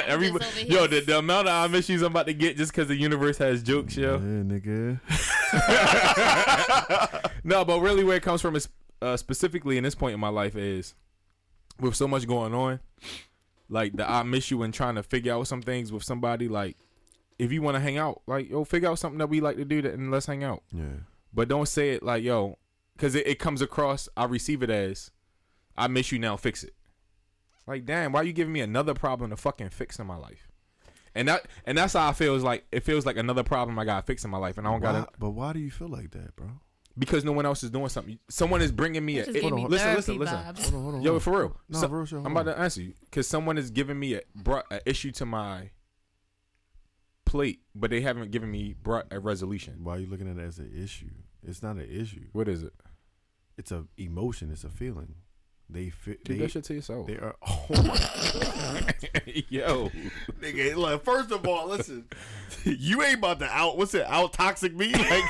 Every, Just over yo, here. the, the amount of I miss yous I'm about to get just because the universe has jokes, yo. Yeah, nigga. No, but really, where it comes from is uh, specifically in this point in my life is with so much going on, like the I miss you and trying to figure out some things with somebody. Like, if you want to hang out, like yo, figure out something that we like to do that, and let's hang out. Yeah. But don't say it like yo, because it, it comes across. I receive it as I miss you now. Fix it. Like, damn, why you giving me another problem to fucking fix in my life? And that and that's how I feel is like it feels like another problem I gotta fix in my life, and I don't Why- gotta but why do you feel like that, bro? because no one else is doing something. Someone is bringing me a Just it- gave me listen, therapy listen, listen. vibes. Hold on, hold on. Yo, hold on. for real. Nah, for real, sure, I'm hold about to answer you because someone is giving me a brought an issue to my plate, but they haven't given me brought a resolution. Why are you looking at it as an issue? It's not an issue. What is it? It's a emotion. It's a feeling. They fit. Keep they, that shit to yourself. they are. Oh my Yo, nigga. Like, first of all, listen. You ain't about to out. What's it? Out toxic me? Like,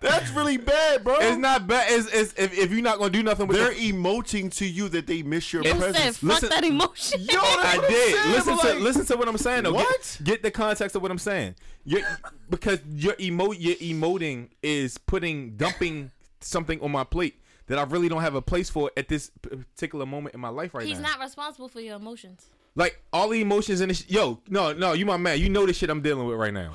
that's really bad, bro. it's not bad. It's, it's if, if you're not gonna do nothing with They're it. emoting to you that they miss your You said presence. fuck Listen- that emotion. Yo, that's I what I'm did. saying, listen but to like- listen to what I'm saying. Though. Get- What? Get, the context of what I'm saying. You're, because your emo your emoting is putting dumping something on my plate that I really don't have a place for at this p- particular moment in my life right He's now. not responsible for your emotions. like all the emotions in this. Sh- Yo, no, no, you my man. You know the shit I'm dealing with right now.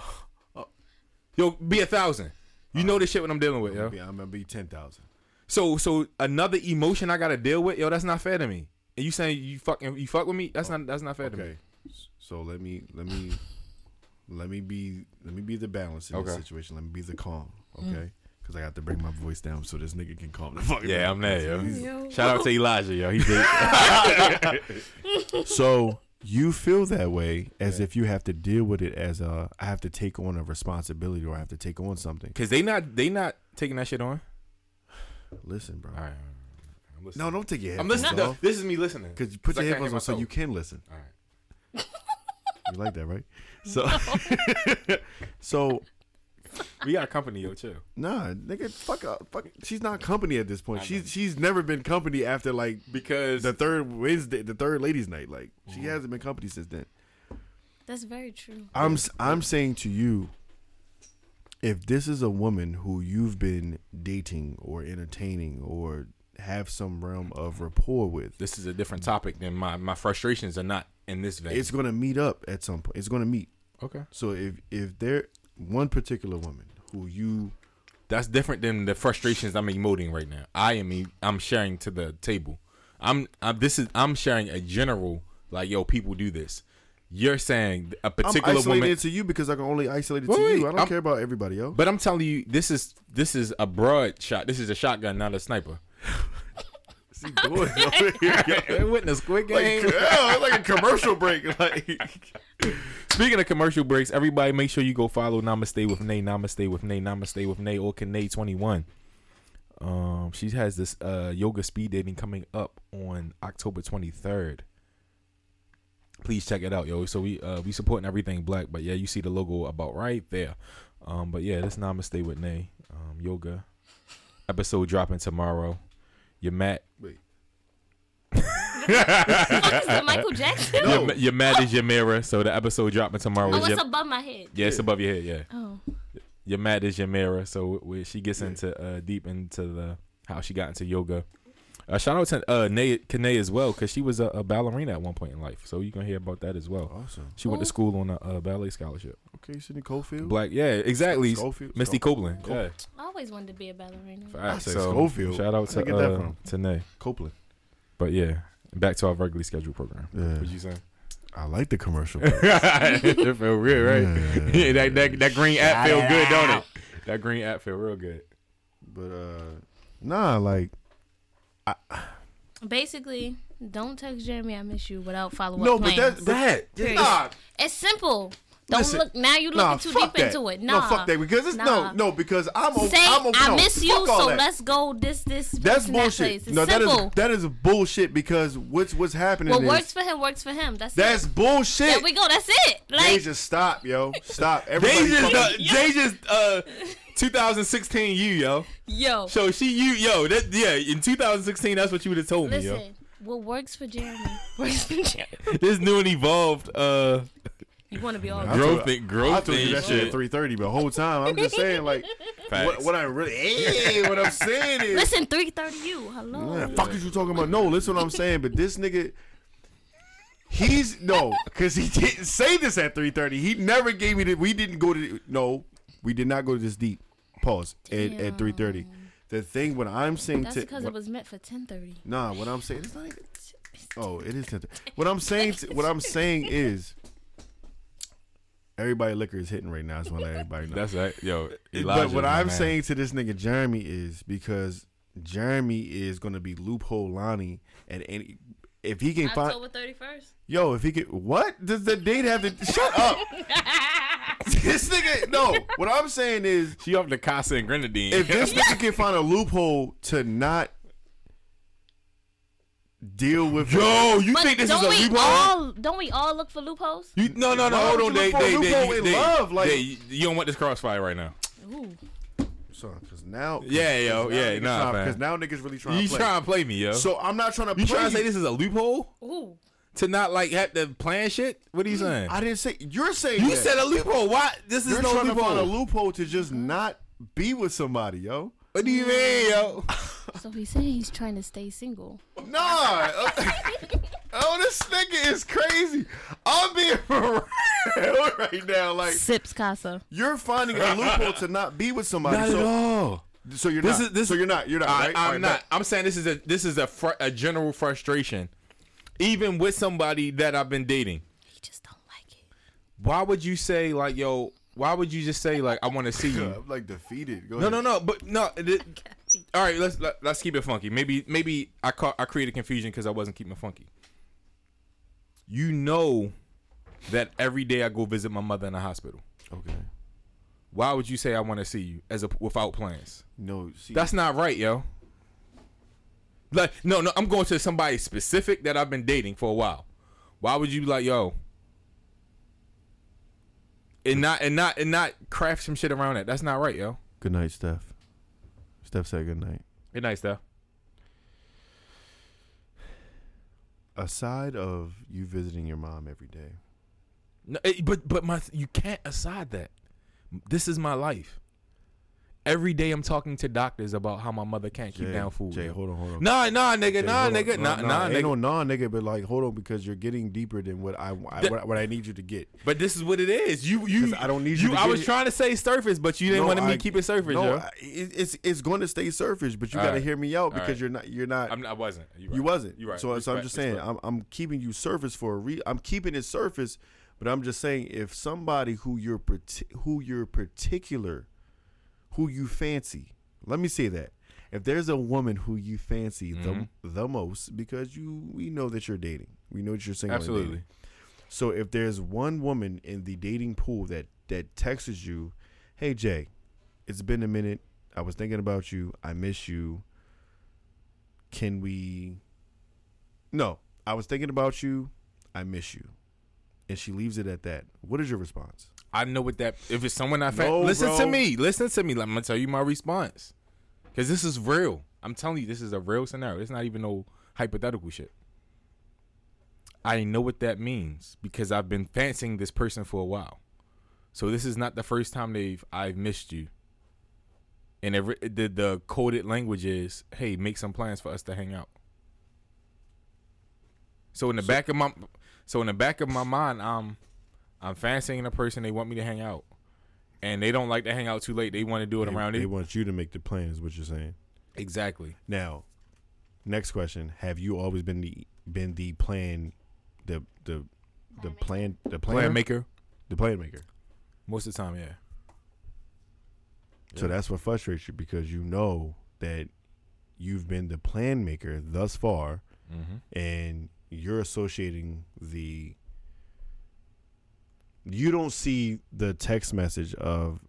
Yo, be a thousand. You know the shit what I'm dealing with, yo. Yeah, I'm gonna be ten thousand. So, so another emotion I gotta deal with, yo. That's not fair to me. And you saying you fucking you fuck with me? That's not that's not fair to me. Okay. So let me let me let me be let me be the balance in this Okay. situation. Let me be the calm, okay? Because I got to bring my voice down so this nigga can calm the fuck Yeah, down. I'm there, yo. Yo. Shout out to Elijah, yo. He did. So you feel that way as if you have to deal with it as a I have to take on a responsibility or I have to take on something. Cause they not they not taking that shit on. Listen, bro. right. No, don't take your I'm headphones listening. off. this is me listening. Because you put your I can't hear headphones on so myself. you can listen. All right. You like that, right? So, so We got company, yo. Chill. nah, nigga, fuck up. Fuck. She's not company at this point. She's she's never been company after like Because the third Wednesday, the third ladies' night. Like Mm-hmm. she hasn't been company since then. That's very true. I'm s- I'm saying to you, if this is a woman who you've been dating or entertaining or have some realm of rapport with, this is a different topic than my my frustrations are not in this vein. it's gonna meet up at some point. It's gonna meet. okay. So if if there one particular woman who you That's different than the frustrations I'm emoting right now. I am e- I'm sharing to the table. I'm, i this is I'm sharing a general like yo people do this. You're saying a I'm particular isolating woman it to you because I can only isolate it Wait, to wait, you. I don't I'm- care about everybody else. But I'm telling you, this is this is a broad shot. This is a shotgun, not a sniper. See, doing over here, yo. Witness quick like, game. yeah, it's like a commercial break. Like, Speaking of commercial breaks, everybody make sure you go follow Namaste with Nay, Namaste with Nay, Namaste with Nay, or Kanae twenty one. Um, she has this uh yoga speed dating coming up on October twenty third. Please check it out, yo. So we uh we supporting everything black, but yeah, you see the logo about right there. Um, but yeah, that's Namaste with Nay, um, yoga episode dropping tomorrow. Your Matt, What is that, Michael Jackson? your, Ma- your Matt is your mirror. So the episode dropping tomorrow Oh, is your, it's above my head. yeah, it's above your head, yeah. Oh, your mat is your mirror. So where she gets into uh, deep into the how she got into yoga. Uh, shout out to uh, Nay Kanae as well because she was a, a ballerina at one point in life. So you can hear about that as well. awesome. She went to Oh. school on a, uh ballet scholarship. Okay, Sidney Cofield. Black, yeah, exactly. Schofield? Misty Copeland. Cop- Oh. Yeah. I always wanted to be a ballerina. All right, said so Schofield. Shout out to Where'd I get that uh, from? to Nay. Copeland. But yeah, back to our regularly scheduled program. Yeah. What you saying? I like the commercial. it feel real, right? Yeah. Yeah, that, that that green app feel good, don't it? That green app feel real good. But uh nah, like Basically, don't text Jeremy I miss you without follow up no, but plans. that but Period. that nah, it's simple. Don't Listen, look now. You looking nah, too fuck deep that. into it. No, Nah, fuck that because it's no, Nah. no because I'm o- Say I'm o- I no, miss you, fuck all so that. let's go. This That's this. this and That place. bullshit. It's no, that simple. is that is bullshit because what's what's happening what is works for him works for him. That's that's it. bullshit. There we go. That's it. They Like just stop, yo. Stop. Jay Everybody just, fucking- uh, Jay just uh, 2016 you yo. yo, So she you yo that yeah in 2016 that's what you would have told listen. me What works for Jeremy works for Jeremy. yo. This new and evolved uh You want to be all I told- growth and I growth told you and that shit at shit. three thirty, but the whole time I'm just saying like what, Facts. what I really hey, what I'm saying is Listen, three thirty. You hello. What the fuck is you talking about? No, listen what I'm saying. But this nigga, he's no, because he didn't say this at 3:30. He never gave me the. We didn't go to. No, we did not go to this deep. Pause at, at 3:30. The thing when I'm saying That's to because what- it was meant for ten thirty. nah, what I'm saying it's not even. Oh, it is 10:30. What I'm saying, to, what I'm saying is, everybody liquor is hitting right now. That's what everybody knows. That's right, yo. Elijah, But what my I'm man. saying to this nigga Jeremy is because Jeremy is gonna be loophole Lonnie at any if he can find thirty first. yo if he can what does the date have to shut up this nigga no what I'm saying is she up to Casa and Grenadine. if this nigga can find a loophole to not deal with yo you But don't we all don't we all look for loopholes? you, no no no Why hold would on you they look for a they loophole they, in they, love, like- they you don't want this crossfire right now. Ooh, because now Yeah yo yeah nah because man. now niggas really trying You to play trying to play me yo? so I'm not trying to you play trying to say this is a loophole ooh. to not like have to plan shit? What are you saying? Mm, I didn't say you're saying You that. said a loophole. Why? This is You're no trying to find a loophole. loophole to just not be with somebody, yo. What do you mean, yo? So he's saying he's trying to stay single. Nah. uh, oh, this nigga is crazy. I'm being for real right now. Like Sips Casa. you're finding a loophole to not be with somebody. so, all. so you're This not. is- this so is- you're not. You're not. I, right? All I'm right, not. back. I'm saying this is a this is a fr- a general frustration, even with somebody that I've been dating. He just don't like it. Why would you say like, yo? Why would you just say like, I want to see you? I'm like defeated. Go No, ahead. no, no. But no. it- it- all right, let's let, let's keep it funky. Maybe maybe I caught I created confusion because I wasn't keeping it funky. You know that every day I go visit my mother in the hospital. Okay. Why would you say I want to see you as a without plans? No, see, That's not right, yo. Like no, no. I'm going to somebody specific that I've been dating for a while. Why would you be like yo? And not and not and not craft some shit around that. That's not right, yo. good night, Steph. Steph said good night. Good night, though. Aside of you visiting your mom every day, No, it- but but my you can't aside that. This is my life. Every day I'm talking to doctors about how my mother can't keep Jay, down food. Jay, hold on, hold on. Nah, nah, nigga, Jay, nah, hold on. nigga, nah, nah, ain't nigga. no nah, nigga, but like, hold on, because you're getting deeper than what I, I Th- what, I- what I need you to get. But this is what it is. You, you, 'Cause I don't need you you. to I get was it. trying to say surface, but you didn't No, want me I- to keep it surface, No, yo. I- it, it's it's going to stay surface, but you All got to right. hear me out All because right. you're not you're not I'm, I wasn't. You, you wasn't. You right. So, so I'm Respect, just saying respect. I'm I'm keeping you surface for a re. I'm keeping it surface, but I'm just saying if somebody who you're parti- who you're particular, who you fancy. Let me say that. If there's a woman who you fancy Mm-hmm. the the most, because you we know that you're dating, we know that you're single. and dating. Absolutely. So if there's one woman in the dating pool that that texts you, "Hey Jay, it's been a minute. I was thinking about you. I miss you. Can we No, I was thinking about you. I miss you." And she leaves it at that. What is your response? I know what that. If it's someone I fa- No, listen to bro. me, listen to me. Let me tell you my response, because this is real. I'm telling you, this is a real scenario. It's not even no hypothetical shit. I know what that means because I've been fancying this person for a while. So this is not the first time they've I've missed you. And every, the the coded language is, hey, make some plans for us to hang out. So in the back of my, so in the back of my mind, I'm, I'm fancying a person. They want me to hang out, and they don't like to hang out too late. They want to do it around they it. want you to make the plan is what you're saying. Exactly. Now, next question: Have you always been the been the plan, the the the plan the planner? Plan maker. the plan maker? Most of the time, yeah. So that's what frustrates you because you know that you've been the plan maker thus far, and you're associating the. You don't see the text message of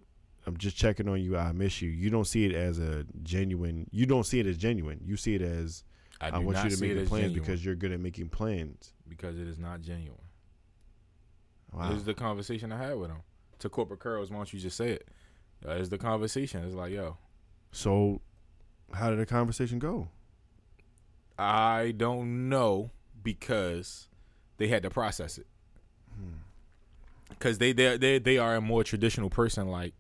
"I'm just checking on you. I miss you." You don't see it as a genuine. You don't see it as genuine. You see it as I, do want not you to see make it the as plans genuine because you're good at making plans. because it is not genuine. Wow. This is the conversation I had with him. To corporate curls, why don't you just say it? That is the conversation. It's like, yo, So, how did the conversation go? I don't know because they had to process it. Because they they they they are a more traditional person. Like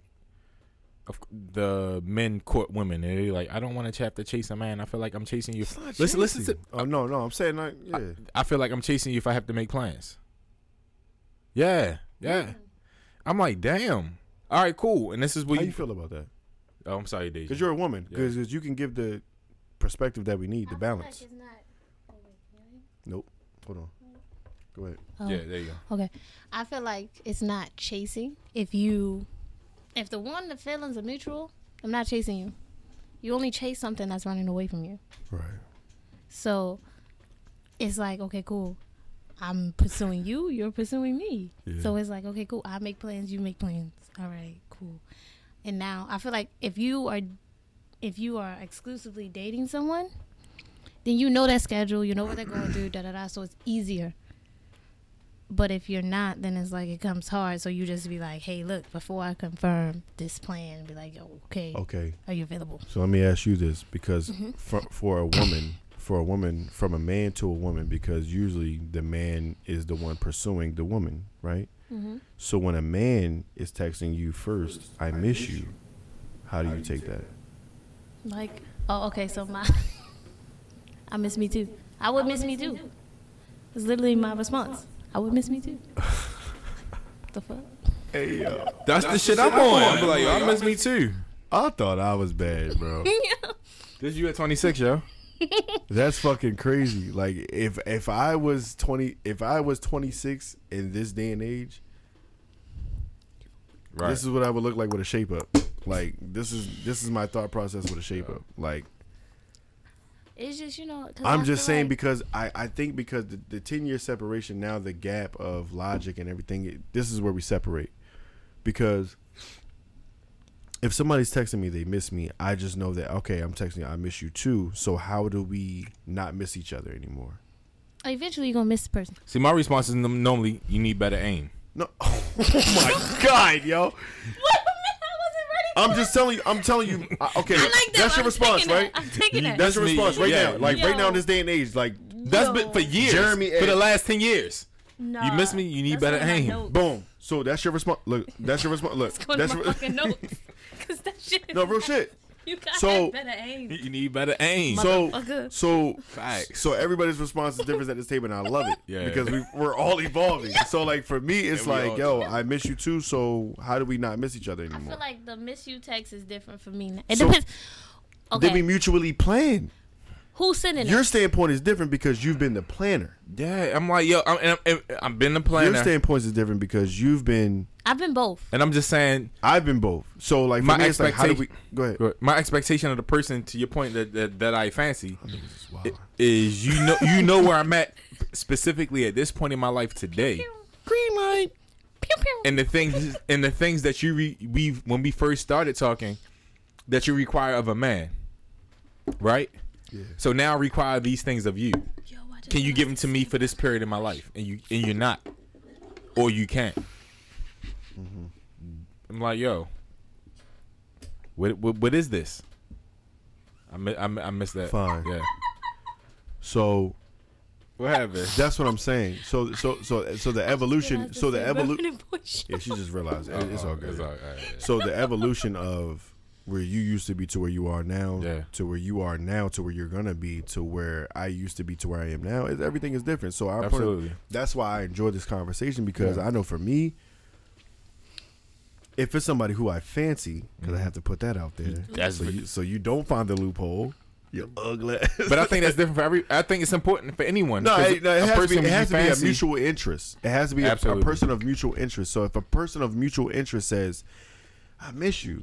of c- the men court women, and they like, I don't want to have to chase a man. I feel like I'm chasing you. Listen, listen to. Oh no, no, I'm saying like yeah. I feel like I'm chasing you if I have to make plans. Yeah, yeah. I'm like, damn. All right, cool. And this is what how you, you feel about that? Oh, I'm sorry, Deja. Because you're a woman. Yeah. Because you can give the perspective that we need, the balance. Nope. Hold on. Go ahead. yeah, there you go. Okay. I feel like it's not chasing. If you, if the one, the feelings are mutual, I'm not chasing you. You only chase something that's running away from you. Right. So it's like, okay, cool. I'm pursuing you, you're pursuing me. So it's like, okay, cool. I make plans, you make plans. All right, cool. And now I feel like if you are if you are exclusively dating someone, then you know their schedule, you know what they're going through, da da da. So it's easier. But if you're not, then it's like it comes hard. So you just be like, hey, look, before I confirm this plan, be like, yo, okay, Okay. are you available? So let me ask you this, because for, for a woman, for a woman, from a man to a woman, because usually the man is the one pursuing the woman, right? So when a man is texting you first, I miss you. How do you take that? Like, oh, okay, so my, I miss me too. I would miss me too. It's literally my response. I would miss me too. the fuck? That's, the shit I'm on. I'm like, yo, I miss me too. I thought I was bad, bro. This you at 26, yo. That's fucking crazy. Like if if I was twenty if I was twenty six in this day and age, Right. This is what I would look like with a shape up. Like this is this is my thought process with a shape up. Like It's just you know. 'cause I'm I just feel saying like- because I, I think because the, the 10 year separation now the gap of logic and everything it- this is where we separate because if somebody's texting me they miss me I just know that okay I'm texting you, I miss you too so how do we not miss each other anymore eventually you're gonna miss the person. See, my response is nom- normally you need better aim. no oh my god yo Oh, I'm just telling you I'm telling you I- okay I like that. that's I'm your response taking right That. I'm taking it. that's your That's me. response right Yeah. now like right now in Yo. this day and age like That's No. been for years. Jeremy for the Ed. last ten years. No, you miss me, you need that's better not my aim. notes. Boom. So that's your response. Look, that's your response. Look, Go to that's my your- fucking notes. 'Cause that shit. is no real not- shit. You got So- better aim. You need better aim. So, Motherfucker. so, Facts. so everybody's response is different at this table, and I love it Yeah. because we, we're all evolving. So, like for me, it's we like, all- yo, I miss you too. So, how do we not miss each other I anymore? feel like the miss you text is different for me. Now. It So- depends. Did we Okay, mutually plan? who's sending it? Your standpoint is different because you've been the planner. yeah, I'm like yo, I'm and I'm, and I'm been the Your planner, standpoint is different because you've been. I've been both. and I'm just saying I've been both. So, like for My me, it's like, how do we? expectation- Go ahead. my expectation of the person. To your point that that, that I fancy Wow. is you know you know where I'm at specifically at this point in my life today. Green light. Pew pew. and the things and the things that you re, we when we first started talking that you require of a man right yeah. so now I require these things of you Yo, I just can you realized give them to me for this period in my life and you and you're not or you can't i'm like yo what what, what is this I, mi- I, mi- I missed that Fine. yeah So what happened that's what I'm saying. So, so, so, so the evolution. it's So the the same evolution. birthday boy. Yeah, she just realized it, it's all good. It's all- all right. So the evolution of where you used to be to where you are now, Yeah. to where you are now, to where you're gonna be, to where I used to be, to where I am now, is everything is different. So I Absolutely. that's why I enjoy this conversation because I know for me, if it's somebody who I fancy, because I have to put that out there, Mm-hmm. That's so what- you, so you don't find the loophole. You're ugly. but I think that's different for every. I think it's important for anyone. No, 'cause it, no, it a has, to person be, it you has to be a fancy- mutual interest. It has to be a, a Absolutely. person of mutual interest. So if a person of mutual interest says, "I miss you,"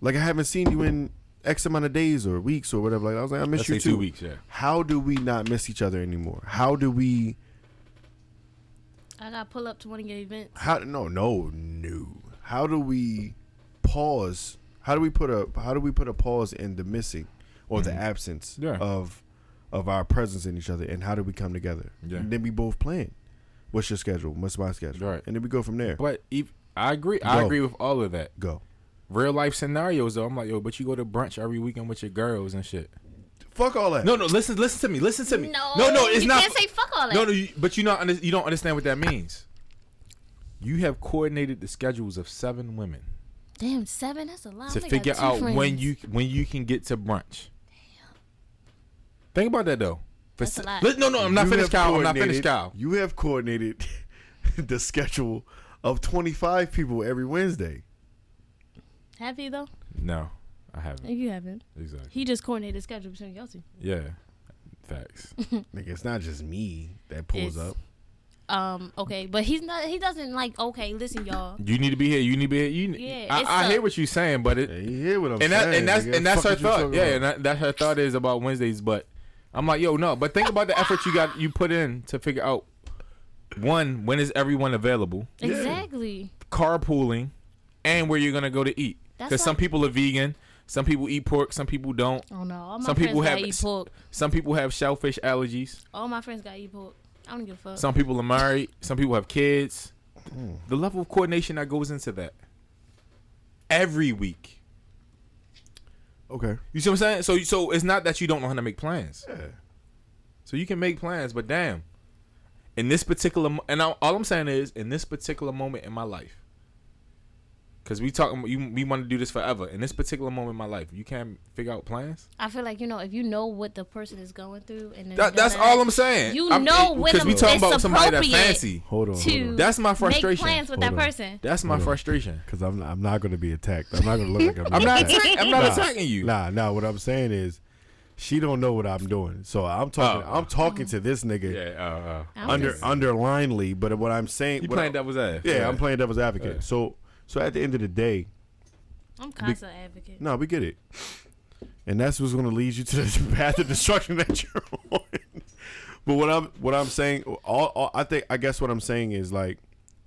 like I haven't seen you in X amount of days or weeks or whatever, like I was like, "I miss Let's you say too." two weeks, yeah. How do we not miss each other anymore? How do we? I gotta pull up to one of your events. How no no no? How do we pause? How do we put a How do we put a pause in the missing or the absence Mm-hmm. Yeah. of of our presence in each other, and how do we come together? Yeah. And then we both plan. What's your schedule? What's my schedule? Right. And then we go from there. But if, I agree. I Go. agree with all of that. Go. Real life scenarios, though. I'm like, yo, but you go to brunch every weekend with your girls and shit. Fuck all that. No, no. Listen, listen to me. Listen to me. No, no, no. It's you not. can't say fuck all that. no, no. You, but you not. Under, you don't understand what that means. You have coordinated the schedules of seven women Damn, seven. That's a lot. to I only got figure Oh two out when friends. you when you can get to brunch. Think about that though. For That's a se- lot. Let- no, no. I'm not You finished, have Kyle. I'm not coordinated- finished, Kyle. You have coordinated the schedule of 25 people every Wednesday. Have you though? No, I haven't. You haven't. Exactly. He just coordinated schedule between y'all two. Yeah. Facts. Nigga, it's not just me that pulls It's- up. Um. Okay, but he's not. He doesn't like. Okay, listen, y'all. You need to be here. You need to be here. You Yeah, it's I, I a- hear what you're saying, but it Yeah, you hear what I'm saying? and that and that's nigga. and that's Fuck her what you thought. talking Yeah, about. and that, that's her thought is about Wednesdays. But I'm like, yo, no. But think about the effort you got you put in to figure out one when is everyone available, Exactly. carpooling, and where you're gonna go to eat. That's Because some why- people are vegan, some people eat pork, some people don't. Oh no! All my Some friends people gotta have- eat pork. Some people have shellfish allergies. All my friends got eat pork. I don't give a fuck. Some people are married. Some people have kids. Mm. The level of coordination that goes into that every week. Okay. You see what I'm saying? So so it's not that you don't know how to make plans. Yeah. So you can make plans, but damn, in this particular mo- and I, all I'm saying is in this particular moment in my life, because we talking you we want to do this forever. In this particular moment in my life, you can't figure out plans. I feel like you know if you know what the person is going through, and then That, you know that's all I'm saying. You I'm, know when we I'm- talking it's about somebody that appropriate. fancy. Hold on. To That's my Make frustration. plans with Hold that on. person. That's my Hold on. frustration. Because I'm not, I'm not going to be attacked. I'm not going to look like I'm, I'm being not. attacked. Attacking, I'm not Nah. attacking you. Nah, nah. What I'm saying is, she don't know what I'm doing. So I'm talking. Oh. I'm talking to this nigga Yeah. Uh, uh. I'm under just- underlinely. But what I'm saying, You what playing I- devil's ass. Yeah, I'm playing devil's advocate. So So at the end of the day, I'm constant advocate. no, we get it. And that's what's going to lead you to the path of destruction that you're on. but what I'm what I'm saying, all, all I think I guess what I'm saying is like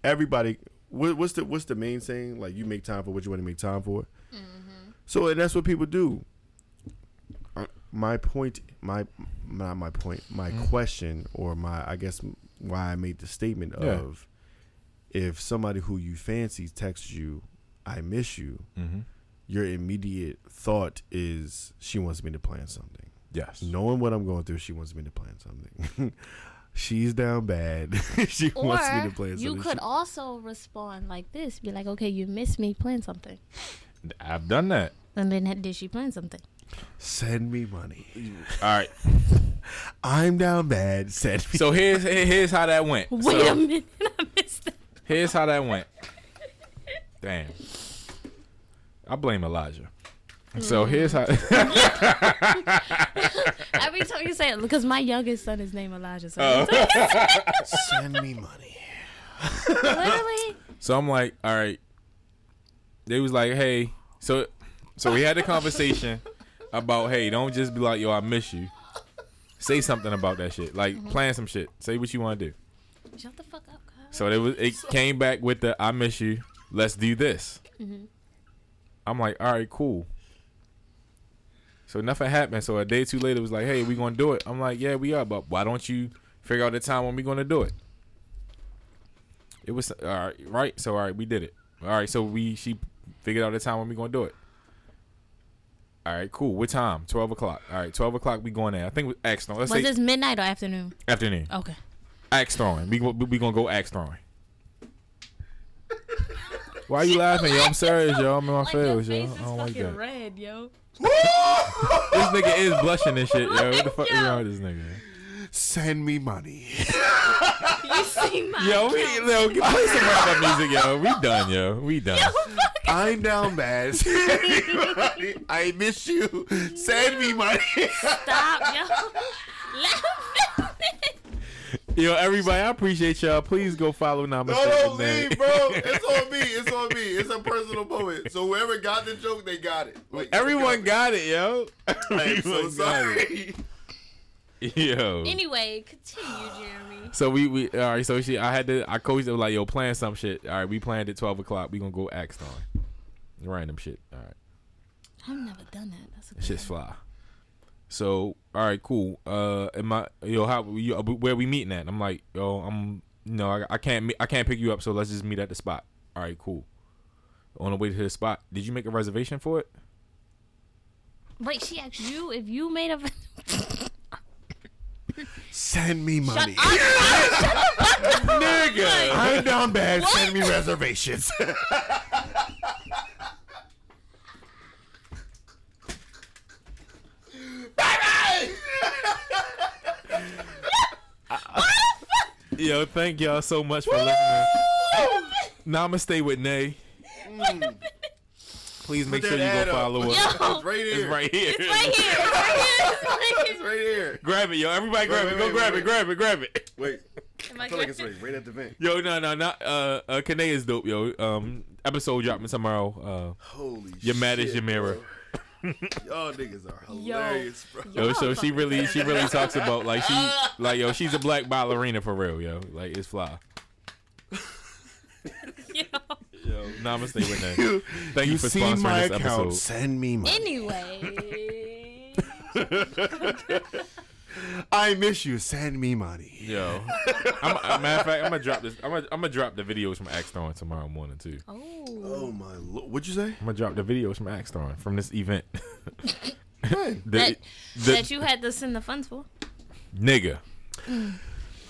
everybody. What, what's the what's the main saying? Like you make time for what you want to make time for. So and that's what people do. Uh, My point, my not my point, my Mm. question or my I guess why I made the statement Yeah. of if somebody who you fancy texts you, I miss you Mm-hmm. your immediate thought is she wants me to plan something. Yes. Knowing what I'm going through, she wants me to plan something. She's down bad. she Or wants me to plan something. you could She- also respond like this, be like, "Okay, you missed me. Plan something." I've done that. And then had- did she plan something? send me money. All right. I'm down bad. Send me. So here's here's how that went. Wait So- a minute, I missed that. Here's how that went. Damn. I blame Elijah. So here's how. Every time you say it, because my youngest son is named Elijah. So Oh. send me money. literally, so I'm like, all right. They was like, hey. So, so we had a conversation about, hey, don't just be like, yo, I miss you. Say something about that shit. Like, plan some shit. Say what you want to do. shut the fuck up, guys. So they was it came back with the I miss you. Let's do this. Mm-hmm. I'm like, all right, cool. So nothing happened. So a day or two later it was like, hey, we gonna do it. I'm like, yeah, we are, but why don't you figure out the time when we gonna do it? It was all right, right? So all right, we did it. All right, so we she figured out the time when we gonna do it. All right, cool. What time? Twelve o'clock. All right, twelve o'clock. We going there. I think we axe throwing. Let's Was say this midnight or afternoon? afternoon. Okay. Axe throwing. We, we, we gonna go axe throwing. Why are you laughing, yo? I'm serious, yo. I'm in my feels, yo. I don't like that. red, yo. This nigga is blushing and shit, yo. What the fuck is wrong with this nigga? Send me money. You see my Yo, we yo, get- play some rap music, yo. We done, yo. We done. I'm down bad. Send me money. I miss you. Send me money. stop, yo. Laugh. Yo, everybody, I appreciate y'all. Please go follow Namaste. No, no, leave, bro. It's on me. It's on me. It's a personal moment. So whoever got the joke, they got it. Like, Everyone got it, yo. I'm so Everyone got it. sorry. Yo. anyway, continue, Jeremy. So we, we all right. So she, I had to, I coached her like, yo, plan some shit. All right, we planned at twelve o'clock. We gonna go axe throwing, random shit. All right, I've never done that. That's a good shit's fly. So all right, cool. Uh, am I, yo, how you, where we meeting at? I'm like, yo, I'm no, I, I can't, me- I can't pick you up. So let's just meet at the spot. All right, cool. On the way to the spot, did you make a reservation for it? Wait, she asked you if you made a. Send me money. Nigga, I'm down bad. Send me reservations. yo, thank y'all so much for listening. Namaste with Nay. Please Mm. make Put sure you that go ad up. follow us. Yo, right here. It's right here. right here, right It's right here. Grab it, yo. Everybody grab wait, it. Go wait, grab wait, it, grab it, grab it. Wait. here. Am I I feel like it's good? right, right at the vent. Yo, no, no, not uh uh Kane is dope, yo. Um episode dropping tomorrow. Uh Holy You're mad as shit, your mirror. bro. Y'all niggas are hilarious, bro. Yo, Y'all so she fucking really she really talks about like she like yo, she's a black ballerina for real, yo. Like it's fly. Yo. Yo, namaste with that. Thank you, for see sponsoring my this account. episode. Send me money. Anyway. I miss you. Send me money. Yo. I'm uh, matter of fact, I'm gonna drop this I'm gonna, I'm gonna drop the videos from Axe Throwing tomorrow morning too. Oh. Oh my lord. What'd you say? I'm gonna drop the videos from Axe Throwing from this event. the, That, the- that you had to send the funds for. nigga.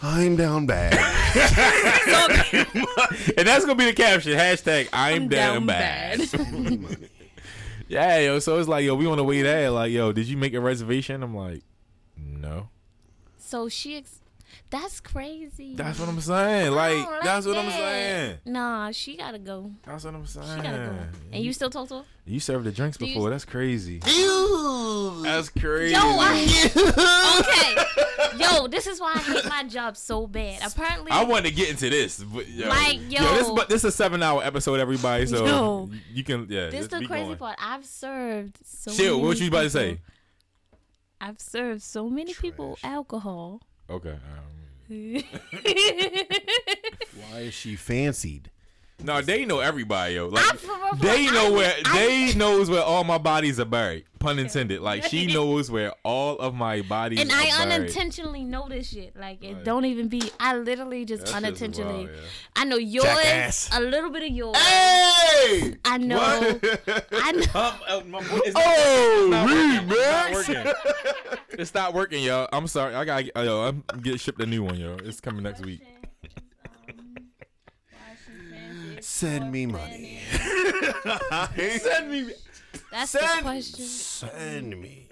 I'm down bad. And that's gonna be the caption. Hashtag I'm, damn down bad. bad. Send me money. Yeah, yo. So it's like, yo, we on the way there. Like, yo, did you make a reservation? I'm like, no. So she, ex- that's crazy. That's what I'm saying. I Like, don't like that's what I'm that. saying. Nah, she gotta go. That's what I'm She gotta go. saying. And you still talk to her? You served the drinks Do you- before. That's crazy. That's crazy. Yo, I, okay. Yo, this is why I hate my job so bad. Apparently, I wanted to get into this. But, yo, Like, yo. this, but this is a seven-hour episode, everybody. So Yo. you can, yeah. this is just the be crazy going. part. I've served so. Chill. many What you about to people- say? I've served so many people alcohol. Okay. um, Why is she fancied? no, they know everybody, yo. Like I'm for real, for they real. know I- where I- they knows where all my bodies are buried. Pun intended. Like she knows where all of my bodies and are I buried. unintentionally know this shit. Like it don't even be. I literally just That's just unintentionally. wild, yeah. I know yours, Jackass. a little bit of yours. Hey! I know. I know. Um, uh, my boy, it's Oh, not working. It's not working, yo. I'm sorry. I gotta get, yo, I'm getting shipped a new one, yo. It's coming next week. Send me money. Send me. That's the Send- question. Send me.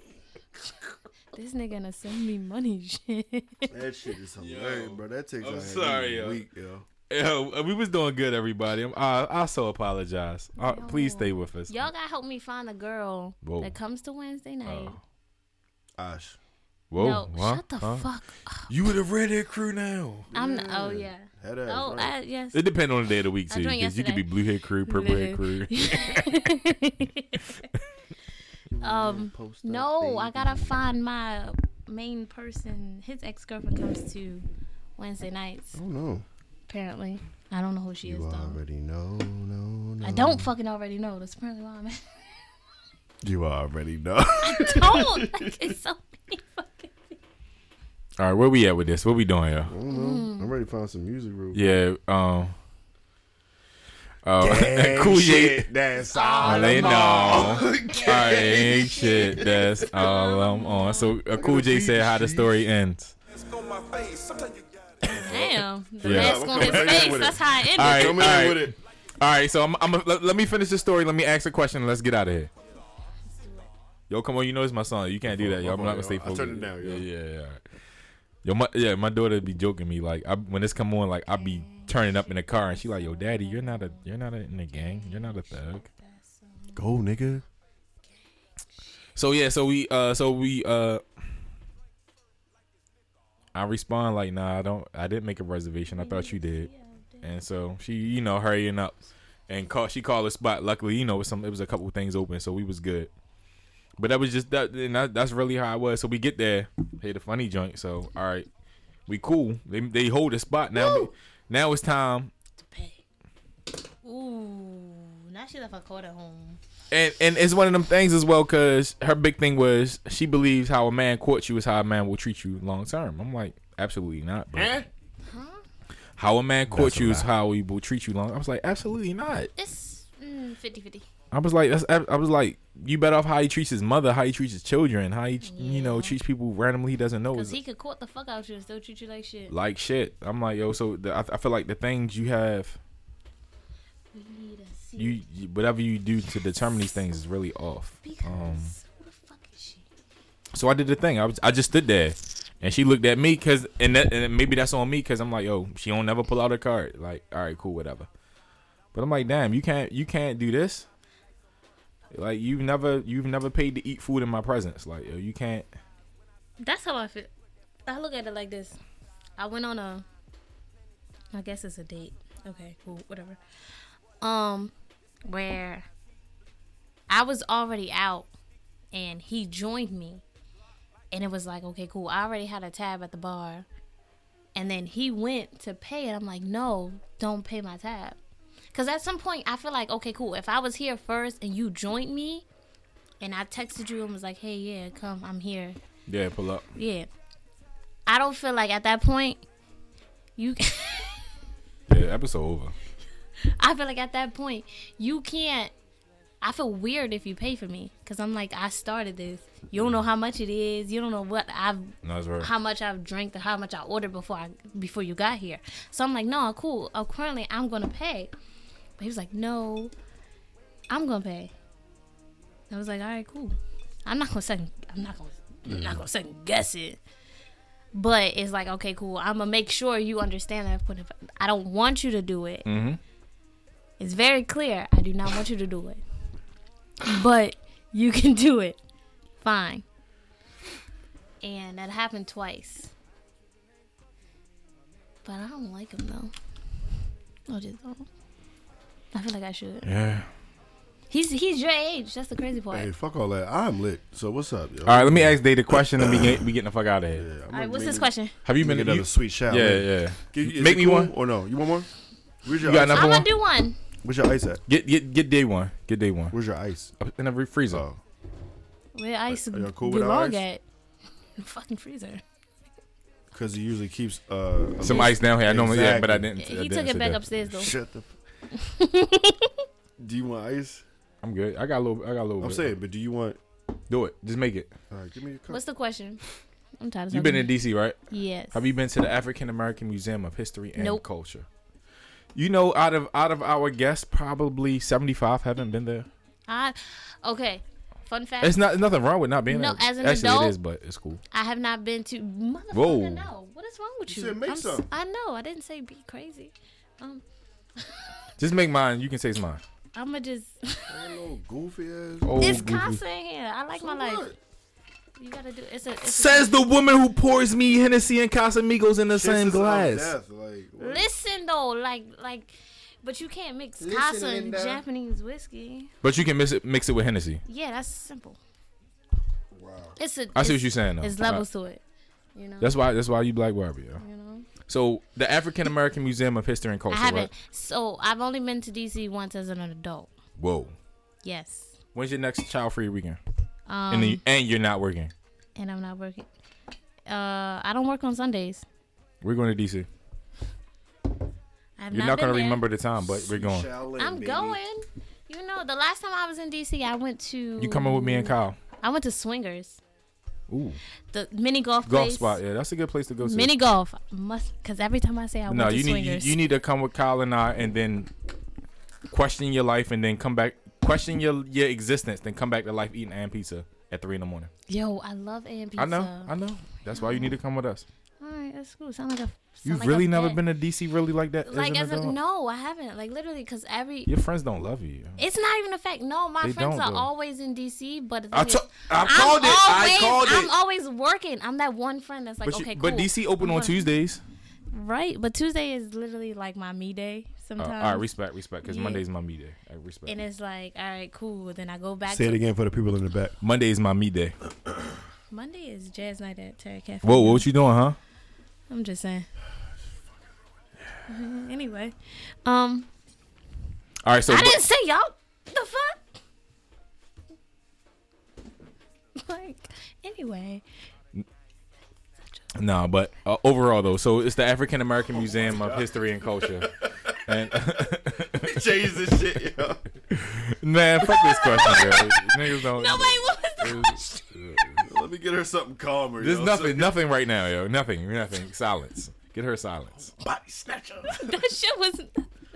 This nigga gonna send me money. Shit. That shit is hilarious, bro. That takes I'm a sorry, yo. week, yo. Yo, uh, we was doing good, everybody. I'm, I I so apologize. Uh, please stay with us. Y'all gotta help me find a girl Whoa. that comes to Wednesday night. Ash, Whoa, no, Oh. huh? shut the Huh? fuck. Up. You would have read it, crew. Now I'm. n- Oh yeah. head ass. Oh right. I, yes. it depends on the day of the week I too, joined because you could be yesterday. blue hair crew, purple hair crew. um. No, I gotta find my main person. His ex girlfriend comes to Wednesday nights. oh no, Apparently, I don't know who she you is though. already know, no, no. I don't fucking already know. That's apparently why I'm. You already know. don't. Like, it's so many fucking. All right, where we at with this? What we doing, yo? I Hmm. don't know. I'm ready to find some music real quick. Yeah. Um. Uh, Gang cool shit, That's all. All they know. Gang shit. That's all I'm on. So uh, Cool J said how the story ends. Damn. The Yeah. mask on his face. That's how it ended. All right, all Come in right, with it. all right. So I'm, I'm let, let me finish the story. Let me ask a question. Let's get out of here. Yo, come on. You know it's my song. You can't do that, yo. I'm not gonna stay I'll focused. turn it down, yo. Yeah, yeah, yeah. all right. Yo, my, yeah, my daughter be joking me like I, when this come on, like I be turning up in the car, and she like, "Yo, daddy, you're not a, you're not a, in the gang, you're not a thug." Go, nigga. So yeah, so we uh so we uh I respond like nah I don't I didn't make a reservation. I thought you did. And so she, you know, hurrying up and call she called a spot. Luckily, you know, it was some it was a couple things open, so we was good. But that was just that and that, that's really how I was. So we get there, hey the funny joint, so all right. We cool. They they hold the spot now. Now it's time Ooh. Now she left her coat at home. and and it's one of them things as well because her big thing was she believes how a man courts you is how a man will treat you long term. I'm like, absolutely not. Bro. How a man courts you is how he will treat you long. I was like, absolutely not. It's mm, 50-50. I was like, that's, I I was like, you better off how he treats his mother, how he treats his children, how he you know treats people randomly he doesn't know Because is he could court the fuck out you and still treat you like shit. like shit. I'm like, yo, so the, I, I feel like the things you have, We need a seat. you, you whatever you do to determine these things is really off. because Um, who the fuck is she? So I did the thing. I was, I just stood there, and she looked at me because, and that, and maybe that's on me because I'm like, yo, she don't never pull out her card. Like, all right, cool, whatever. But I'm like, damn, you can't, you can't do this. Like, you've never, you've never paid to eat food in my presence. Like, yo, you can't. That's how I feel. I look at it like this. I went on a I guess it's a date. Okay, cool, whatever. Um where I was already out and he joined me. And it was like, okay, cool. I already had a tab at the bar. And then he went to pay it. I'm like, no, don't pay my tab. Cause at some point I feel like, okay, cool. If I was here first and you joined me and I texted you and was like, hey, yeah, come, I'm here. Yeah, pull up. Yeah. I don't feel like at that point you Yeah, episode over. I feel like at that point you can't I feel weird if you pay for me cuz I'm like I started this. You don't know how much it is. You don't know what I've No, that's right. how much I've drank or how much I ordered before I before you got here. So I'm like, "No, cool. Oh, currently I'm going to pay." But he was like, "No. I'm going to pay." I was like, "All right, cool. I'm not going to second I'm not going to I'm not going to second guess it." But it's like, okay, cool. I'm gonna make sure you understand that. But if I don't want you to do it, Mm-hmm. it's very clear. I do not want you to do it. But you can do it. Fine. And that happened twice. But I don't like him though. I just don't. I feel like I should. Yeah. He's he's your age. That's the crazy part. Hey, fuck all that. I'm lit. So what's up, yo? All right, let me ask Day the question and we get we getting the fuck out of here. Yeah, I'm All right, gonna what's make this me- question? Have you Make been? another you- sweet shout. yeah, man. yeah. Give- is Make it me cool one. or no? You want more? Where's your You got ice? another I'm one? gonna do one. Where's your ice at? Get get get day one. Get day one. Where's your ice? Up In the re- freezer. Oh, Where ice y'all cool with belong ice? at? Fucking freezer. because he usually keeps uh Some ice down here. I normally yeah, but I Exactly. didn't. I He didn't took sit it back there. upstairs though. Shut the. do you want ice? I'm good. I got a little. I got a little. I'm bit. saying, but do you want? do it. Just make it. All right, give me a cup. What's the question? I'm tired of You've been in DC, right? Yes. Have you been to the African American Museum of History and Nope. Culture? You know, out of out of our guests, probably seventy five haven't been there. I, okay. Fun fact: It's not nothing wrong with not being No, there. as an Actually, adult- it is, but it's cool. I have not been to. Motherfucker, Whoa. no. What is wrong with you? said make I'm s- some. I know. I didn't say be crazy. Just make mine. You can say it's mine. I'ma just. Little goofy ass. Oh, it's goofy. constant here. I like So my life. what? You gotta do. It's a. It's Says the woman who pours me Hennessy and Casamigos in the same Chances of glass. death, like, a, what? listen though, like like, but you can't mix Listen, uh, Casa and Linda. Japanese whiskey. But you can mix it, mix it with Hennessy. Yeah, that's simple. Wow. It's a. I see it's- what you're saying. Though. It's I- levels to it. You know. That's why. That's why you black Barbie. Yeah. you know. So the African American Museum of History and I Culture. haven't. Right? So I've only been to DC once as an adult. Whoa. Yes. When's your next child-free weekend? Um, and, the, and you're not working. and I'm not working. Uh, I don't work on Sundays. We're going to DC. I've You're not been gonna there. remember the time, but we're going. Shaolin, I'm baby. going. You know, the last time I was in DC, I went to. You coming with me and Kyle? I went to Swingers, Ooh, the mini golf golf place. spot. Yeah, that's a good place to go to. Mini golf must because every time I say I no, went to you need you, Swingers, you need to come with Kyle and I, and then question your life, and then come back, question your your existence, then come back to life eating and pizza at three in the morning. yo, I love AM pizza. I know, I know. That's why you need to come with us. All right, that's cool. Sound like a. sound You've like a really never vet. been to DC really like that. Like as as an a, adult? no, I haven't. Like literally, because every Your friends don't love you. It's not even a fact. No, my They friends don't, are though. always in DC, but the I thing to- is, I I'm called it. I always- called I'm it. always working. I'm that one friend that's like, But you- okay, cool. but DC open I'm on gonna- Tuesdays. right? But Tuesday is literally like my me day Uh, sometimes. all right, respect, respect, because Yeah. Monday's my me day. I respect. and it's like, all right, cool. Then I go back. Say to it again for the people in the back. Monday is my me day. Monday is jazz night at Terry Cafe. Whoa, what you doing, huh? I'm just saying. Mhm, anyway, um, All right, so I but- didn't say y'all. The fuck. Like, anyway, No, but uh, overall though, so it's the African American Museum of History and Culture. And Change this shit, yo. man, fuck this question, yo. Niggas don't. no wait, what was the question? Let me get her something calmer. There's yo. nothing, nothing right now, yo. Nothing, nothing. Silence. Get her silence. Body snatcher. that shit was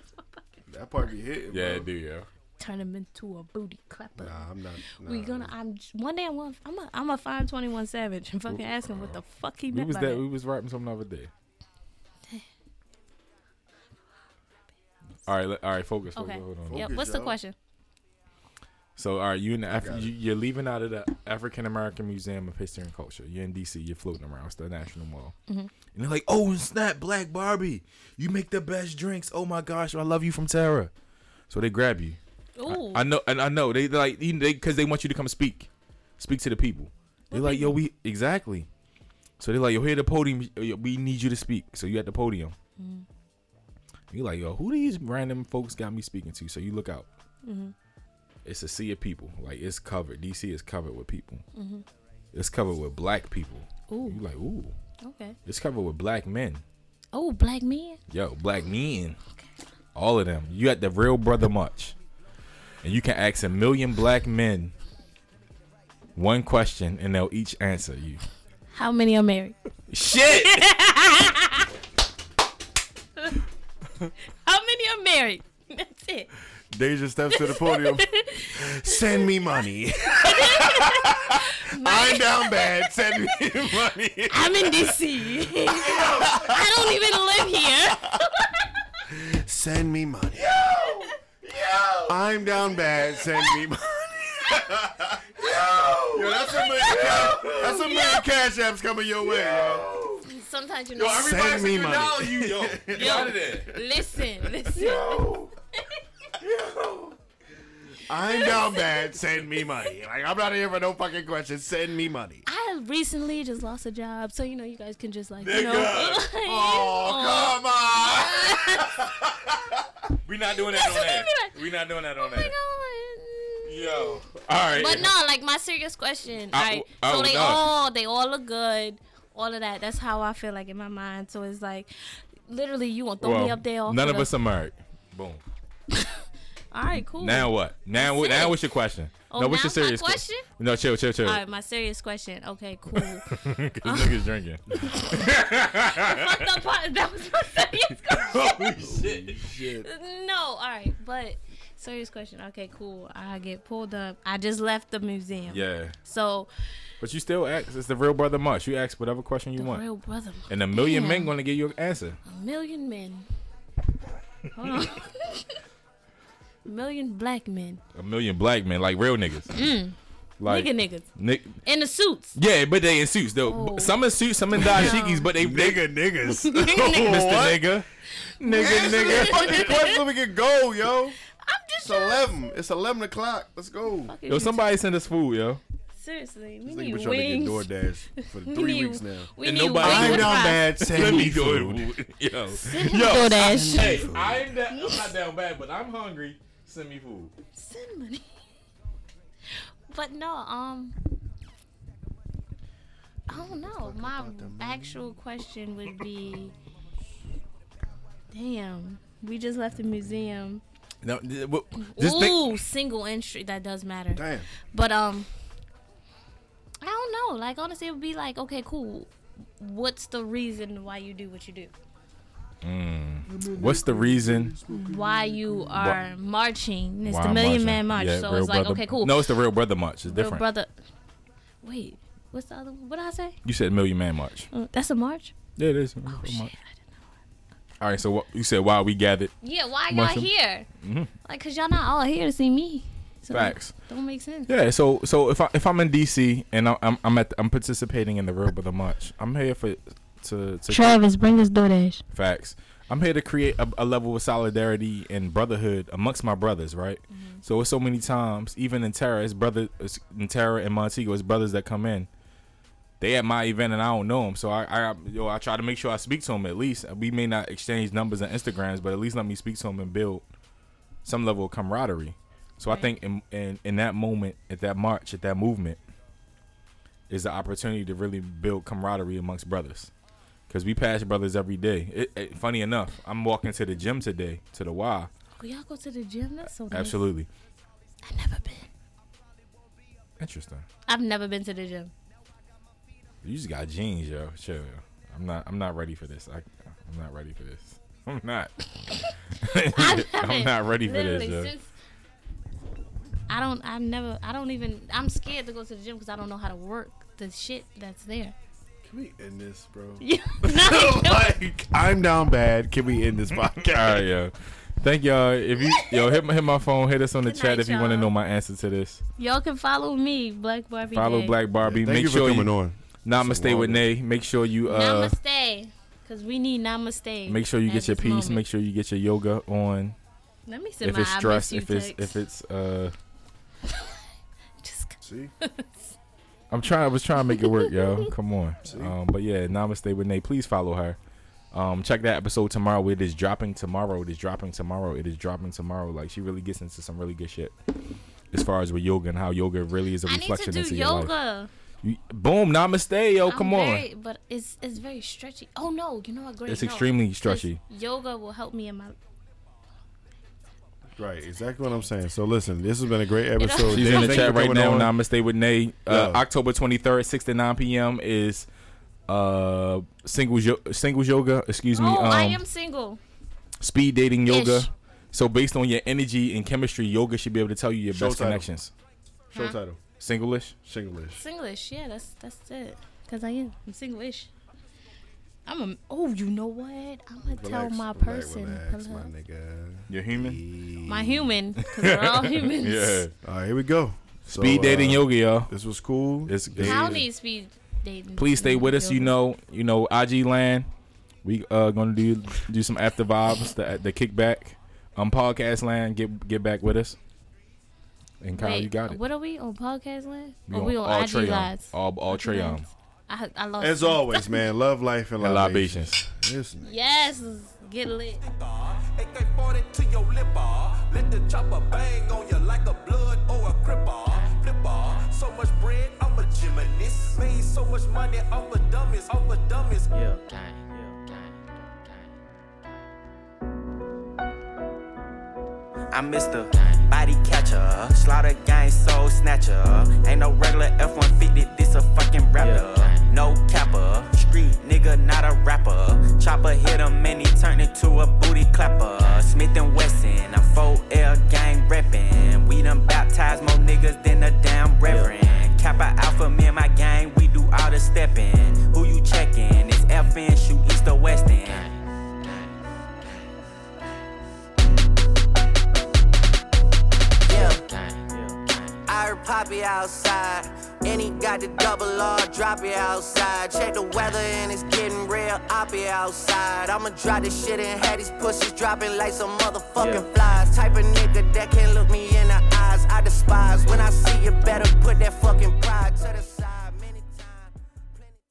that part be hitting. Yeah, bro. do yo. turn him into a booty clapper. Nah, I'm not. Nah. We gonna. I'm j- one day. I'm gonna. I'm gonna. I'm gonna find Twenty One Savage and fucking ask him what the fuck he We meant was by that. that. We was rapping something the other day. All right, let- all right. Focus. focus Okay. Hold on. Yep. Focus, What's the y'all. question? So, all right, you in the Af- you, you're leaving out of the African American Museum of History and Culture. You're in DC. You're floating around. It's the National Mall, and they're like, "Oh, and snap, Black Barbie, you make the best drinks. Oh my gosh, I love you from Terra." So they grab you. Ooh. I know, and I know they they're like you- they because they want you to come speak, speak to the people. They're like, "Yo, we exactly." So they're like, "Yo, here at the podium. yo, We need you to speak." So you at the podium. You're like, "Yo, who these random folks got me speaking to?" So you look out it's a sea of people. Like it's covered. DC is covered with people. It's covered with black people. Ooh. You like ooh. okay. It's covered with black men. Oh, black men. Yo, black men. All of them. You at the real brother much, and you can ask a million black men one question, and they'll each answer you. How many are married? Shit. How many are married? That's it. Deja steps to the podium. Send me money. I'm down bad. Send me money. I'm in DC. I don't even live here. Send me money. I'm down bad. Send me money. Yo, that's a million, cash, that's a million cash apps coming your way, yo. sometimes you Yo, know. everybody Send me said you money. know you yo. Get out of there. listen, listen. I'm down bad. Send me money. Like I'm not here for no fucking questions. Send me money. I recently just lost a job, so you know you guys can just like you know. like- Aw. Come Oh, on. we not doing that That's on what they air. be like. We not doing that on You air. know, and- Yo. All right. But no, like my serious question. I- Like, I so would they not. all they all look good, all of that. That's how I feel like in my mind. So it's like, literally, you gonna throw Well, me up there? off none of of the- us are married. Boom. All right, cool. Now what? Now what? That's Now it. what's your question? Oh, no, what's your now's my serious que- question? No, chill, chill, chill. all right, my serious question. Okay, cool. Fuck Cause niggas drinking. the part- that was my serious question. Holy shit! No, all right, but serious question. Okay, cool. I get pulled up. I just left the museum. Yeah, So but you still ask. It's the real brother mush. You ask whatever question you the want, real brother, and a million men Damn. gonna give you an answer. a million men. Hold on. million black men. A million black men, like real niggas. Like Mm. nigga niggas. Nick, In the suits. yeah, but they in suits though. Oh. Some in suits, some in dashikis, but they nigga, niggas. Mr. Nigga. Nigga, nigga. Fucking question, we can go, yo. I'm It's just 11. It's 11 o'clock. Let's go. fucking Yo, somebody send us food, yo. Seriously, we Nigga need been wings. trying to get DoorDash for We three need- weeks now. We And need nobody- wings I'm with down fries. bad. Send me food. yo. Yo, Yo, Dash. hey, I'm, da- I'm not down bad, but I'm hungry. Send me food. Send money. But no, um, I don't know. My actual question would be, damn, we just left the museum. No, th- w- Ooh, just think. single entry. That does matter. Damn. But um, I don't know. Like honestly, it would be like, okay, cool. What's the reason why you do what you do? Mm. What's the reason? Why you are marching? Mm-hmm. It's why the I'm Million marching? Man March. Yeah, so Real it's like, Brother- okay, cool. No, it's the real brother march. It's Real different. brother. Wait, what's the other? What did I say? You said million man march. Uh, that's a march. Yeah, it is. Oh shit. I didn't- All right, so what, you said why we gathered Yeah, why y'all March- here? Like, cause y'all not all here to see me. So Mm-hmm. facts. Don't make sense. Yeah, so so if I if I'm in DC and I- I'm I'm at the, I'm participating in the real brother march, I'm here for to, to Travis, bring us DoorDash. Facts. I'm here to create a, a level of solidarity and brotherhood amongst my brothers, right? So it's so many times, even in Terra, it's brother it's in Terra and Montego, it's brothers that come in. They at my event and I don't know them, so I, I yo I try to make sure I speak to them at least. We may not exchange numbers and Instagrams, but at least let me speak to them and build some level of camaraderie. So I Right. think in, in in that moment, at that march, at that movement, is the opportunity to really build camaraderie amongst brothers. Cause we pass brothers every day. It, it- funny enough, I'm walking to the gym today to the Y. Oh, y'all go to the gym? That's so nice. Absolutely I've never been. interesting. I've never been to the gym. You just got jeans, yo. Chill. yo. I'm not. I'm not ready for this. I, I'm not ready for this. I'm not. I I'm haven't. not ready for this, Literally, yo. since I don't, I've never, I don't even, I'm scared to go to the gym because I don't know how to work the shit that's there. Can we end this, bro? Yeah, not like I'm down bad. Can we end this All podcast? right, yo. Thank y'all. If you yo hit my hit my phone, hit us on the Good chat night, if you want to y'all. know my answer to this. Y'all can follow me, Black Barbie. Follow Day. Black Barbie. Thank Make you for sure coming you on. namaste with Nay. Make sure you uh Namaste, because we need namaste. make sure you at get your this peace. moment. Make sure you get your yoga on. Let me send If my it's I miss stress, you if it's text. if it's uh. Just See? I'm trying. I was trying to make it work, yo. Come on. Um, but yeah, Namaste with Nate. Please follow her. Um, check that episode tomorrow. It is dropping tomorrow. It is dropping tomorrow. It is dropping tomorrow. Like she really gets into some really good shit as far as with yoga and how yoga really is a I need to reflection do into your life. yoga. You- boom, Namaste, yo. I'm Come very- but it's it's very stretchy. Oh no, you know what? on. Great. It's no, extremely 'cause stretchy. Yoga will help me in my. Right, exactly what I'm saying. So listen, this has been a great episode. She's Dave, in the thank you chat for right now. coming on. Namaste with Nate. Uh, Yeah. October 23rd, 6 to 9 p.m. is uh singles yo- singles yoga. Excuse me. oh, um, I am single. speed dating yoga. Ish. So based on your energy and chemistry, yoga should be able to tell you your Show best title. connections. Show Huh? title. Singlish. Singlish. Singlish, yeah, that's that's it. Cause I am, I'm singlish. I'm a. Oh, you know what? I'm gonna tell Relax, my relax, person, Relax, my hello. nigga. You're human. my human, cause we're all humans. Yeah. All right, here we go. So, Speed dating uh, yoga, y'all. This was cool. It's, it's How needs speed dating. Please stay with us. You know, you know, IG Land. We uh gonna do do some after vibes, the the kickback. Um, podcast land, get get back with us. And Kyle, Wait, you got it. What are we on podcast land? We Or on we on all IG Trayon. lives? All all Trayon. I, I lost. As it. always, man, love life and And libations. libations. Listen. Yes, get lit. AK-40 to your lip bar. Let the chopper bang on you like a blood or a crip bar. Flip bar. So much bread, I'm a gymnast. Made so much money, I'm a dumbest, I'm a dumbest. Yeah, gang, yeah, gang, gang. I'm Mr. Body Catcher, Slaughter Gang Soul Snatcher. Ain't no regular F 150, this a fucking rapper. No capper, street nigga, not a rapper. Chopper hit him and he turned into a booty clapper. Smith and Wesson, a 4L gang reppin'. We done baptized more niggas than a damn reverend. Kappa Alpha, me and my gang, we do all the steppin'. Who you checkin'? It's FN, shoot East or West End. I heard Poppy outside, and he got the double R, drop it outside. Check the weather, and it's getting real, i be outside. I'ma drop this shit and have these pussies dropping like some motherfucking flies. Type of nigga that can't look me in the eyes, I despise. When I see you, better put that fucking pride to the side.